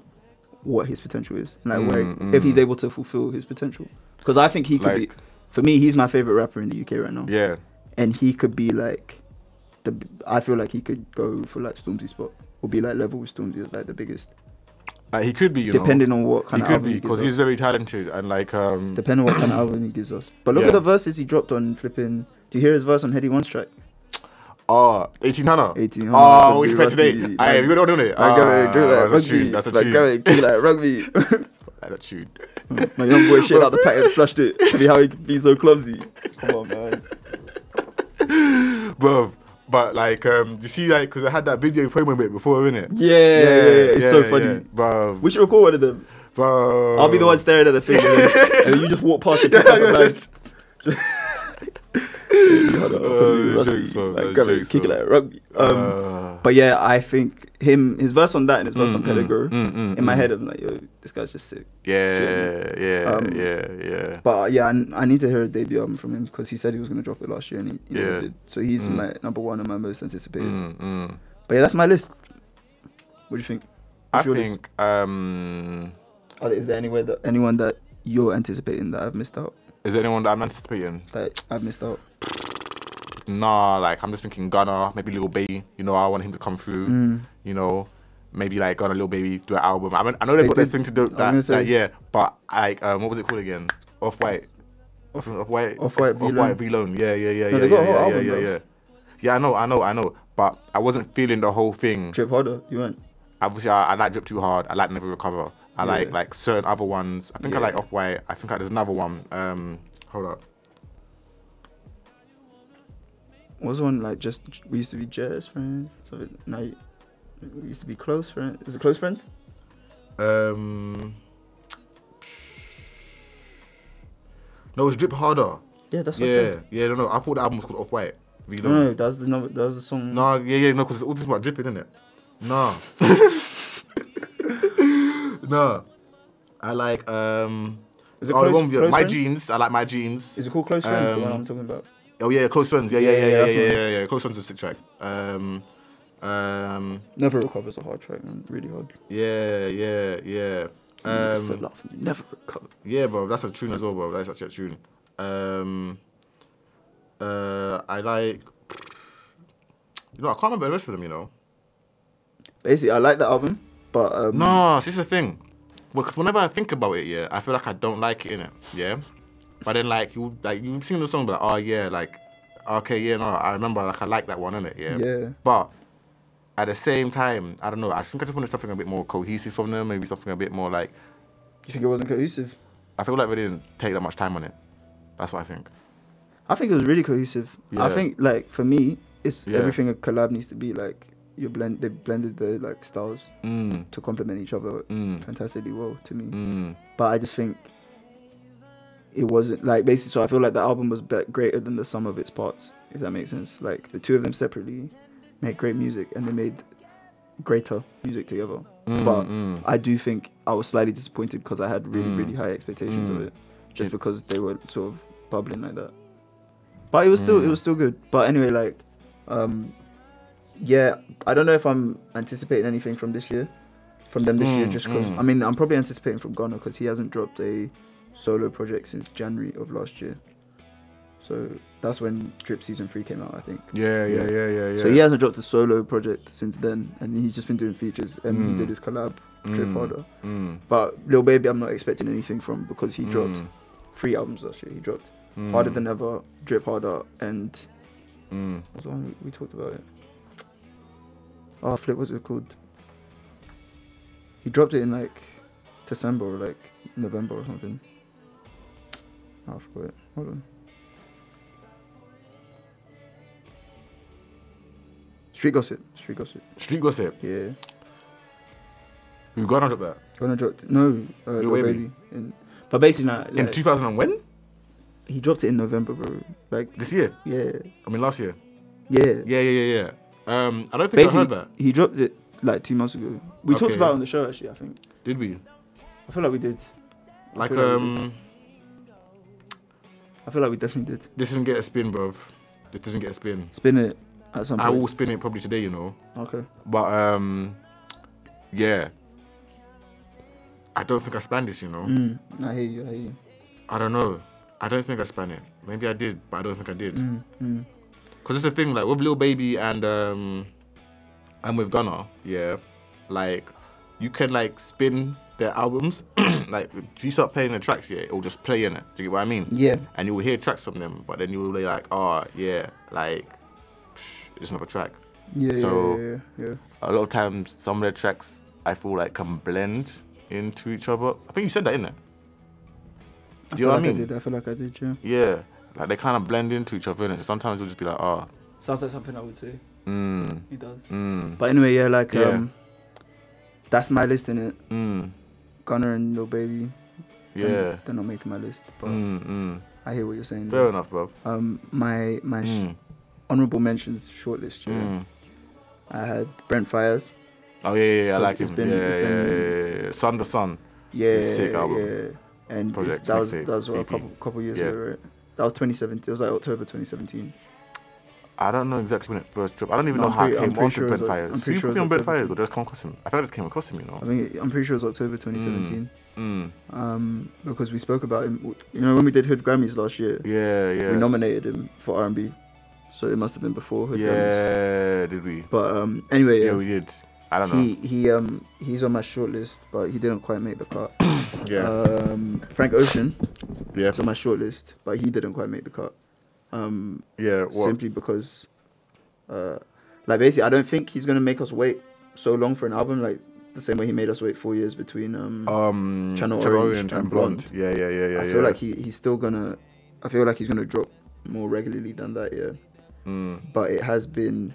[SPEAKER 2] what his potential is, like where
[SPEAKER 3] Mm,
[SPEAKER 2] if he's
[SPEAKER 3] mm.
[SPEAKER 2] able to fulfill his potential, because I think he could be.
[SPEAKER 3] Like-
[SPEAKER 2] For me, he's my favorite rapper in the UK right now,
[SPEAKER 3] Yeah.
[SPEAKER 2] and he could be like the. I feel like he could go for like Stormzy spot. Or be like level with Stormzy as like the biggest,
[SPEAKER 3] Like, he could be, you know.
[SPEAKER 2] depending on what kind
[SPEAKER 3] he
[SPEAKER 2] of
[SPEAKER 3] could
[SPEAKER 2] album
[SPEAKER 3] be
[SPEAKER 2] he gives
[SPEAKER 3] because
[SPEAKER 2] us.
[SPEAKER 3] he's very talented and like um
[SPEAKER 2] depending on what kind of album he gives us. But look
[SPEAKER 3] Yeah.
[SPEAKER 2] at the verses he dropped on flipping. Do you hear his verse on Heady One's track?
[SPEAKER 3] oh 18 Hannah
[SPEAKER 2] 18
[SPEAKER 3] oh
[SPEAKER 2] Hannah,
[SPEAKER 3] which
[SPEAKER 2] Big
[SPEAKER 3] play today
[SPEAKER 2] Rusty,
[SPEAKER 3] I we
[SPEAKER 2] like-
[SPEAKER 3] got it on it
[SPEAKER 2] Like, uh, do like
[SPEAKER 3] Ah, that's a
[SPEAKER 2] rugby,
[SPEAKER 3] tune that's a
[SPEAKER 2] like,
[SPEAKER 3] tune
[SPEAKER 2] go, do like rugby.
[SPEAKER 3] that's a tune
[SPEAKER 2] My young boy shit out the pack and flushed it. See how he can be so clumsy. Come on, man.
[SPEAKER 3] bro but like um you see like because I had that video promo bit before innit
[SPEAKER 2] Yeah, yeah, yeah, it's so funny.
[SPEAKER 3] bro
[SPEAKER 2] We should record one of them.
[SPEAKER 3] bro
[SPEAKER 2] I'll be the one staring at the thing, and, then, and you just walk past the
[SPEAKER 3] Yeah,
[SPEAKER 2] yeah,
[SPEAKER 3] yeah,
[SPEAKER 2] yeah,
[SPEAKER 3] Uh,
[SPEAKER 2] Rusty,
[SPEAKER 3] jokes, man,
[SPEAKER 2] like,
[SPEAKER 3] man,
[SPEAKER 2] grab it,
[SPEAKER 3] jokes,
[SPEAKER 2] kick it
[SPEAKER 3] man.
[SPEAKER 2] like rugby. Um,
[SPEAKER 3] Uh,
[SPEAKER 2] But yeah, I think him his verse on that and his verse on
[SPEAKER 3] mm,
[SPEAKER 2] Pedigrew
[SPEAKER 3] mm, mm,
[SPEAKER 2] in my
[SPEAKER 3] mm.
[SPEAKER 2] head I'm like, yo, this guy's just sick.
[SPEAKER 3] yeah yeah
[SPEAKER 2] Um,
[SPEAKER 3] yeah yeah
[SPEAKER 2] But uh, yeah, I, n- I need to hear a debut album from him because he said he was gonna drop it last year and he, he never
[SPEAKER 3] Yeah.
[SPEAKER 2] did. So he's
[SPEAKER 3] Mm.
[SPEAKER 2] my number one and my most anticipated.
[SPEAKER 3] Mm, mm.
[SPEAKER 2] But yeah, that's my list. What do you think?
[SPEAKER 3] I
[SPEAKER 2] What's your list?
[SPEAKER 3] think um
[SPEAKER 2] Are there- is there anywhere that anyone that you're anticipating that I've missed out?
[SPEAKER 3] is there anyone that I'm anticipating
[SPEAKER 2] That I've missed out.
[SPEAKER 3] nah, like I'm just thinking Gunna, maybe Little Baby. You know, I want him to come through.
[SPEAKER 2] Mm.
[SPEAKER 3] You know, maybe like Gunna, Little Baby, do an album. I mean, I know they,
[SPEAKER 2] They
[SPEAKER 3] put this
[SPEAKER 2] did-
[SPEAKER 3] thing to do
[SPEAKER 2] I was
[SPEAKER 3] that,
[SPEAKER 2] gonna say-
[SPEAKER 3] that, yeah, but like, um, what was it called again? Off White, Off White,
[SPEAKER 2] Off-White
[SPEAKER 3] Off
[SPEAKER 2] V-Lone.
[SPEAKER 3] White V Loan. Yeah, yeah, yeah,
[SPEAKER 2] No,
[SPEAKER 3] yeah,
[SPEAKER 2] they got a
[SPEAKER 3] yeah,
[SPEAKER 2] whole
[SPEAKER 3] yeah,
[SPEAKER 2] album,
[SPEAKER 3] yeah,
[SPEAKER 2] bro.
[SPEAKER 3] yeah, yeah. Yeah, I know, I know, I know, but I wasn't feeling the whole thing.
[SPEAKER 2] Trip harder, you weren't.
[SPEAKER 3] Obviously, I, I like Drip Too Hard. I like Never Recover. I
[SPEAKER 2] Yeah.
[SPEAKER 3] like like certain other ones. I think I
[SPEAKER 2] Yeah.
[SPEAKER 3] like Off White. I think I, there's another one. Um, hold up.
[SPEAKER 2] What Was the one like just we used to be jazz friends? Something- No, we used to be close friends. Is it close friends?
[SPEAKER 3] Um, no, it's Drip Harder.
[SPEAKER 2] Yeah, that's what I
[SPEAKER 3] Yeah,
[SPEAKER 2] said. Mm.
[SPEAKER 3] yeah, no, no. I thought the album was called Off White.
[SPEAKER 2] No, no, that was the number, that was the song.
[SPEAKER 3] Nah, yeah, yeah, no, because all this is about dripping, isn't it? Nah. nah. I like um
[SPEAKER 2] Is it
[SPEAKER 3] oh, the
[SPEAKER 2] Close-
[SPEAKER 3] one with-
[SPEAKER 2] Close
[SPEAKER 3] my
[SPEAKER 2] Friends?
[SPEAKER 3] jeans. I like my jeans.
[SPEAKER 2] Is it called Close Friends? the one
[SPEAKER 3] Um,
[SPEAKER 2] I'm talking about.
[SPEAKER 3] Oh yeah, close friends. Yeah, yeah, yeah, yeah, yeah,
[SPEAKER 2] that's
[SPEAKER 3] yeah,
[SPEAKER 2] one.
[SPEAKER 3] yeah, Close friends is a sick track. Um um
[SPEAKER 2] Never recovers a hard track, man. Really hard.
[SPEAKER 3] yeah, yeah, yeah.
[SPEAKER 2] Um, Foot
[SPEAKER 3] Um,
[SPEAKER 2] laughing. Never recover.
[SPEAKER 3] yeah, bro, that's a tune as well, bro. That's actually a tune. Um uh I like you know, I can't remember the rest of them, you know.
[SPEAKER 2] Basically, I like that album, but um,
[SPEAKER 3] No, this is the thing. Because whenever I think about it, yeah, I feel like I don't like it in it, yeah. But then like you like you've seen the song, but like, oh yeah, like okay, yeah, no, I remember like I like that one in it, yeah.
[SPEAKER 2] Yeah.
[SPEAKER 3] But at the same time, I don't know. I think I just wanted something a bit more cohesive from them, maybe something a bit more like
[SPEAKER 2] you think it wasn't cohesive?
[SPEAKER 3] I feel like they didn't take that much time on it. That's what I think.
[SPEAKER 2] I think it was really cohesive. I
[SPEAKER 3] Yeah.
[SPEAKER 2] think like for me, it's
[SPEAKER 3] Yeah.
[SPEAKER 2] everything a collab needs to be like. You blend, they blended the like styles
[SPEAKER 3] Mm,
[SPEAKER 2] to complement each other
[SPEAKER 3] Mm.
[SPEAKER 2] fantastically well to me.
[SPEAKER 3] mm,
[SPEAKER 2] But I just think it wasn't like basically. So I feel like the album was be- greater than the sum of its parts, if that makes sense. Like the two of them separately made great music, and they made greater music together.
[SPEAKER 3] Mm,
[SPEAKER 2] but
[SPEAKER 3] mm.
[SPEAKER 2] I do think I was slightly disappointed because I had really,
[SPEAKER 3] Mm.
[SPEAKER 2] really high expectations of
[SPEAKER 3] Mm.
[SPEAKER 2] it, just
[SPEAKER 3] It-
[SPEAKER 2] because they were sort of bubbling like that. But it was still, it
[SPEAKER 3] Mm.
[SPEAKER 2] was still good. But anyway, like, um, yeah, I don't know if I'm anticipating anything from this year, from them this year,
[SPEAKER 3] Mm,
[SPEAKER 2] just because.
[SPEAKER 3] mm.
[SPEAKER 2] I mean, I'm probably anticipating from Ghana because he hasn't dropped a solo project since January of last year. So that's when Drip Season Three came out, I think.
[SPEAKER 3] yeah, yeah, yeah, yeah, yeah.
[SPEAKER 2] So he hasn't dropped a solo project since then, and he's just been doing features. And he
[SPEAKER 3] Mm.
[SPEAKER 2] did his collab Drip
[SPEAKER 3] Mm,
[SPEAKER 2] Harder.
[SPEAKER 3] Mm,
[SPEAKER 2] But Lil Baby, I'm not expecting anything from because he dropped
[SPEAKER 3] Mm.
[SPEAKER 2] three albums last year. He dropped
[SPEAKER 3] Mm.
[SPEAKER 2] Harder Than Ever, Drip Harder, and
[SPEAKER 3] mm.
[SPEAKER 2] what's the one we, we talked about it? Oh, flip, what's it called? He dropped it in like December or like November or something. Oh, I forgot it. Hold on. Street Gossip. Street Gossip.
[SPEAKER 3] Street gossip.
[SPEAKER 2] Yeah.
[SPEAKER 3] Who got on that?
[SPEAKER 2] Gonna drop. No, uh, Lil,
[SPEAKER 3] Baby.
[SPEAKER 2] Baby. In, but basically, nah,
[SPEAKER 3] In
[SPEAKER 2] like,
[SPEAKER 3] two thousand and when?
[SPEAKER 2] he dropped it in November, bro. Like
[SPEAKER 3] This year?
[SPEAKER 2] Yeah,
[SPEAKER 3] I mean last year.
[SPEAKER 2] yeah.
[SPEAKER 3] Yeah, yeah, yeah, yeah. Um, I don't think I heard
[SPEAKER 2] Basically,
[SPEAKER 3] that.
[SPEAKER 2] he dropped it like two months ago. We talked
[SPEAKER 3] Okay.
[SPEAKER 2] about it on the show actually. I think
[SPEAKER 3] Did we?
[SPEAKER 2] I feel like we did. I
[SPEAKER 3] Like,
[SPEAKER 2] feel like we
[SPEAKER 3] um,
[SPEAKER 2] I feel like we definitely did.
[SPEAKER 3] this doesn't get a spin, bruv. This doesn't get a spin.
[SPEAKER 2] Spin it at some
[SPEAKER 3] I will
[SPEAKER 2] point.
[SPEAKER 3] spin it probably today, you know.
[SPEAKER 2] Okay.
[SPEAKER 3] But um, yeah. I don't think I span this, you know.
[SPEAKER 2] Mm, I hear you. I hear you.
[SPEAKER 3] I don't know. I don't think I span it. Maybe I did, but I don't think I did.
[SPEAKER 2] Mm, mm.
[SPEAKER 3] Cause it's the thing, like with Lil Baby and um, and with Gunna, yeah, like you can like spin their albums, like if you start playing the tracks, yeah, it'll just play in it. Do you get what I mean?
[SPEAKER 2] Yeah.
[SPEAKER 3] And you'll hear tracks from them, but then you'll be like, oh yeah, like psh, it's another track.
[SPEAKER 2] Yeah.
[SPEAKER 3] So-
[SPEAKER 2] yeah, yeah. Yeah.
[SPEAKER 3] A lot of times, some of their tracks I feel like can blend into each other. I think you said that, innit?
[SPEAKER 2] I
[SPEAKER 3] Do
[SPEAKER 2] feel
[SPEAKER 3] you know what I
[SPEAKER 2] like
[SPEAKER 3] mean?
[SPEAKER 2] I did. I feel like I did. Yeah.
[SPEAKER 3] Yeah, like they kind of blend into each other, innit? So sometimes you'll just be like, oh,
[SPEAKER 2] Sounds like something I would say.
[SPEAKER 3] mm,
[SPEAKER 2] He does.
[SPEAKER 3] mm,
[SPEAKER 2] But anyway, yeah. Like,
[SPEAKER 3] Yeah.
[SPEAKER 2] um, that's my list in it.
[SPEAKER 3] mm,
[SPEAKER 2] Gunner and Lil Baby.
[SPEAKER 3] yeah.
[SPEAKER 2] They're- They're not making my list, but
[SPEAKER 3] Mm, mm.
[SPEAKER 2] I hear what you're saying.
[SPEAKER 3] Fair
[SPEAKER 2] though.
[SPEAKER 3] enough, bruv.
[SPEAKER 2] Um, my my sh-
[SPEAKER 3] Mm,
[SPEAKER 2] honorable mentions shortlist. Yeah.
[SPEAKER 3] mm.
[SPEAKER 2] I had Brent Fires.
[SPEAKER 3] Oh yeah, yeah, yeah, I like
[SPEAKER 2] It's
[SPEAKER 3] him.
[SPEAKER 2] been-
[SPEAKER 3] yeah,
[SPEAKER 2] it's
[SPEAKER 3] yeah,
[SPEAKER 2] been-
[SPEAKER 3] yeah, yeah, yeah. Sun to Sun.
[SPEAKER 2] Yeah,
[SPEAKER 3] sick album.
[SPEAKER 2] yeah. And it's-
[SPEAKER 3] Project,
[SPEAKER 2] that was
[SPEAKER 3] mixtape,
[SPEAKER 2] that was what, a
[SPEAKER 3] EP.
[SPEAKER 2] couple couple years
[SPEAKER 3] Yeah.
[SPEAKER 2] ago, right? That was 2017. It was like October 2017.
[SPEAKER 3] I don't know exactly when it first dropped. I don't even
[SPEAKER 2] No,
[SPEAKER 3] know
[SPEAKER 2] I'm
[SPEAKER 3] how
[SPEAKER 2] pretty-
[SPEAKER 3] I
[SPEAKER 2] I'm
[SPEAKER 3] came
[SPEAKER 2] pretty
[SPEAKER 3] onto
[SPEAKER 2] sure it was
[SPEAKER 3] Brent
[SPEAKER 2] like-
[SPEAKER 3] Fires.
[SPEAKER 2] I'm
[SPEAKER 3] Did
[SPEAKER 2] pretty
[SPEAKER 3] you
[SPEAKER 2] sure
[SPEAKER 3] put
[SPEAKER 2] it
[SPEAKER 3] me on
[SPEAKER 2] was
[SPEAKER 3] Brent
[SPEAKER 2] like
[SPEAKER 3] Fires or just come across him? I think I just came across him, you know.
[SPEAKER 2] I think I'm pretty sure it was October 2017.
[SPEAKER 3] Mm.
[SPEAKER 2] Um, because we spoke about him. You know, when we did Hood Grammys last year,
[SPEAKER 3] Yeah,
[SPEAKER 2] we
[SPEAKER 3] yeah.
[SPEAKER 2] nominated him for R&B. So it must have been before Hood Grammys.
[SPEAKER 3] Yeah, did we?
[SPEAKER 2] But um, anyway,
[SPEAKER 3] Yeah,
[SPEAKER 2] yeah,
[SPEAKER 3] we did. I don't
[SPEAKER 2] he
[SPEAKER 3] know.
[SPEAKER 2] he um he's on my shortlist, but he didn't quite make the cut.
[SPEAKER 3] Yeah,
[SPEAKER 2] Um, Frank Ocean
[SPEAKER 3] yeah,
[SPEAKER 2] is on my shortlist, but he didn't quite make the cut. Um,
[SPEAKER 3] yeah. What?
[SPEAKER 2] simply because, uh, like basically, I don't think he's gonna make us wait so long for an album, like the same way he made us wait four years between. Um,
[SPEAKER 3] Um,
[SPEAKER 2] Channel Orange and Blonde.
[SPEAKER 3] Yeah, yeah, yeah, yeah.
[SPEAKER 2] I
[SPEAKER 3] yeah.
[SPEAKER 2] feel like he, he's still gonna, I feel like he's gonna drop more regularly than that, yeah.
[SPEAKER 3] Mm,
[SPEAKER 2] But it has been,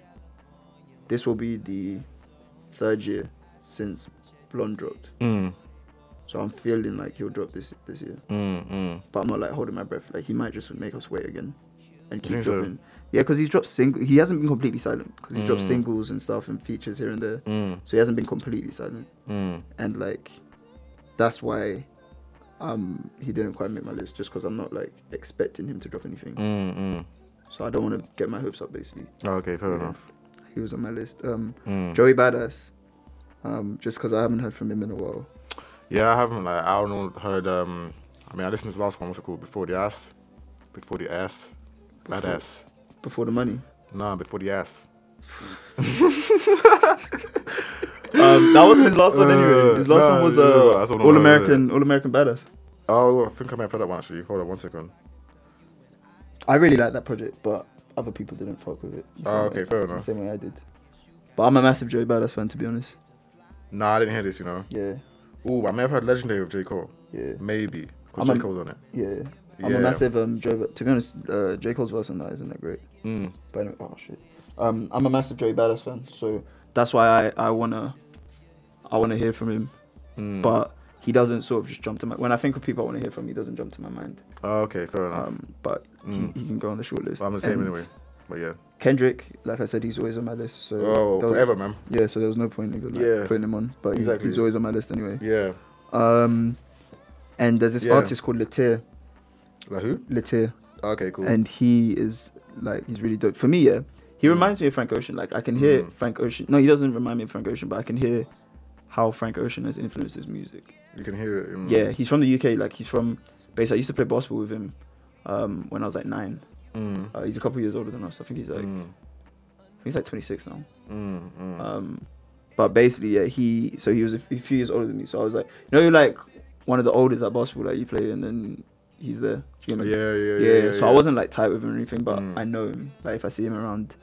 [SPEAKER 2] this will be the third year since Blonde dropped.
[SPEAKER 3] Mm,
[SPEAKER 2] So I'm feeling like he'll drop this this year.
[SPEAKER 3] mm, mm.
[SPEAKER 2] But I'm not like holding my breath. Like he might just make us wait again and keep
[SPEAKER 3] think so?
[SPEAKER 2] dropping. Yeah, because he's dropped single. He hasn't been completely silent because he dropped singles and stuff and features here and there.
[SPEAKER 3] Mm,
[SPEAKER 2] So he hasn't been completely silent.
[SPEAKER 3] mm.
[SPEAKER 2] And like, that's why um he didn't quite make my list just because I'm not like expecting him to drop anything.
[SPEAKER 3] Mm, mm.
[SPEAKER 2] So I don't want to get my hopes up. Basically,
[SPEAKER 3] Oh, okay, fair
[SPEAKER 2] Yeah.
[SPEAKER 3] enough.
[SPEAKER 2] he was on my list. Um,
[SPEAKER 3] Mm.
[SPEAKER 2] Joey Badass. Um, just because I haven't heard from him in a while.
[SPEAKER 3] Yeah, I haven't like I haven't heard. Um, I mean, I listened to the last one. What's it called? Before the ass, before the ass,
[SPEAKER 2] Before-
[SPEAKER 3] badass.
[SPEAKER 2] Before the money.
[SPEAKER 3] Nah, before the ass. um,
[SPEAKER 2] That wasn't his last one
[SPEAKER 3] Uh,
[SPEAKER 2] anyway. His last
[SPEAKER 3] no,
[SPEAKER 2] one was
[SPEAKER 3] no, no,
[SPEAKER 2] uh,
[SPEAKER 3] that's what I'm
[SPEAKER 2] All
[SPEAKER 3] like,
[SPEAKER 2] American, All American Badass.
[SPEAKER 3] oh, I think I might have heard that one actually. Hold on one second.
[SPEAKER 2] I really like that project, but other people didn't fuck with it. the
[SPEAKER 3] Oh,
[SPEAKER 2] same
[SPEAKER 3] okay,
[SPEAKER 2] way-
[SPEAKER 3] fair
[SPEAKER 2] The
[SPEAKER 3] enough.
[SPEAKER 2] same way I did. But I'm a massive Joey Badass fan, to be honest.
[SPEAKER 3] Nah, I didn't hear this. You know.
[SPEAKER 2] Yeah,
[SPEAKER 3] Ooh, I may have heard Legendary of J Cole.
[SPEAKER 2] yeah,
[SPEAKER 3] Maybe because
[SPEAKER 2] I'm a-
[SPEAKER 3] J Cole's on it.
[SPEAKER 2] yeah. I'm
[SPEAKER 3] Yeah.
[SPEAKER 2] a massive um Joey. To be honest, uh, J Cole's verse on that isn't that great.
[SPEAKER 3] Mm.
[SPEAKER 2] But anyway, oh shit. Um, I'm a massive Joey Badass fan, so that's why I I wanna I wanna hear from him,
[SPEAKER 3] Mm.
[SPEAKER 2] but he doesn't sort of just jump to my. When I think of people I wanna hear from, he doesn't jump to my mind.
[SPEAKER 3] Oh, okay, fair enough.
[SPEAKER 2] Um, but
[SPEAKER 3] Mm.
[SPEAKER 2] he, he can go on the short list.
[SPEAKER 3] But I'm the same
[SPEAKER 2] And
[SPEAKER 3] anyway. But yeah.
[SPEAKER 2] Kendrick, like I said, he's always on my list. So
[SPEAKER 3] Oh,
[SPEAKER 2] there was-
[SPEAKER 3] forever, man.
[SPEAKER 2] Yeah, so there was no point in like,
[SPEAKER 3] Yeah.
[SPEAKER 2] putting him on, but he-
[SPEAKER 3] Exactly.
[SPEAKER 2] he's always on my list anyway.
[SPEAKER 3] Yeah.
[SPEAKER 2] Um, and there's this
[SPEAKER 3] Yeah.
[SPEAKER 2] artist called Latir,
[SPEAKER 3] Like who?
[SPEAKER 2] Latir,
[SPEAKER 3] Okay, cool.
[SPEAKER 2] and he is like he's really dope. For me, yeah, he reminds me of Frank Ocean. Like I can hear
[SPEAKER 3] Mm.
[SPEAKER 2] Frank Ocean. No, he doesn't remind me of Frank Ocean, but I can hear how Frank Ocean has influenced his music.
[SPEAKER 3] you can hear it. In,
[SPEAKER 2] Yeah, he's from the UK. Like he's from. Basically, I used to play basketball with him um, when I was like nine.
[SPEAKER 3] Mm,
[SPEAKER 2] Uh, he's a couple years older than us. I think he's like
[SPEAKER 3] mm,
[SPEAKER 2] I think he's like 26 now.
[SPEAKER 3] mm, mm.
[SPEAKER 2] Um, but basically, yeah, he so he was a f- a few years older than me. So I was like, you know, you're like one of the oldest at basketball that you play, and then he's there. Do you know what
[SPEAKER 3] yeah,
[SPEAKER 2] I mean?
[SPEAKER 3] yeah, yeah,
[SPEAKER 2] yeah,
[SPEAKER 3] yeah,
[SPEAKER 2] So I
[SPEAKER 3] yeah.
[SPEAKER 2] wasn't like tight with him or anything, but
[SPEAKER 3] Mm.
[SPEAKER 2] I know him. Like if I see him around,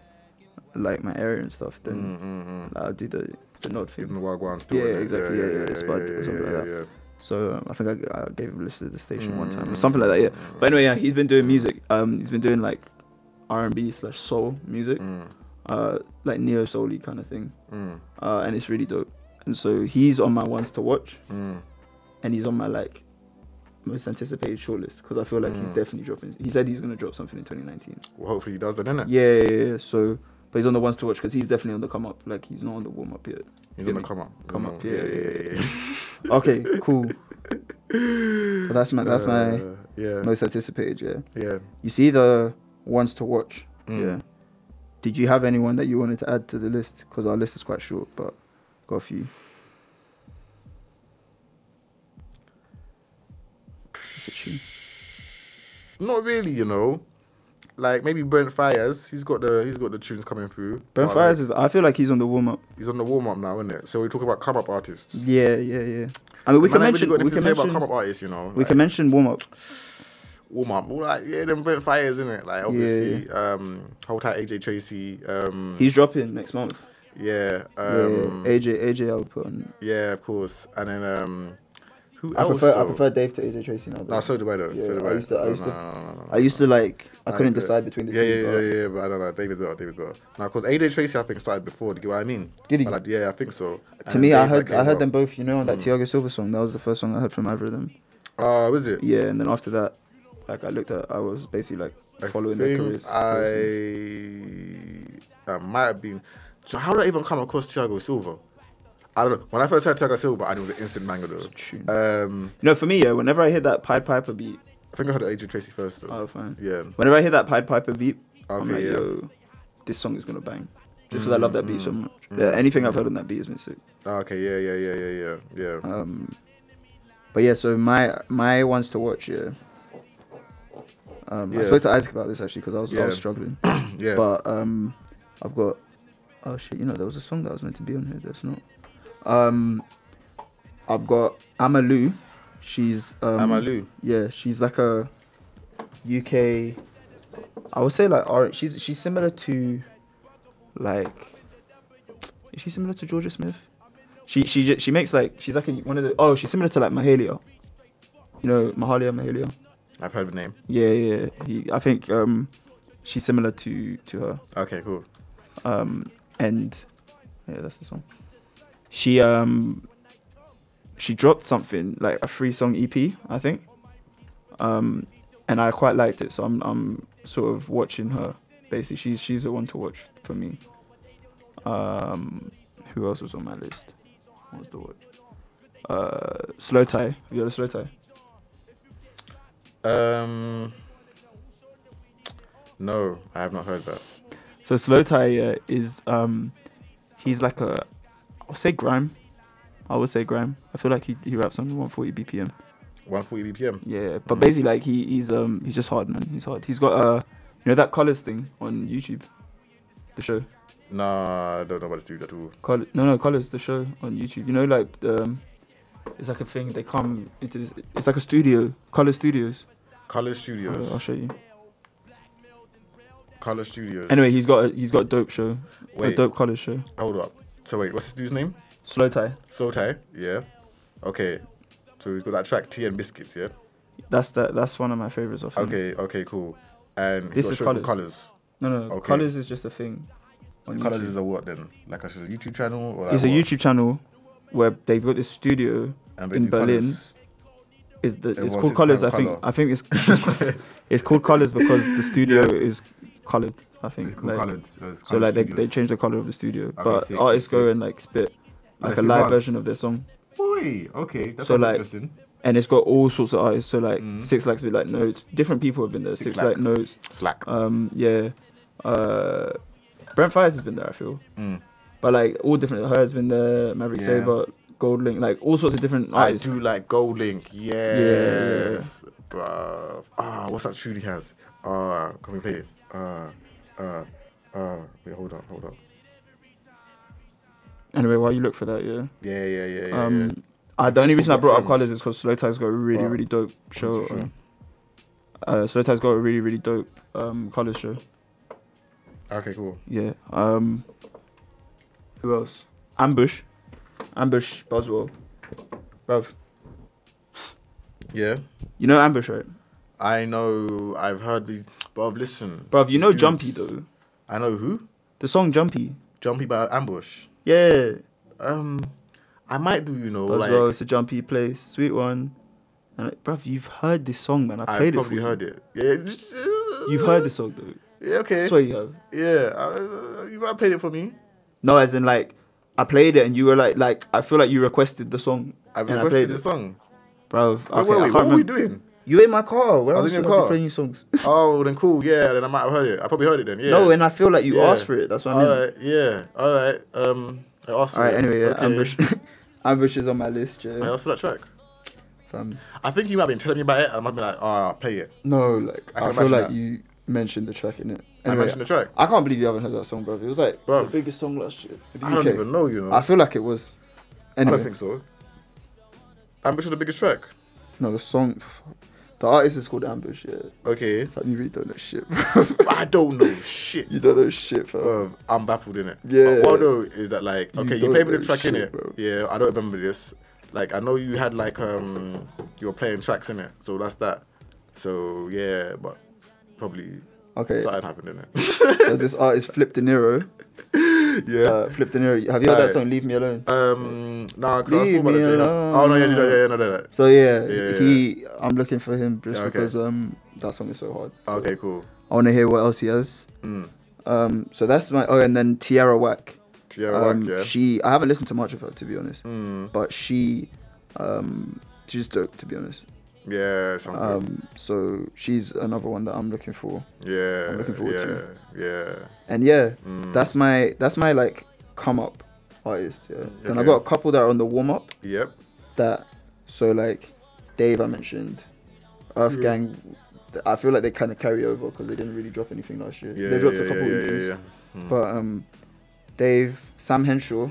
[SPEAKER 2] like my area and stuff, then
[SPEAKER 3] Mm, mm, mm.
[SPEAKER 2] like, I'll do the the nod
[SPEAKER 3] Give him
[SPEAKER 2] thing.
[SPEAKER 3] the wagwan still.
[SPEAKER 2] Yeah,
[SPEAKER 3] innit?
[SPEAKER 2] exactly, yeah, yeah, it's bad or something like
[SPEAKER 3] yeah,
[SPEAKER 2] So um, I think I, g- I gave him a list of the station one time or
[SPEAKER 3] Mm.
[SPEAKER 2] something like that. Yeah. But anyway, yeah, he's been doing music. Um, he's been doing like R&B slash soul music,
[SPEAKER 3] yeah. Mm,
[SPEAKER 2] uh, like neo soul-y kind of thing,
[SPEAKER 3] mm,
[SPEAKER 2] uh, and it's really dope. And so he's on my ones to watch.
[SPEAKER 3] mm.
[SPEAKER 2] and he's on my like most anticipated shortlist because I feel like he's
[SPEAKER 3] Mm.
[SPEAKER 2] definitely dropping. He said he's gonna drop something in 2019.
[SPEAKER 3] Well, hopefully he does that, innit?
[SPEAKER 2] Yeah, yeah, yeah. So, but he's on the ones to watch because he's definitely on the come up. Like he's not on the warm up yet.
[SPEAKER 3] He's
[SPEAKER 2] Get
[SPEAKER 3] on the
[SPEAKER 2] me?
[SPEAKER 3] come up.
[SPEAKER 2] Come
[SPEAKER 3] Mm,
[SPEAKER 2] up, yeah, yeah,
[SPEAKER 3] yeah,
[SPEAKER 2] Okay, cool. But that's my that's my
[SPEAKER 3] Uh, yeah,
[SPEAKER 2] most anticipated. Yeah.
[SPEAKER 3] yeah.
[SPEAKER 2] You see the ones to watch.
[SPEAKER 3] Mm.
[SPEAKER 2] Yeah. Did you have anyone that you wanted to add to the list? Because our list is quite short, but got a few. Look at you.
[SPEAKER 3] Not really, you know. Like maybe Brent Fires, he's got the he's got the tunes coming through.
[SPEAKER 2] Brent
[SPEAKER 3] but,
[SPEAKER 2] Fires
[SPEAKER 3] like,
[SPEAKER 2] is. I feel like he's on the warm up.
[SPEAKER 3] he's on the warm up now, isn't it? So we talk about come up artists.
[SPEAKER 2] Yeah, yeah, yeah. I mean, we
[SPEAKER 3] Man,
[SPEAKER 2] can
[SPEAKER 3] I ain't
[SPEAKER 2] mention.
[SPEAKER 3] Really got
[SPEAKER 2] we
[SPEAKER 3] anything
[SPEAKER 2] can
[SPEAKER 3] to say about
[SPEAKER 2] mention.
[SPEAKER 3] come up artists, you know.
[SPEAKER 2] We can mention warm up.
[SPEAKER 3] warm up. All like, yeah, them Brent Fires, isn't it? Like obviously, um, hold tight, AJ Tracy. Um,
[SPEAKER 2] He's dropping next month.
[SPEAKER 3] yeah, um,
[SPEAKER 2] yeah,
[SPEAKER 3] yeah,
[SPEAKER 2] AJ, AJ, I'll put on.
[SPEAKER 3] of course. And then um, who
[SPEAKER 2] I
[SPEAKER 3] else?
[SPEAKER 2] prefer, I
[SPEAKER 3] though?
[SPEAKER 2] prefer Dave to AJ Tracy now. though.
[SPEAKER 3] Nah, so do I though.
[SPEAKER 2] Yeah,
[SPEAKER 3] so do
[SPEAKER 2] I
[SPEAKER 3] I.
[SPEAKER 2] used to- I
[SPEAKER 3] No,
[SPEAKER 2] used to-
[SPEAKER 3] no, no, no, no,
[SPEAKER 2] I used to like, I
[SPEAKER 3] Like,
[SPEAKER 2] couldn't
[SPEAKER 3] uh,
[SPEAKER 2] decide between the
[SPEAKER 3] yeah,
[SPEAKER 2] two.
[SPEAKER 3] Yeah,
[SPEAKER 2] but
[SPEAKER 3] yeah, yeah, but I don't know. David's better. David's better. Now, because AJ Tracy, I think, started before. Do you get what I mean?
[SPEAKER 2] Did he?
[SPEAKER 3] But, like, yeah, I think so.
[SPEAKER 2] To me, I heard, I heard them both. You know, on
[SPEAKER 3] Mm.
[SPEAKER 2] that Tiago Silva song. That was the first song I heard from either of them.
[SPEAKER 3] Oh, is it?
[SPEAKER 2] Yeah, and then after that, like I looked at, I was basically like
[SPEAKER 3] I
[SPEAKER 2] following their
[SPEAKER 3] think
[SPEAKER 2] careers.
[SPEAKER 3] I that might have been. So how did I even come across Thiago Silva? I don't know. When I first heard Thiago Silva, I knew it was an instant mango
[SPEAKER 2] tune.
[SPEAKER 3] though. Um,
[SPEAKER 2] you know, for me, yeah, whenever I hear that Pied Piper beat,
[SPEAKER 3] I think I heard AJ Tracy first though.
[SPEAKER 2] oh fine.
[SPEAKER 3] yeah.
[SPEAKER 2] Whenever I hear that Pied Piper beat, I'm
[SPEAKER 3] Okay,
[SPEAKER 2] like,
[SPEAKER 3] yeah.
[SPEAKER 2] yo, this song is gonna bang. Just because I love that beat
[SPEAKER 3] Mm,
[SPEAKER 2] so much. yeah, anything I've heard on that beat has been sick.
[SPEAKER 3] Oh, okay. Yeah. Yeah. Yeah. Yeah. Yeah. Yeah.
[SPEAKER 2] Um, but yeah, so my my ones to watch, yeah. Um, I
[SPEAKER 3] Yeah.
[SPEAKER 2] spoke to Isaac about this actually because I was I
[SPEAKER 3] Yeah.
[SPEAKER 2] was struggling,
[SPEAKER 3] yeah.
[SPEAKER 2] but um, I've got oh shit, you know there was a song that was meant to be on here that's not. Um, I've got Amalu, she's um,
[SPEAKER 3] Amalu?
[SPEAKER 2] Yeah, she's like a UK. I would say like orange. She's she's similar to, like, is she similar to Georgia Smith? She she j- she makes like she's like a, one of the oh she's similar to like Mahalia, you know Mahalia Mahalia.
[SPEAKER 3] I've heard the name.
[SPEAKER 2] Yeah yeah. He, I think um she's similar to to her
[SPEAKER 3] Okay. Cool.
[SPEAKER 2] um and yeah that's this one. She um she dropped something like a free song EP, I think. Um, and I quite liked it, so I'm I'm sort of watching her. Basically, she's she's the one to watch for me. Um, who else was on my list? What was the word? Uh, slow tie. Have you heard of slow tie?
[SPEAKER 3] Um, no, I have not heard that.
[SPEAKER 2] So slow tie uh, is um, he's like a I'll say grime. I would say grime. I feel like he, he raps on 140 BPM.
[SPEAKER 3] 140 BPM.
[SPEAKER 2] Yeah, but
[SPEAKER 3] Mm.
[SPEAKER 2] basically like he, he's um he's just hard man. He's hard. He's got uh you know that colors thing on YouTube, the show.
[SPEAKER 3] Nah, I don't know what to do at all.
[SPEAKER 2] Col- no no colors the show on YouTube. You know like the, um, it's like a thing they come into this. It's like a studio, color studios.
[SPEAKER 3] Color
[SPEAKER 2] I'll-
[SPEAKER 3] Studios.
[SPEAKER 2] I'll show you.
[SPEAKER 3] Color Studios.
[SPEAKER 2] Anyway, he's got a, he's got a dope show, a
[SPEAKER 3] Wait.
[SPEAKER 2] dope color show.
[SPEAKER 3] Hold up. So wait, what's this dude's name?
[SPEAKER 2] Slow tie.
[SPEAKER 3] Slow Tie. Yeah. Okay. So he's got that track Tea and Biscuits. Yeah.
[SPEAKER 2] That's that. That's one of my favorites of him.
[SPEAKER 3] Okay. Okay. Cool. And
[SPEAKER 2] Mm. This
[SPEAKER 3] he's got a
[SPEAKER 2] is
[SPEAKER 3] show called
[SPEAKER 2] Colours.
[SPEAKER 3] Colors.
[SPEAKER 2] No, no,
[SPEAKER 3] Okay.
[SPEAKER 2] colors is just a thing. on
[SPEAKER 3] Colors
[SPEAKER 2] YouTube.
[SPEAKER 3] is a what then? Like a YouTube channel or like
[SPEAKER 2] it's a
[SPEAKER 3] what?
[SPEAKER 2] YouTube channel where they've got this studio.
[SPEAKER 3] And they
[SPEAKER 2] in
[SPEAKER 3] do
[SPEAKER 2] Berlin.
[SPEAKER 3] Colours.
[SPEAKER 2] Is the it's
[SPEAKER 3] Everyone
[SPEAKER 2] called
[SPEAKER 3] says
[SPEAKER 2] colors? I
[SPEAKER 3] Prime
[SPEAKER 2] think
[SPEAKER 3] Colour.
[SPEAKER 2] I think it's it's called colors because the studio is colored. I think
[SPEAKER 3] It's called
[SPEAKER 2] like,
[SPEAKER 3] Colours. it's
[SPEAKER 2] so
[SPEAKER 3] Colours
[SPEAKER 2] like they,
[SPEAKER 3] Studios.
[SPEAKER 2] they change the color of the studio, but
[SPEAKER 3] sick,
[SPEAKER 2] artists
[SPEAKER 3] sick,
[SPEAKER 2] go
[SPEAKER 3] sick.
[SPEAKER 2] and like spit like
[SPEAKER 3] Nice,
[SPEAKER 2] a
[SPEAKER 3] it
[SPEAKER 2] live
[SPEAKER 3] was.
[SPEAKER 2] version of their song,
[SPEAKER 3] Oi, okay, that's
[SPEAKER 2] So,
[SPEAKER 3] sounds
[SPEAKER 2] like,
[SPEAKER 3] interesting.
[SPEAKER 2] and it's got all sorts of artists. So like
[SPEAKER 3] Mhm.
[SPEAKER 2] Six Lakh's been like notes, different people have been there. Six,
[SPEAKER 3] Six
[SPEAKER 2] Lack
[SPEAKER 3] Lack.
[SPEAKER 2] notes,
[SPEAKER 3] Slack.
[SPEAKER 2] um yeah, uh, Brent Fires has been there. I feel.
[SPEAKER 3] Mm.
[SPEAKER 2] But like all different, her has been there, Maverick
[SPEAKER 3] Yeah.
[SPEAKER 2] Saber, Gold Link, like all sorts of different
[SPEAKER 3] I
[SPEAKER 2] artists.
[SPEAKER 3] do like Gold Link,
[SPEAKER 2] yeah, yeah.
[SPEAKER 3] yes, bruv. Ah, what's that tune he has? Ah, can we play it? Ah, ah, ah. Wait, hold up, hold up.
[SPEAKER 2] Anyway, while you look for that, yeah.
[SPEAKER 3] Yeah, yeah, yeah, yeah. yeah.
[SPEAKER 2] Um, I, the only
[SPEAKER 3] It's
[SPEAKER 2] reason I
[SPEAKER 3] got
[SPEAKER 2] brought up
[SPEAKER 3] drums.
[SPEAKER 2] Colors is because Slow Tie's got a really,
[SPEAKER 3] Wow.
[SPEAKER 2] really dope show.
[SPEAKER 3] What's the
[SPEAKER 2] on- Uh, Slow Tie's got a really, really dope um, Colors show.
[SPEAKER 3] Okay, cool.
[SPEAKER 2] Yeah. Um, who else? Ambush. Ambush Boswell. Bruv.
[SPEAKER 3] Yeah,
[SPEAKER 2] You know Ambush, right?
[SPEAKER 3] I know. I've heard these, bruv. Listen,
[SPEAKER 2] Bruv, you
[SPEAKER 3] these
[SPEAKER 2] know Jumpy,
[SPEAKER 3] dudes-
[SPEAKER 2] though.
[SPEAKER 3] I know who
[SPEAKER 2] The song Jumpy.
[SPEAKER 3] Jumpy by Ambush.
[SPEAKER 2] Yeah.
[SPEAKER 3] Um, I might do. You know, like
[SPEAKER 2] Boswell, it's a jumpy place. Sweet one. And like, bruv, you've heard this song, man. I
[SPEAKER 3] I've
[SPEAKER 2] played it. for
[SPEAKER 3] probably
[SPEAKER 2] you.
[SPEAKER 3] heard it. Yeah,
[SPEAKER 2] You've heard the song, though.
[SPEAKER 3] Yeah, okay.
[SPEAKER 2] I swear you have.
[SPEAKER 3] Yeah, uh, you might have played it for me.
[SPEAKER 2] No, as in like I played it and you were like like I feel like you requested the song.
[SPEAKER 3] I've
[SPEAKER 2] and
[SPEAKER 3] requested
[SPEAKER 2] I
[SPEAKER 3] the
[SPEAKER 2] played
[SPEAKER 3] song.
[SPEAKER 2] it. Bro,
[SPEAKER 3] Wait, wait, wait, what were we doing?
[SPEAKER 2] You in my car. Where
[SPEAKER 3] I
[SPEAKER 2] else
[SPEAKER 3] was in
[SPEAKER 2] would
[SPEAKER 3] your
[SPEAKER 2] I be
[SPEAKER 3] car.
[SPEAKER 2] playing you songs?
[SPEAKER 3] Oh, then cool. Yeah, then I might have heard it. I probably heard it then. Yeah.
[SPEAKER 2] No, and I feel like you
[SPEAKER 3] Yeah.
[SPEAKER 2] asked for it. That's what I mean.
[SPEAKER 3] All right. Yeah. All right. Um. I asked.
[SPEAKER 2] All right. Anyway, yeah,
[SPEAKER 3] Okay.
[SPEAKER 2] ambush. ambush is on my list.
[SPEAKER 3] I
[SPEAKER 2] Yeah.
[SPEAKER 3] asked for that track.
[SPEAKER 2] Fam.
[SPEAKER 3] I think you might have been telling me about it. I might be like, ah, play it.
[SPEAKER 2] No, like
[SPEAKER 3] I can
[SPEAKER 2] I, feel
[SPEAKER 3] imagine
[SPEAKER 2] like
[SPEAKER 3] that.
[SPEAKER 2] you mentioned the track in it.
[SPEAKER 3] I
[SPEAKER 2] Anyway,
[SPEAKER 3] mentioned the track.
[SPEAKER 2] I can't believe you haven't heard that song, bro. It was like
[SPEAKER 3] Bruv.
[SPEAKER 2] the biggest song last year. in the
[SPEAKER 3] I don't
[SPEAKER 2] UK.
[SPEAKER 3] even know. You know.
[SPEAKER 2] I feel like it was. Anyway,
[SPEAKER 3] I don't think so. Ambush is the biggest track.
[SPEAKER 2] no, the song. The artist is called Ambush. Yeah.
[SPEAKER 3] Okay.
[SPEAKER 2] Fam, you really don't know shit, bro.
[SPEAKER 3] I don't know shit.
[SPEAKER 2] You don't know shit, fam.
[SPEAKER 3] Bruv, I'm baffled in it.
[SPEAKER 2] Yeah.
[SPEAKER 3] What I know is that like
[SPEAKER 2] You
[SPEAKER 3] okay, you,
[SPEAKER 2] don't
[SPEAKER 3] played me
[SPEAKER 2] know
[SPEAKER 3] the track in
[SPEAKER 2] shit,
[SPEAKER 3] it.
[SPEAKER 2] bro.
[SPEAKER 3] Yeah, I don't remember this. Like I know you had like um you were playing tracks in it, so that's that. So yeah, but probably
[SPEAKER 2] okay.
[SPEAKER 3] something happened in
[SPEAKER 2] There's this artist Flip De Niro.
[SPEAKER 3] it. yeah.
[SPEAKER 2] Uh, Flip De Niro. Have you heard that
[SPEAKER 3] Alright.
[SPEAKER 2] song "Leave Me Alone"?
[SPEAKER 3] um nah, cause I was
[SPEAKER 2] Leave
[SPEAKER 3] talking about
[SPEAKER 2] me
[SPEAKER 3] the
[SPEAKER 2] alone.
[SPEAKER 3] Oh no, yeah, yeah, yeah, yeah, no, no, no.
[SPEAKER 2] So yeah,
[SPEAKER 3] Yeah, yeah,
[SPEAKER 2] he. I'm looking for him just
[SPEAKER 3] Yeah, okay.
[SPEAKER 2] because um that song is so hard. So
[SPEAKER 3] Okay, cool.
[SPEAKER 2] I want to hear what else he has.
[SPEAKER 3] Mm.
[SPEAKER 2] Um. So that's my. Oh, and then Tierra Whack.
[SPEAKER 3] Tierra Whack,
[SPEAKER 2] Um,
[SPEAKER 3] yeah.
[SPEAKER 2] She. I haven't listened to much of her to be honest,
[SPEAKER 3] Mm.
[SPEAKER 2] but she. Um. She's dope to be honest.
[SPEAKER 3] Yeah, something.
[SPEAKER 2] Um. So she's another one that I'm looking for.
[SPEAKER 3] yeah.
[SPEAKER 2] I'm looking forward
[SPEAKER 3] yeah,
[SPEAKER 2] to
[SPEAKER 3] Yeah.
[SPEAKER 2] And yeah,
[SPEAKER 3] Mm.
[SPEAKER 2] that's my that's my like come up artist. Yeah. And I've
[SPEAKER 3] Okay.
[SPEAKER 2] got a couple that are on the warm up.
[SPEAKER 3] Yep.
[SPEAKER 2] that so like Dave I mentioned, Earth Gang. th- I feel like they kind of carry over because they didn't really drop anything last year.
[SPEAKER 3] Yeah.
[SPEAKER 2] they dropped
[SPEAKER 3] yeah,
[SPEAKER 2] a couple
[SPEAKER 3] yeah,
[SPEAKER 2] of
[SPEAKER 3] yeah,
[SPEAKER 2] things,
[SPEAKER 3] yeah, yeah. Mm.
[SPEAKER 2] but um, Dave Sam Henshaw,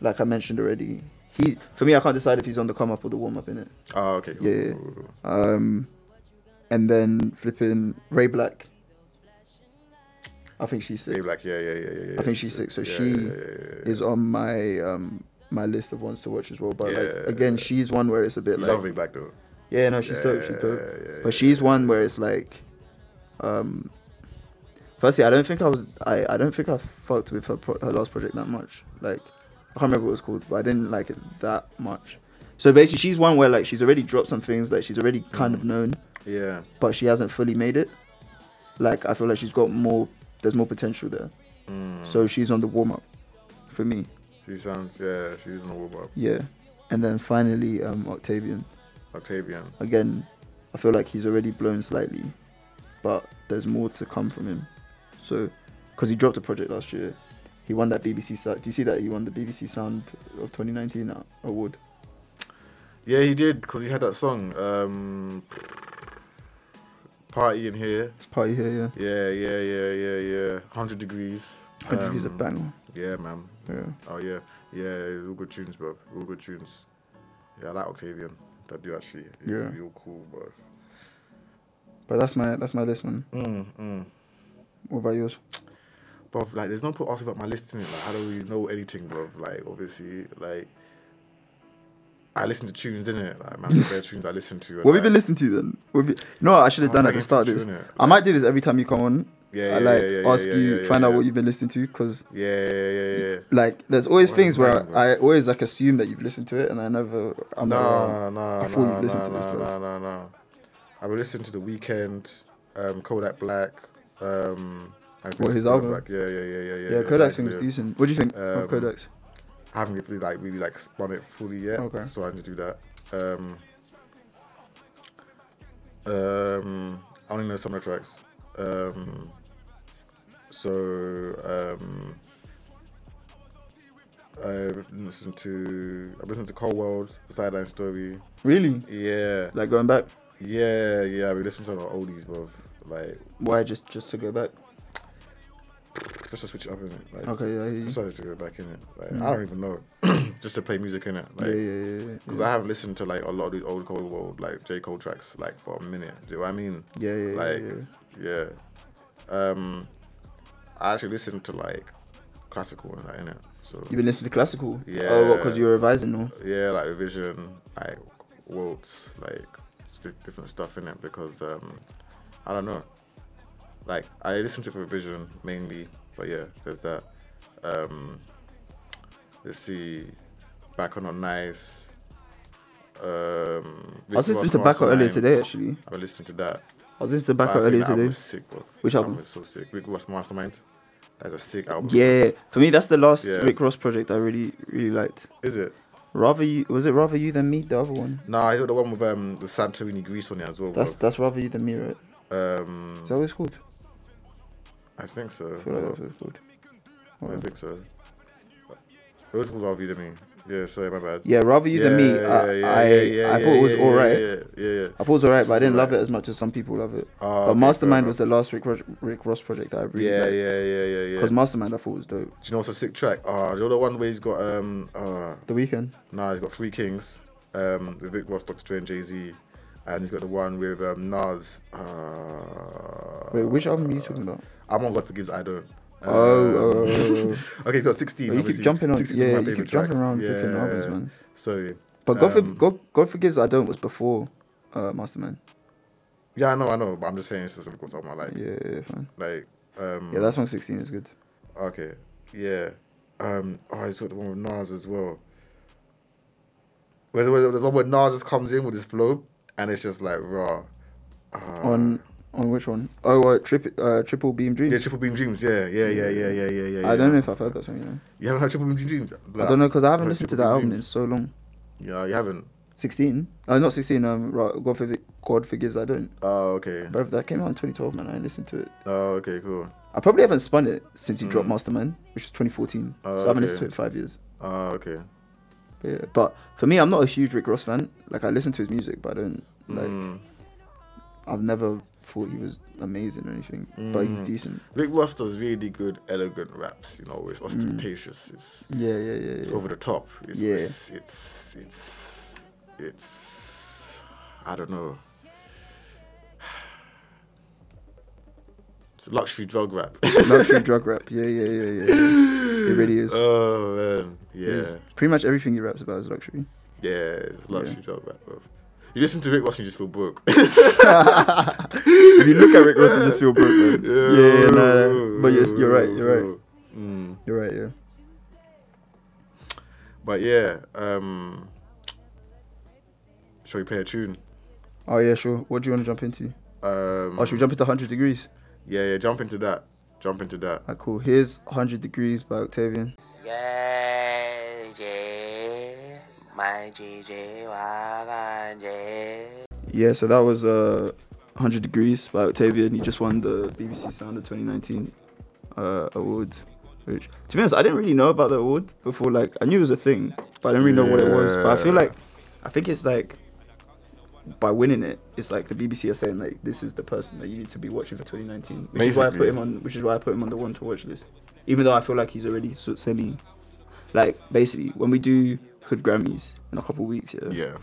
[SPEAKER 2] like I mentioned already, he for me I can't decide if he's on the come up or the warm up in it.
[SPEAKER 3] Oh, okay. Cool,
[SPEAKER 2] yeah.
[SPEAKER 3] cool, cool, cool.
[SPEAKER 2] Um, and then flipping Ray Black. I think she's
[SPEAKER 3] They
[SPEAKER 2] sick.
[SPEAKER 3] were like, yeah, yeah, yeah, yeah. yeah,
[SPEAKER 2] I think
[SPEAKER 3] yeah,
[SPEAKER 2] she's sick, so
[SPEAKER 3] yeah,
[SPEAKER 2] she
[SPEAKER 3] yeah, yeah, yeah, yeah.
[SPEAKER 2] Is on my um my list of ones to watch as well. But like
[SPEAKER 3] Yeah.
[SPEAKER 2] again, she's one where it's a bit
[SPEAKER 3] You
[SPEAKER 2] like
[SPEAKER 3] love Ray Black though.
[SPEAKER 2] Yeah, no, she's dope. She's
[SPEAKER 3] Yeah,
[SPEAKER 2] dope.
[SPEAKER 3] yeah,
[SPEAKER 2] but
[SPEAKER 3] yeah,
[SPEAKER 2] she's
[SPEAKER 3] yeah.
[SPEAKER 2] one where it's like, um, firstly, I don't think I was, I, I don't think I fucked with her pro- her last project that much. Like, I can't remember what it was called, but I didn't like it that much. So basically, she's one where like she's already dropped some things that she's already kind
[SPEAKER 3] Mm.
[SPEAKER 2] of known,
[SPEAKER 3] Yeah.
[SPEAKER 2] but she hasn't fully made it. Like I feel like she's got more. There's more potential there.
[SPEAKER 3] Mm.
[SPEAKER 2] So she's on the warm up, for me.
[SPEAKER 3] She sounds yeah. She's in the warm up.
[SPEAKER 2] Yeah. And then finally, um, Octavian.
[SPEAKER 3] Octavian.
[SPEAKER 2] Again, I feel like he's already blown slightly, but there's more to come from him. So, because he dropped a project last year, he won that BBC. Sou- Do you see that he won the BBC Sound of 2019 a- award?
[SPEAKER 3] Yeah, he did because he had that song. Um, party in here.
[SPEAKER 2] Party here, yeah.
[SPEAKER 3] Yeah, yeah, yeah, yeah, yeah. Hundred degrees.
[SPEAKER 2] 100 degrees
[SPEAKER 3] Um,
[SPEAKER 2] of banger.
[SPEAKER 3] Yeah, man.
[SPEAKER 2] Yeah.
[SPEAKER 3] Oh yeah, yeah. All good tunes, bro. All good tunes. Yeah, I like Octavian. That do actually.
[SPEAKER 2] Yeah.
[SPEAKER 3] Real cool, bro.
[SPEAKER 2] But that's my that's my list, man.
[SPEAKER 3] Mm, mm.
[SPEAKER 2] What about yours?
[SPEAKER 3] Bro, like, there's no point asking about my list in it. Like, how do we know anything, bro? Like, obviously, like, I listen to tunes in it. Like, man, there are tunes I listen to. and,
[SPEAKER 2] What have
[SPEAKER 3] like,
[SPEAKER 2] you been listening to then? What have you- you know what I should have
[SPEAKER 3] Oh,
[SPEAKER 2] done at
[SPEAKER 3] like
[SPEAKER 2] the
[SPEAKER 3] a
[SPEAKER 2] start of this.
[SPEAKER 3] tune, innit?
[SPEAKER 2] I might do this every time you come on.
[SPEAKER 3] Yeah, yeah,
[SPEAKER 2] I like
[SPEAKER 3] yeah, yeah,
[SPEAKER 2] ask
[SPEAKER 3] yeah,
[SPEAKER 2] you,
[SPEAKER 3] yeah,
[SPEAKER 2] find
[SPEAKER 3] yeah,
[SPEAKER 2] out
[SPEAKER 3] yeah.
[SPEAKER 2] what you've been listening to, because
[SPEAKER 3] Yeah, yeah, yeah, yeah.
[SPEAKER 2] like there's always
[SPEAKER 3] Well,
[SPEAKER 2] things where
[SPEAKER 3] mine,
[SPEAKER 2] I always like assume that you've listened to it and I never I'm not
[SPEAKER 3] No,
[SPEAKER 2] around.
[SPEAKER 3] no,
[SPEAKER 2] I
[SPEAKER 3] no,
[SPEAKER 2] thought you
[SPEAKER 3] no,
[SPEAKER 2] listened
[SPEAKER 3] no,
[SPEAKER 2] to this, bro.
[SPEAKER 3] no, no, no. I've been listening to The Weeknd, um, Kodak Black, um, and
[SPEAKER 2] What, his
[SPEAKER 3] Kodak
[SPEAKER 2] album?
[SPEAKER 3] Black. Yeah, yeah, yeah, yeah, yeah.
[SPEAKER 2] yeah, Kodak's
[SPEAKER 3] like,
[SPEAKER 2] thing was
[SPEAKER 3] yeah.
[SPEAKER 2] decent. What do you think
[SPEAKER 3] Um,
[SPEAKER 2] of Kodak's?
[SPEAKER 3] I haven't really like really like spun it fully yet.
[SPEAKER 2] Okay.
[SPEAKER 3] So I need to do that. Um, um, I only know some of the tracks. Um, so um, I've listened to I've listened to Cold World, The Sideline Story.
[SPEAKER 2] Really?
[SPEAKER 3] Yeah,
[SPEAKER 2] Like going back?
[SPEAKER 3] yeah, yeah. I've been listening to a lot of oldies, bruv. Like
[SPEAKER 2] Why just just to go back?
[SPEAKER 3] just to switch it up in it. Like,
[SPEAKER 2] Okay, yeah, I hear you.
[SPEAKER 3] Just to go back in it. Like, I don't even know. just to play music in it. Like,
[SPEAKER 2] yeah, yeah, yeah, yeah.
[SPEAKER 3] Because I haven't listened to like a lot of these old Cold World like J Cole tracks like for a minute. Do you know what I mean?
[SPEAKER 2] Yeah, yeah, yeah,
[SPEAKER 3] Like,
[SPEAKER 2] yeah.
[SPEAKER 3] yeah. Um, I actually listened to like classical and that in it. So
[SPEAKER 2] You've been listening to classical?
[SPEAKER 3] Yeah.
[SPEAKER 2] Oh, what, because you were revising or?
[SPEAKER 3] yeah, like revision, like waltz, like just di- different stuff in it because um, I don't know. Like I listen to revision mainly, but yeah, there's that. Um, let's see, back on nice. Um,
[SPEAKER 2] I was listening to Backo earlier today, actually.
[SPEAKER 3] I've been listening to that.
[SPEAKER 2] I was listening to
[SPEAKER 3] I
[SPEAKER 2] Backo
[SPEAKER 3] think
[SPEAKER 2] earlier
[SPEAKER 3] that album
[SPEAKER 2] today.
[SPEAKER 3] is sick, bro.
[SPEAKER 2] Which
[SPEAKER 3] That
[SPEAKER 2] album?
[SPEAKER 3] is so sick. Rick Ross Mastermind. That's a sick album.
[SPEAKER 2] Yeah, for me that's the last
[SPEAKER 3] Yeah.
[SPEAKER 2] Rick Ross project I really really liked.
[SPEAKER 3] Is it?
[SPEAKER 2] Rather you was it Rather You Than Me the other one?
[SPEAKER 3] Nah, I got the one with um with Santorini Greece on it as well. bro.
[SPEAKER 2] That's that's Rather You Than Me, right?
[SPEAKER 3] Um,
[SPEAKER 2] Is that what it's called?
[SPEAKER 3] I think so.
[SPEAKER 2] I feel like that's what it's called.
[SPEAKER 3] I think so. It was called RV to me. Yeah, sorry, my bad.
[SPEAKER 2] Yeah, Rather You Than Me. I I, I thought it was
[SPEAKER 3] yeah,
[SPEAKER 2] alright.
[SPEAKER 3] Yeah, yeah, yeah.
[SPEAKER 2] I thought it was alright, but I
[SPEAKER 3] It's
[SPEAKER 2] didn't love
[SPEAKER 3] alright.
[SPEAKER 2] it as much as some people love it.
[SPEAKER 3] Oh, okay,
[SPEAKER 2] but
[SPEAKER 3] fair
[SPEAKER 2] Mastermind
[SPEAKER 3] enough.
[SPEAKER 2] was the last Rick Ross, Rick Ross project that I really
[SPEAKER 3] Yeah,
[SPEAKER 2] liked.
[SPEAKER 3] yeah, yeah, yeah, yeah.
[SPEAKER 2] Because Mastermind I thought was dope.
[SPEAKER 3] Do you know what's a sick track? Ah, the other one where he's got um, uh,
[SPEAKER 2] The Weekend.
[SPEAKER 3] nah, he's got Three Kings, um, with Vic Ross, Doctor Strange, Jay Z, and he's got the one with um Nas. Uh,
[SPEAKER 2] Wait, which album are you talking about?
[SPEAKER 3] I'm on God Forgives I Don't.
[SPEAKER 2] Oh, oh,
[SPEAKER 3] Um,
[SPEAKER 2] oh,
[SPEAKER 3] okay, he's got 16.
[SPEAKER 2] Well, you keep
[SPEAKER 3] obviously.
[SPEAKER 2] jumping on-
[SPEAKER 3] 16 is one of
[SPEAKER 2] yeah,
[SPEAKER 3] my
[SPEAKER 2] you keep
[SPEAKER 3] favourite
[SPEAKER 2] jumping
[SPEAKER 3] tracks.
[SPEAKER 2] around flipping albums, man.
[SPEAKER 3] So,
[SPEAKER 2] But God,
[SPEAKER 3] um,
[SPEAKER 2] forg God, God forgives I don't was before uh, Mastermind.
[SPEAKER 3] Yeah, I know, I know, but I'm just saying it's just of course I'm like,
[SPEAKER 2] Yeah, yeah, yeah, fine.
[SPEAKER 3] like, um,
[SPEAKER 2] Yeah, that song 16 is good.
[SPEAKER 3] okay, yeah, um, oh, he's got the one with Nas as well. Where there's one where Nas just comes in with his flow, and it's just like raw. Ah.
[SPEAKER 2] on on which one? Oh, uh, trip, uh, Triple Beam Dream.
[SPEAKER 3] yeah, Triple Beam Dreams, yeah, yeah, yeah, yeah, yeah, yeah, yeah.
[SPEAKER 2] I don't
[SPEAKER 3] yeah.
[SPEAKER 2] know if I've heard that song. You know?
[SPEAKER 3] You haven't heard Triple Beam Dreams.
[SPEAKER 2] I don't know because I haven't
[SPEAKER 3] Heard
[SPEAKER 2] listened to
[SPEAKER 3] Triple
[SPEAKER 2] that album
[SPEAKER 3] Beam
[SPEAKER 2] in
[SPEAKER 3] Dreams?
[SPEAKER 2] so long.
[SPEAKER 3] Yeah, you haven't.
[SPEAKER 2] 16? Uh, not 16. Um, right, God, forgive, God forgives I don't.
[SPEAKER 3] Oh, okay.
[SPEAKER 2] Bro, that came out in 2012, man. I ain't listened to it.
[SPEAKER 3] Oh, okay, cool.
[SPEAKER 2] I probably haven't spun it since you dropped Mastermind, which was 2014.
[SPEAKER 3] Mm. Oh,
[SPEAKER 2] so I haven't listened
[SPEAKER 3] okay.
[SPEAKER 2] to it in five years.
[SPEAKER 3] Oh, okay.
[SPEAKER 2] But, yeah. but for me, I'm not a huge Rick Ross fan. Like I listen to his music, but I don't like.
[SPEAKER 3] Mm.
[SPEAKER 2] I've never thought he was amazing or anything, but
[SPEAKER 3] Mm.
[SPEAKER 2] he's decent.
[SPEAKER 3] Rick Ross does really good, elegant raps. You know, it's ostentatious. It's
[SPEAKER 2] Yeah, yeah, yeah.
[SPEAKER 3] it's
[SPEAKER 2] yeah.
[SPEAKER 3] over the top. It's,
[SPEAKER 2] Yeah.
[SPEAKER 3] it's, it's it's it's I don't know. It's a luxury drug rap.
[SPEAKER 2] Luxury drug rap. Yeah, yeah, yeah, yeah. yeah. It really is.
[SPEAKER 3] oh man, yeah,
[SPEAKER 2] It is. Pretty much everything he raps about is luxury.
[SPEAKER 3] yeah, it's a luxury drug rap. Bro. You listen to Rick Ross and you just feel broke.
[SPEAKER 2] If you look at Rick Ross, you just feel broke, man. Yeah, yeah, nah, nah. But yes, you're right. You're right.
[SPEAKER 3] Mm.
[SPEAKER 2] You're right. Yeah.
[SPEAKER 3] But yeah, um, Shall we play a tune?
[SPEAKER 2] Oh yeah, sure. What do you want to jump into?
[SPEAKER 3] Um,
[SPEAKER 2] Oh, should we jump into 100 degrees?
[SPEAKER 3] yeah, yeah, jump into that. Jump into that.
[SPEAKER 2] Ah, cool. Here's 100 degrees by Octavian.
[SPEAKER 1] Yeah, yeah, my GG, wagon, yeah.
[SPEAKER 2] Yeah, so that was uh 100 degrees by Octavian. He just won the BBC Sound of 2019 uh, award. Which, to be honest, I didn't really know about the award before. Like, I knew it was a thing, but I didn't really know what it was. But I feel
[SPEAKER 3] Yeah.
[SPEAKER 2] like, I think it's like by winning it, it's like the BBC are saying like this is the person that you need to be watching for 2019, which is why I put
[SPEAKER 3] Basically.
[SPEAKER 2] him on. Which is why I put him on the one to watch list, even though I feel like he's already sort of semi, like basically when we do Hood Grammys in a couple weeks,
[SPEAKER 3] Yeah.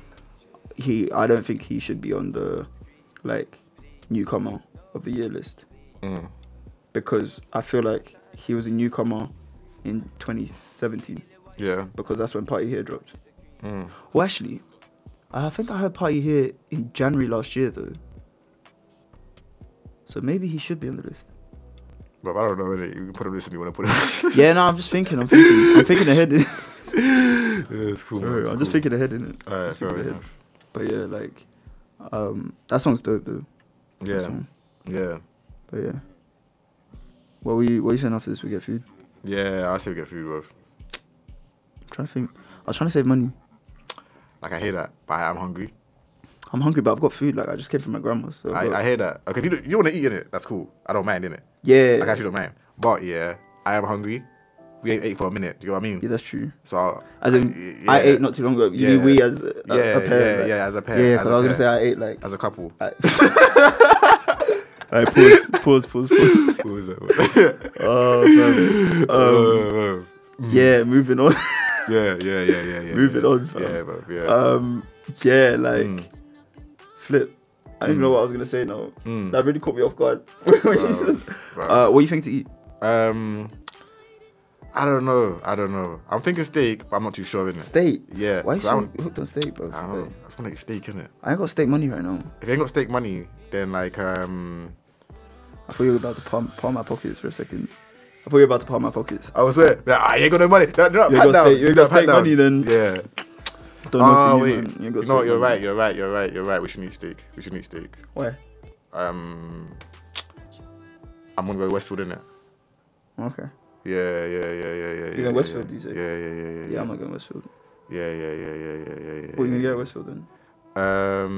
[SPEAKER 2] he I don't think he should be on the like newcomer of the year list
[SPEAKER 3] Mm.
[SPEAKER 2] because I feel like he was a newcomer in 2017
[SPEAKER 3] Yeah.
[SPEAKER 2] because that's when Party Here dropped.
[SPEAKER 3] Mm.
[SPEAKER 2] Well, actually, I think I heard Party Here in January last year though. So maybe he should be on the list.
[SPEAKER 3] But I don't know. Innit? You can put him this and you want to put him.
[SPEAKER 2] Yeah, no, I'm just thinking. I'm thinking. I'm thinking ahead.
[SPEAKER 3] yeah, it's cool. man, it's
[SPEAKER 2] I'm just
[SPEAKER 3] cool.
[SPEAKER 2] thinking ahead in it.
[SPEAKER 3] Alright, fair enough.
[SPEAKER 2] But yeah, like, um, that song's dope though. That
[SPEAKER 3] Yeah.
[SPEAKER 2] song.
[SPEAKER 3] Yeah.
[SPEAKER 2] But yeah. What were you what were you saying after this we get food?
[SPEAKER 3] Yeah. I say we get food with.
[SPEAKER 2] I'm trying to think. I was trying to save money.
[SPEAKER 3] Like I hear that, but I am hungry.
[SPEAKER 2] I'm hungry but I've got food, like I just came from my grandma's. So I've
[SPEAKER 3] I,
[SPEAKER 2] got-
[SPEAKER 3] I hear that. Okay, if you don't, you don't want to eat in it, that's cool. I don't mind in it.
[SPEAKER 2] yeah,
[SPEAKER 3] Like I actually don't mind. But yeah, I am hungry. We ain't ate for a minute. Do you know what I mean?
[SPEAKER 2] yeah, that's true.
[SPEAKER 3] So I,
[SPEAKER 2] As in
[SPEAKER 3] I-
[SPEAKER 2] I
[SPEAKER 3] yeah.
[SPEAKER 2] ate not too long ago. You
[SPEAKER 3] Yeah.
[SPEAKER 2] we as a, a-
[SPEAKER 3] Yeah,
[SPEAKER 2] a pair.
[SPEAKER 3] yeah,
[SPEAKER 2] like-
[SPEAKER 3] yeah, as a pair,
[SPEAKER 2] Yeah,
[SPEAKER 3] as
[SPEAKER 2] because I
[SPEAKER 3] a
[SPEAKER 2] was gonna say
[SPEAKER 3] pair.
[SPEAKER 2] I ate like
[SPEAKER 3] as a couple.
[SPEAKER 2] Alright, pause, pause, pause, pause.
[SPEAKER 3] What was that?
[SPEAKER 2] Oh man. Um,
[SPEAKER 3] Uh,
[SPEAKER 2] yeah, moving on.
[SPEAKER 3] yeah, yeah, yeah, yeah, yeah.
[SPEAKER 2] Moving
[SPEAKER 3] yeah.
[SPEAKER 2] on, fam.
[SPEAKER 3] Yeah, bro. Yeah.
[SPEAKER 2] um yeah, like
[SPEAKER 3] Mm.
[SPEAKER 2] flip. I don't even
[SPEAKER 3] Hmm.
[SPEAKER 2] know what I was gonna say now.
[SPEAKER 3] Mm.
[SPEAKER 2] That really caught me off guard. What you
[SPEAKER 3] Bro,
[SPEAKER 2] said.
[SPEAKER 3] bro.
[SPEAKER 2] uh, what do you think to eat?
[SPEAKER 3] um, I don't know. I don't know. I'm thinking steak, but I'm not too sure in it.
[SPEAKER 2] Steak.
[SPEAKER 3] Yeah,
[SPEAKER 2] Why are you
[SPEAKER 3] 'cause I
[SPEAKER 2] so
[SPEAKER 3] don't-
[SPEAKER 2] hooked on steak, bro?
[SPEAKER 3] I don't know. I just want to eat steak in it.
[SPEAKER 2] I ain't got steak money right now.
[SPEAKER 3] If you ain't got steak money, then like um,
[SPEAKER 2] I thought you were about to palm, palm my pockets for a second. I thought you were about to palm my pockets.
[SPEAKER 3] I was swear, like, I ain't got no money. No, no,
[SPEAKER 2] You ain't
[SPEAKER 3] pat
[SPEAKER 2] got
[SPEAKER 3] down.
[SPEAKER 2] steak- you ain't
[SPEAKER 3] No,
[SPEAKER 2] got
[SPEAKER 3] pat
[SPEAKER 2] steak
[SPEAKER 3] down.
[SPEAKER 2] money then.
[SPEAKER 3] Yeah.
[SPEAKER 2] Don't know
[SPEAKER 3] Oh
[SPEAKER 2] for you,
[SPEAKER 3] wait.
[SPEAKER 2] man. You
[SPEAKER 3] You
[SPEAKER 2] ain't got
[SPEAKER 3] know what?
[SPEAKER 2] steak
[SPEAKER 3] You're
[SPEAKER 2] money.
[SPEAKER 3] right. You're right. You're right. You're right. We should eat steak. We should eat steak.
[SPEAKER 2] Why?
[SPEAKER 3] Um, I'm gonna go Westwood in it.
[SPEAKER 2] Oh, Okay.
[SPEAKER 3] Yeah, yeah, yeah, yeah, yeah.
[SPEAKER 2] going
[SPEAKER 3] yeah,
[SPEAKER 2] Westfield,
[SPEAKER 3] yeah.
[SPEAKER 2] you say?
[SPEAKER 3] Yeah, yeah, yeah, yeah.
[SPEAKER 2] Yeah, I'm not going Westfield.
[SPEAKER 3] Yeah, yeah, yeah, yeah, yeah, yeah,
[SPEAKER 2] What
[SPEAKER 3] yeah.
[SPEAKER 2] are you gonna
[SPEAKER 3] yeah.
[SPEAKER 2] get at Westfield then?
[SPEAKER 3] Um,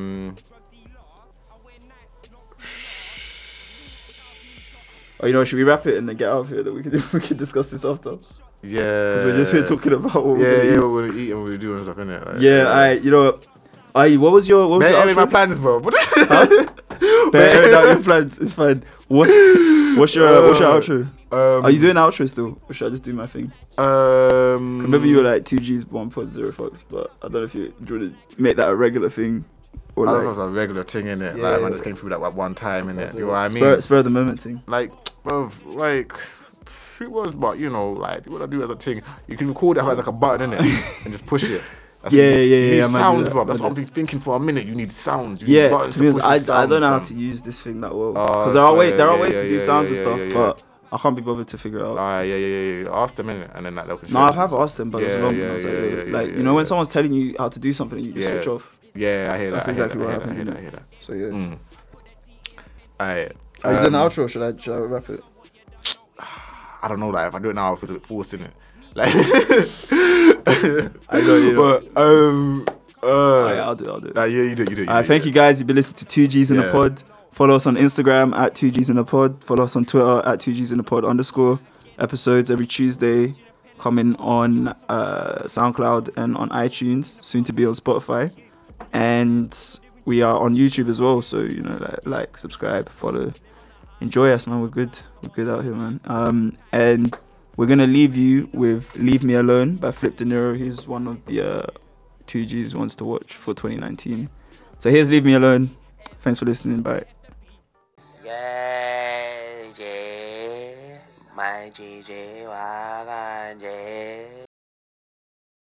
[SPEAKER 2] Oh, you know, what, should we wrap it and then get out of here? That we could we could discuss this after. 'Cause
[SPEAKER 3] yeah.
[SPEAKER 2] we're just here talking about what we're
[SPEAKER 3] Uh, Yeah,
[SPEAKER 2] gonna
[SPEAKER 3] yeah,
[SPEAKER 2] eat.
[SPEAKER 3] what we're gonna eat and what we're doing and stuff, innit? Like,
[SPEAKER 2] Yeah, I. You know, I. What was your what was
[SPEAKER 3] Man,
[SPEAKER 2] your
[SPEAKER 3] airing my
[SPEAKER 2] outro?
[SPEAKER 3] plans, bro.
[SPEAKER 2] Bear airing out your plans. It's fine. What's what's your what's your outro?
[SPEAKER 3] Um,
[SPEAKER 2] Are you doing outro still, or should I just do my thing?
[SPEAKER 3] Um,
[SPEAKER 2] Remember you were like two G's one point zero fucks, but I don't know if you, do you want to make that a regular thing or
[SPEAKER 3] I
[SPEAKER 2] like
[SPEAKER 3] don't know if that's a regular thing in it.
[SPEAKER 2] Yeah,
[SPEAKER 3] like,
[SPEAKER 2] yeah,
[SPEAKER 3] man, just came through that like, one time in it.
[SPEAKER 2] spur,
[SPEAKER 3] You know what I mean?
[SPEAKER 2] spur, of the moment thing.
[SPEAKER 3] like, bruv, like, it was, but you know, like, what I do as a thing, you can record it as like a button in it and just push it. That's
[SPEAKER 2] Yeah,
[SPEAKER 3] what you-
[SPEAKER 2] yeah,
[SPEAKER 3] you
[SPEAKER 2] yeah,
[SPEAKER 3] need
[SPEAKER 2] yeah, I might do
[SPEAKER 3] sounds,
[SPEAKER 2] that,
[SPEAKER 3] bruv. That's
[SPEAKER 2] I
[SPEAKER 3] what
[SPEAKER 2] might
[SPEAKER 3] I've been thinking for a minute. You need sounds. You need
[SPEAKER 2] Yeah,
[SPEAKER 3] buttons
[SPEAKER 2] to be honest, I,
[SPEAKER 3] push
[SPEAKER 2] I
[SPEAKER 3] your
[SPEAKER 2] don't
[SPEAKER 3] sounds,
[SPEAKER 2] know how
[SPEAKER 3] fam.
[SPEAKER 2] to use this thing that well
[SPEAKER 3] Oh,
[SPEAKER 2] because there are
[SPEAKER 3] so
[SPEAKER 2] ways
[SPEAKER 3] yeah,
[SPEAKER 2] there are
[SPEAKER 3] yeah,
[SPEAKER 2] ways
[SPEAKER 3] yeah,
[SPEAKER 2] to do
[SPEAKER 3] yeah,
[SPEAKER 2] sounds and
[SPEAKER 3] yeah,
[SPEAKER 2] stuff,
[SPEAKER 3] yeah, yeah.
[SPEAKER 2] but I can't be bothered to figure it out.
[SPEAKER 3] Ah, yeah, yeah, yeah, yeah. Ask them in it, and then like, they'll
[SPEAKER 2] no, I've have asked them, but it was
[SPEAKER 3] Yeah,
[SPEAKER 2] long. and
[SPEAKER 3] yeah,
[SPEAKER 2] I was like,
[SPEAKER 3] yeah,
[SPEAKER 2] yo,
[SPEAKER 3] yeah, yeah,
[SPEAKER 2] like you
[SPEAKER 3] yeah,
[SPEAKER 2] know, when
[SPEAKER 3] yeah.
[SPEAKER 2] someone's telling you how to do something, and you just
[SPEAKER 3] Yeah.
[SPEAKER 2] switch off.
[SPEAKER 3] Yeah, I hear that.
[SPEAKER 2] That's
[SPEAKER 3] I hear
[SPEAKER 2] exactly
[SPEAKER 3] that,
[SPEAKER 2] what
[SPEAKER 3] I hear
[SPEAKER 2] happened.
[SPEAKER 3] That, I
[SPEAKER 2] innit?
[SPEAKER 3] hear that,
[SPEAKER 2] So yeah,
[SPEAKER 3] Mm. I
[SPEAKER 2] are
[SPEAKER 3] hear that.
[SPEAKER 2] you
[SPEAKER 3] Alright.
[SPEAKER 2] doing the
[SPEAKER 3] um,
[SPEAKER 2] outro? Or should I should I wrap it?
[SPEAKER 3] I don't know, like if I do it now, I feel a bit forced in it. Like,
[SPEAKER 2] I know, you know.
[SPEAKER 3] But um, uh,
[SPEAKER 2] Alright, I'll do it. I'll do it.
[SPEAKER 3] Nah, yeah, you do, it, you do. it, You
[SPEAKER 2] Uh,
[SPEAKER 3] do,
[SPEAKER 2] thank you guys. You've been listening to 2Gs in a
[SPEAKER 3] Yeah.
[SPEAKER 2] Pod. Follow us on Instagram at 2Gs in a Pod. Follow us on Twitter at 2Gs in a Pod underscore. Episodes every Tuesday coming on uh, SoundCloud and on iTunes, soon to be on Spotify. And we are on YouTube as well. So, you know, like, like subscribe, follow. Enjoy us, man. We're good. We're good out here, man. Um, and we're going to leave you with Leave Me Alone by Flip De Niro. He's one of the uh, 2Gs ones to watch for 2019. So here's Leave Me Alone. Thanks for listening. Bye.
[SPEAKER 1] Yeah, yeah, my GG, wagon, yeah.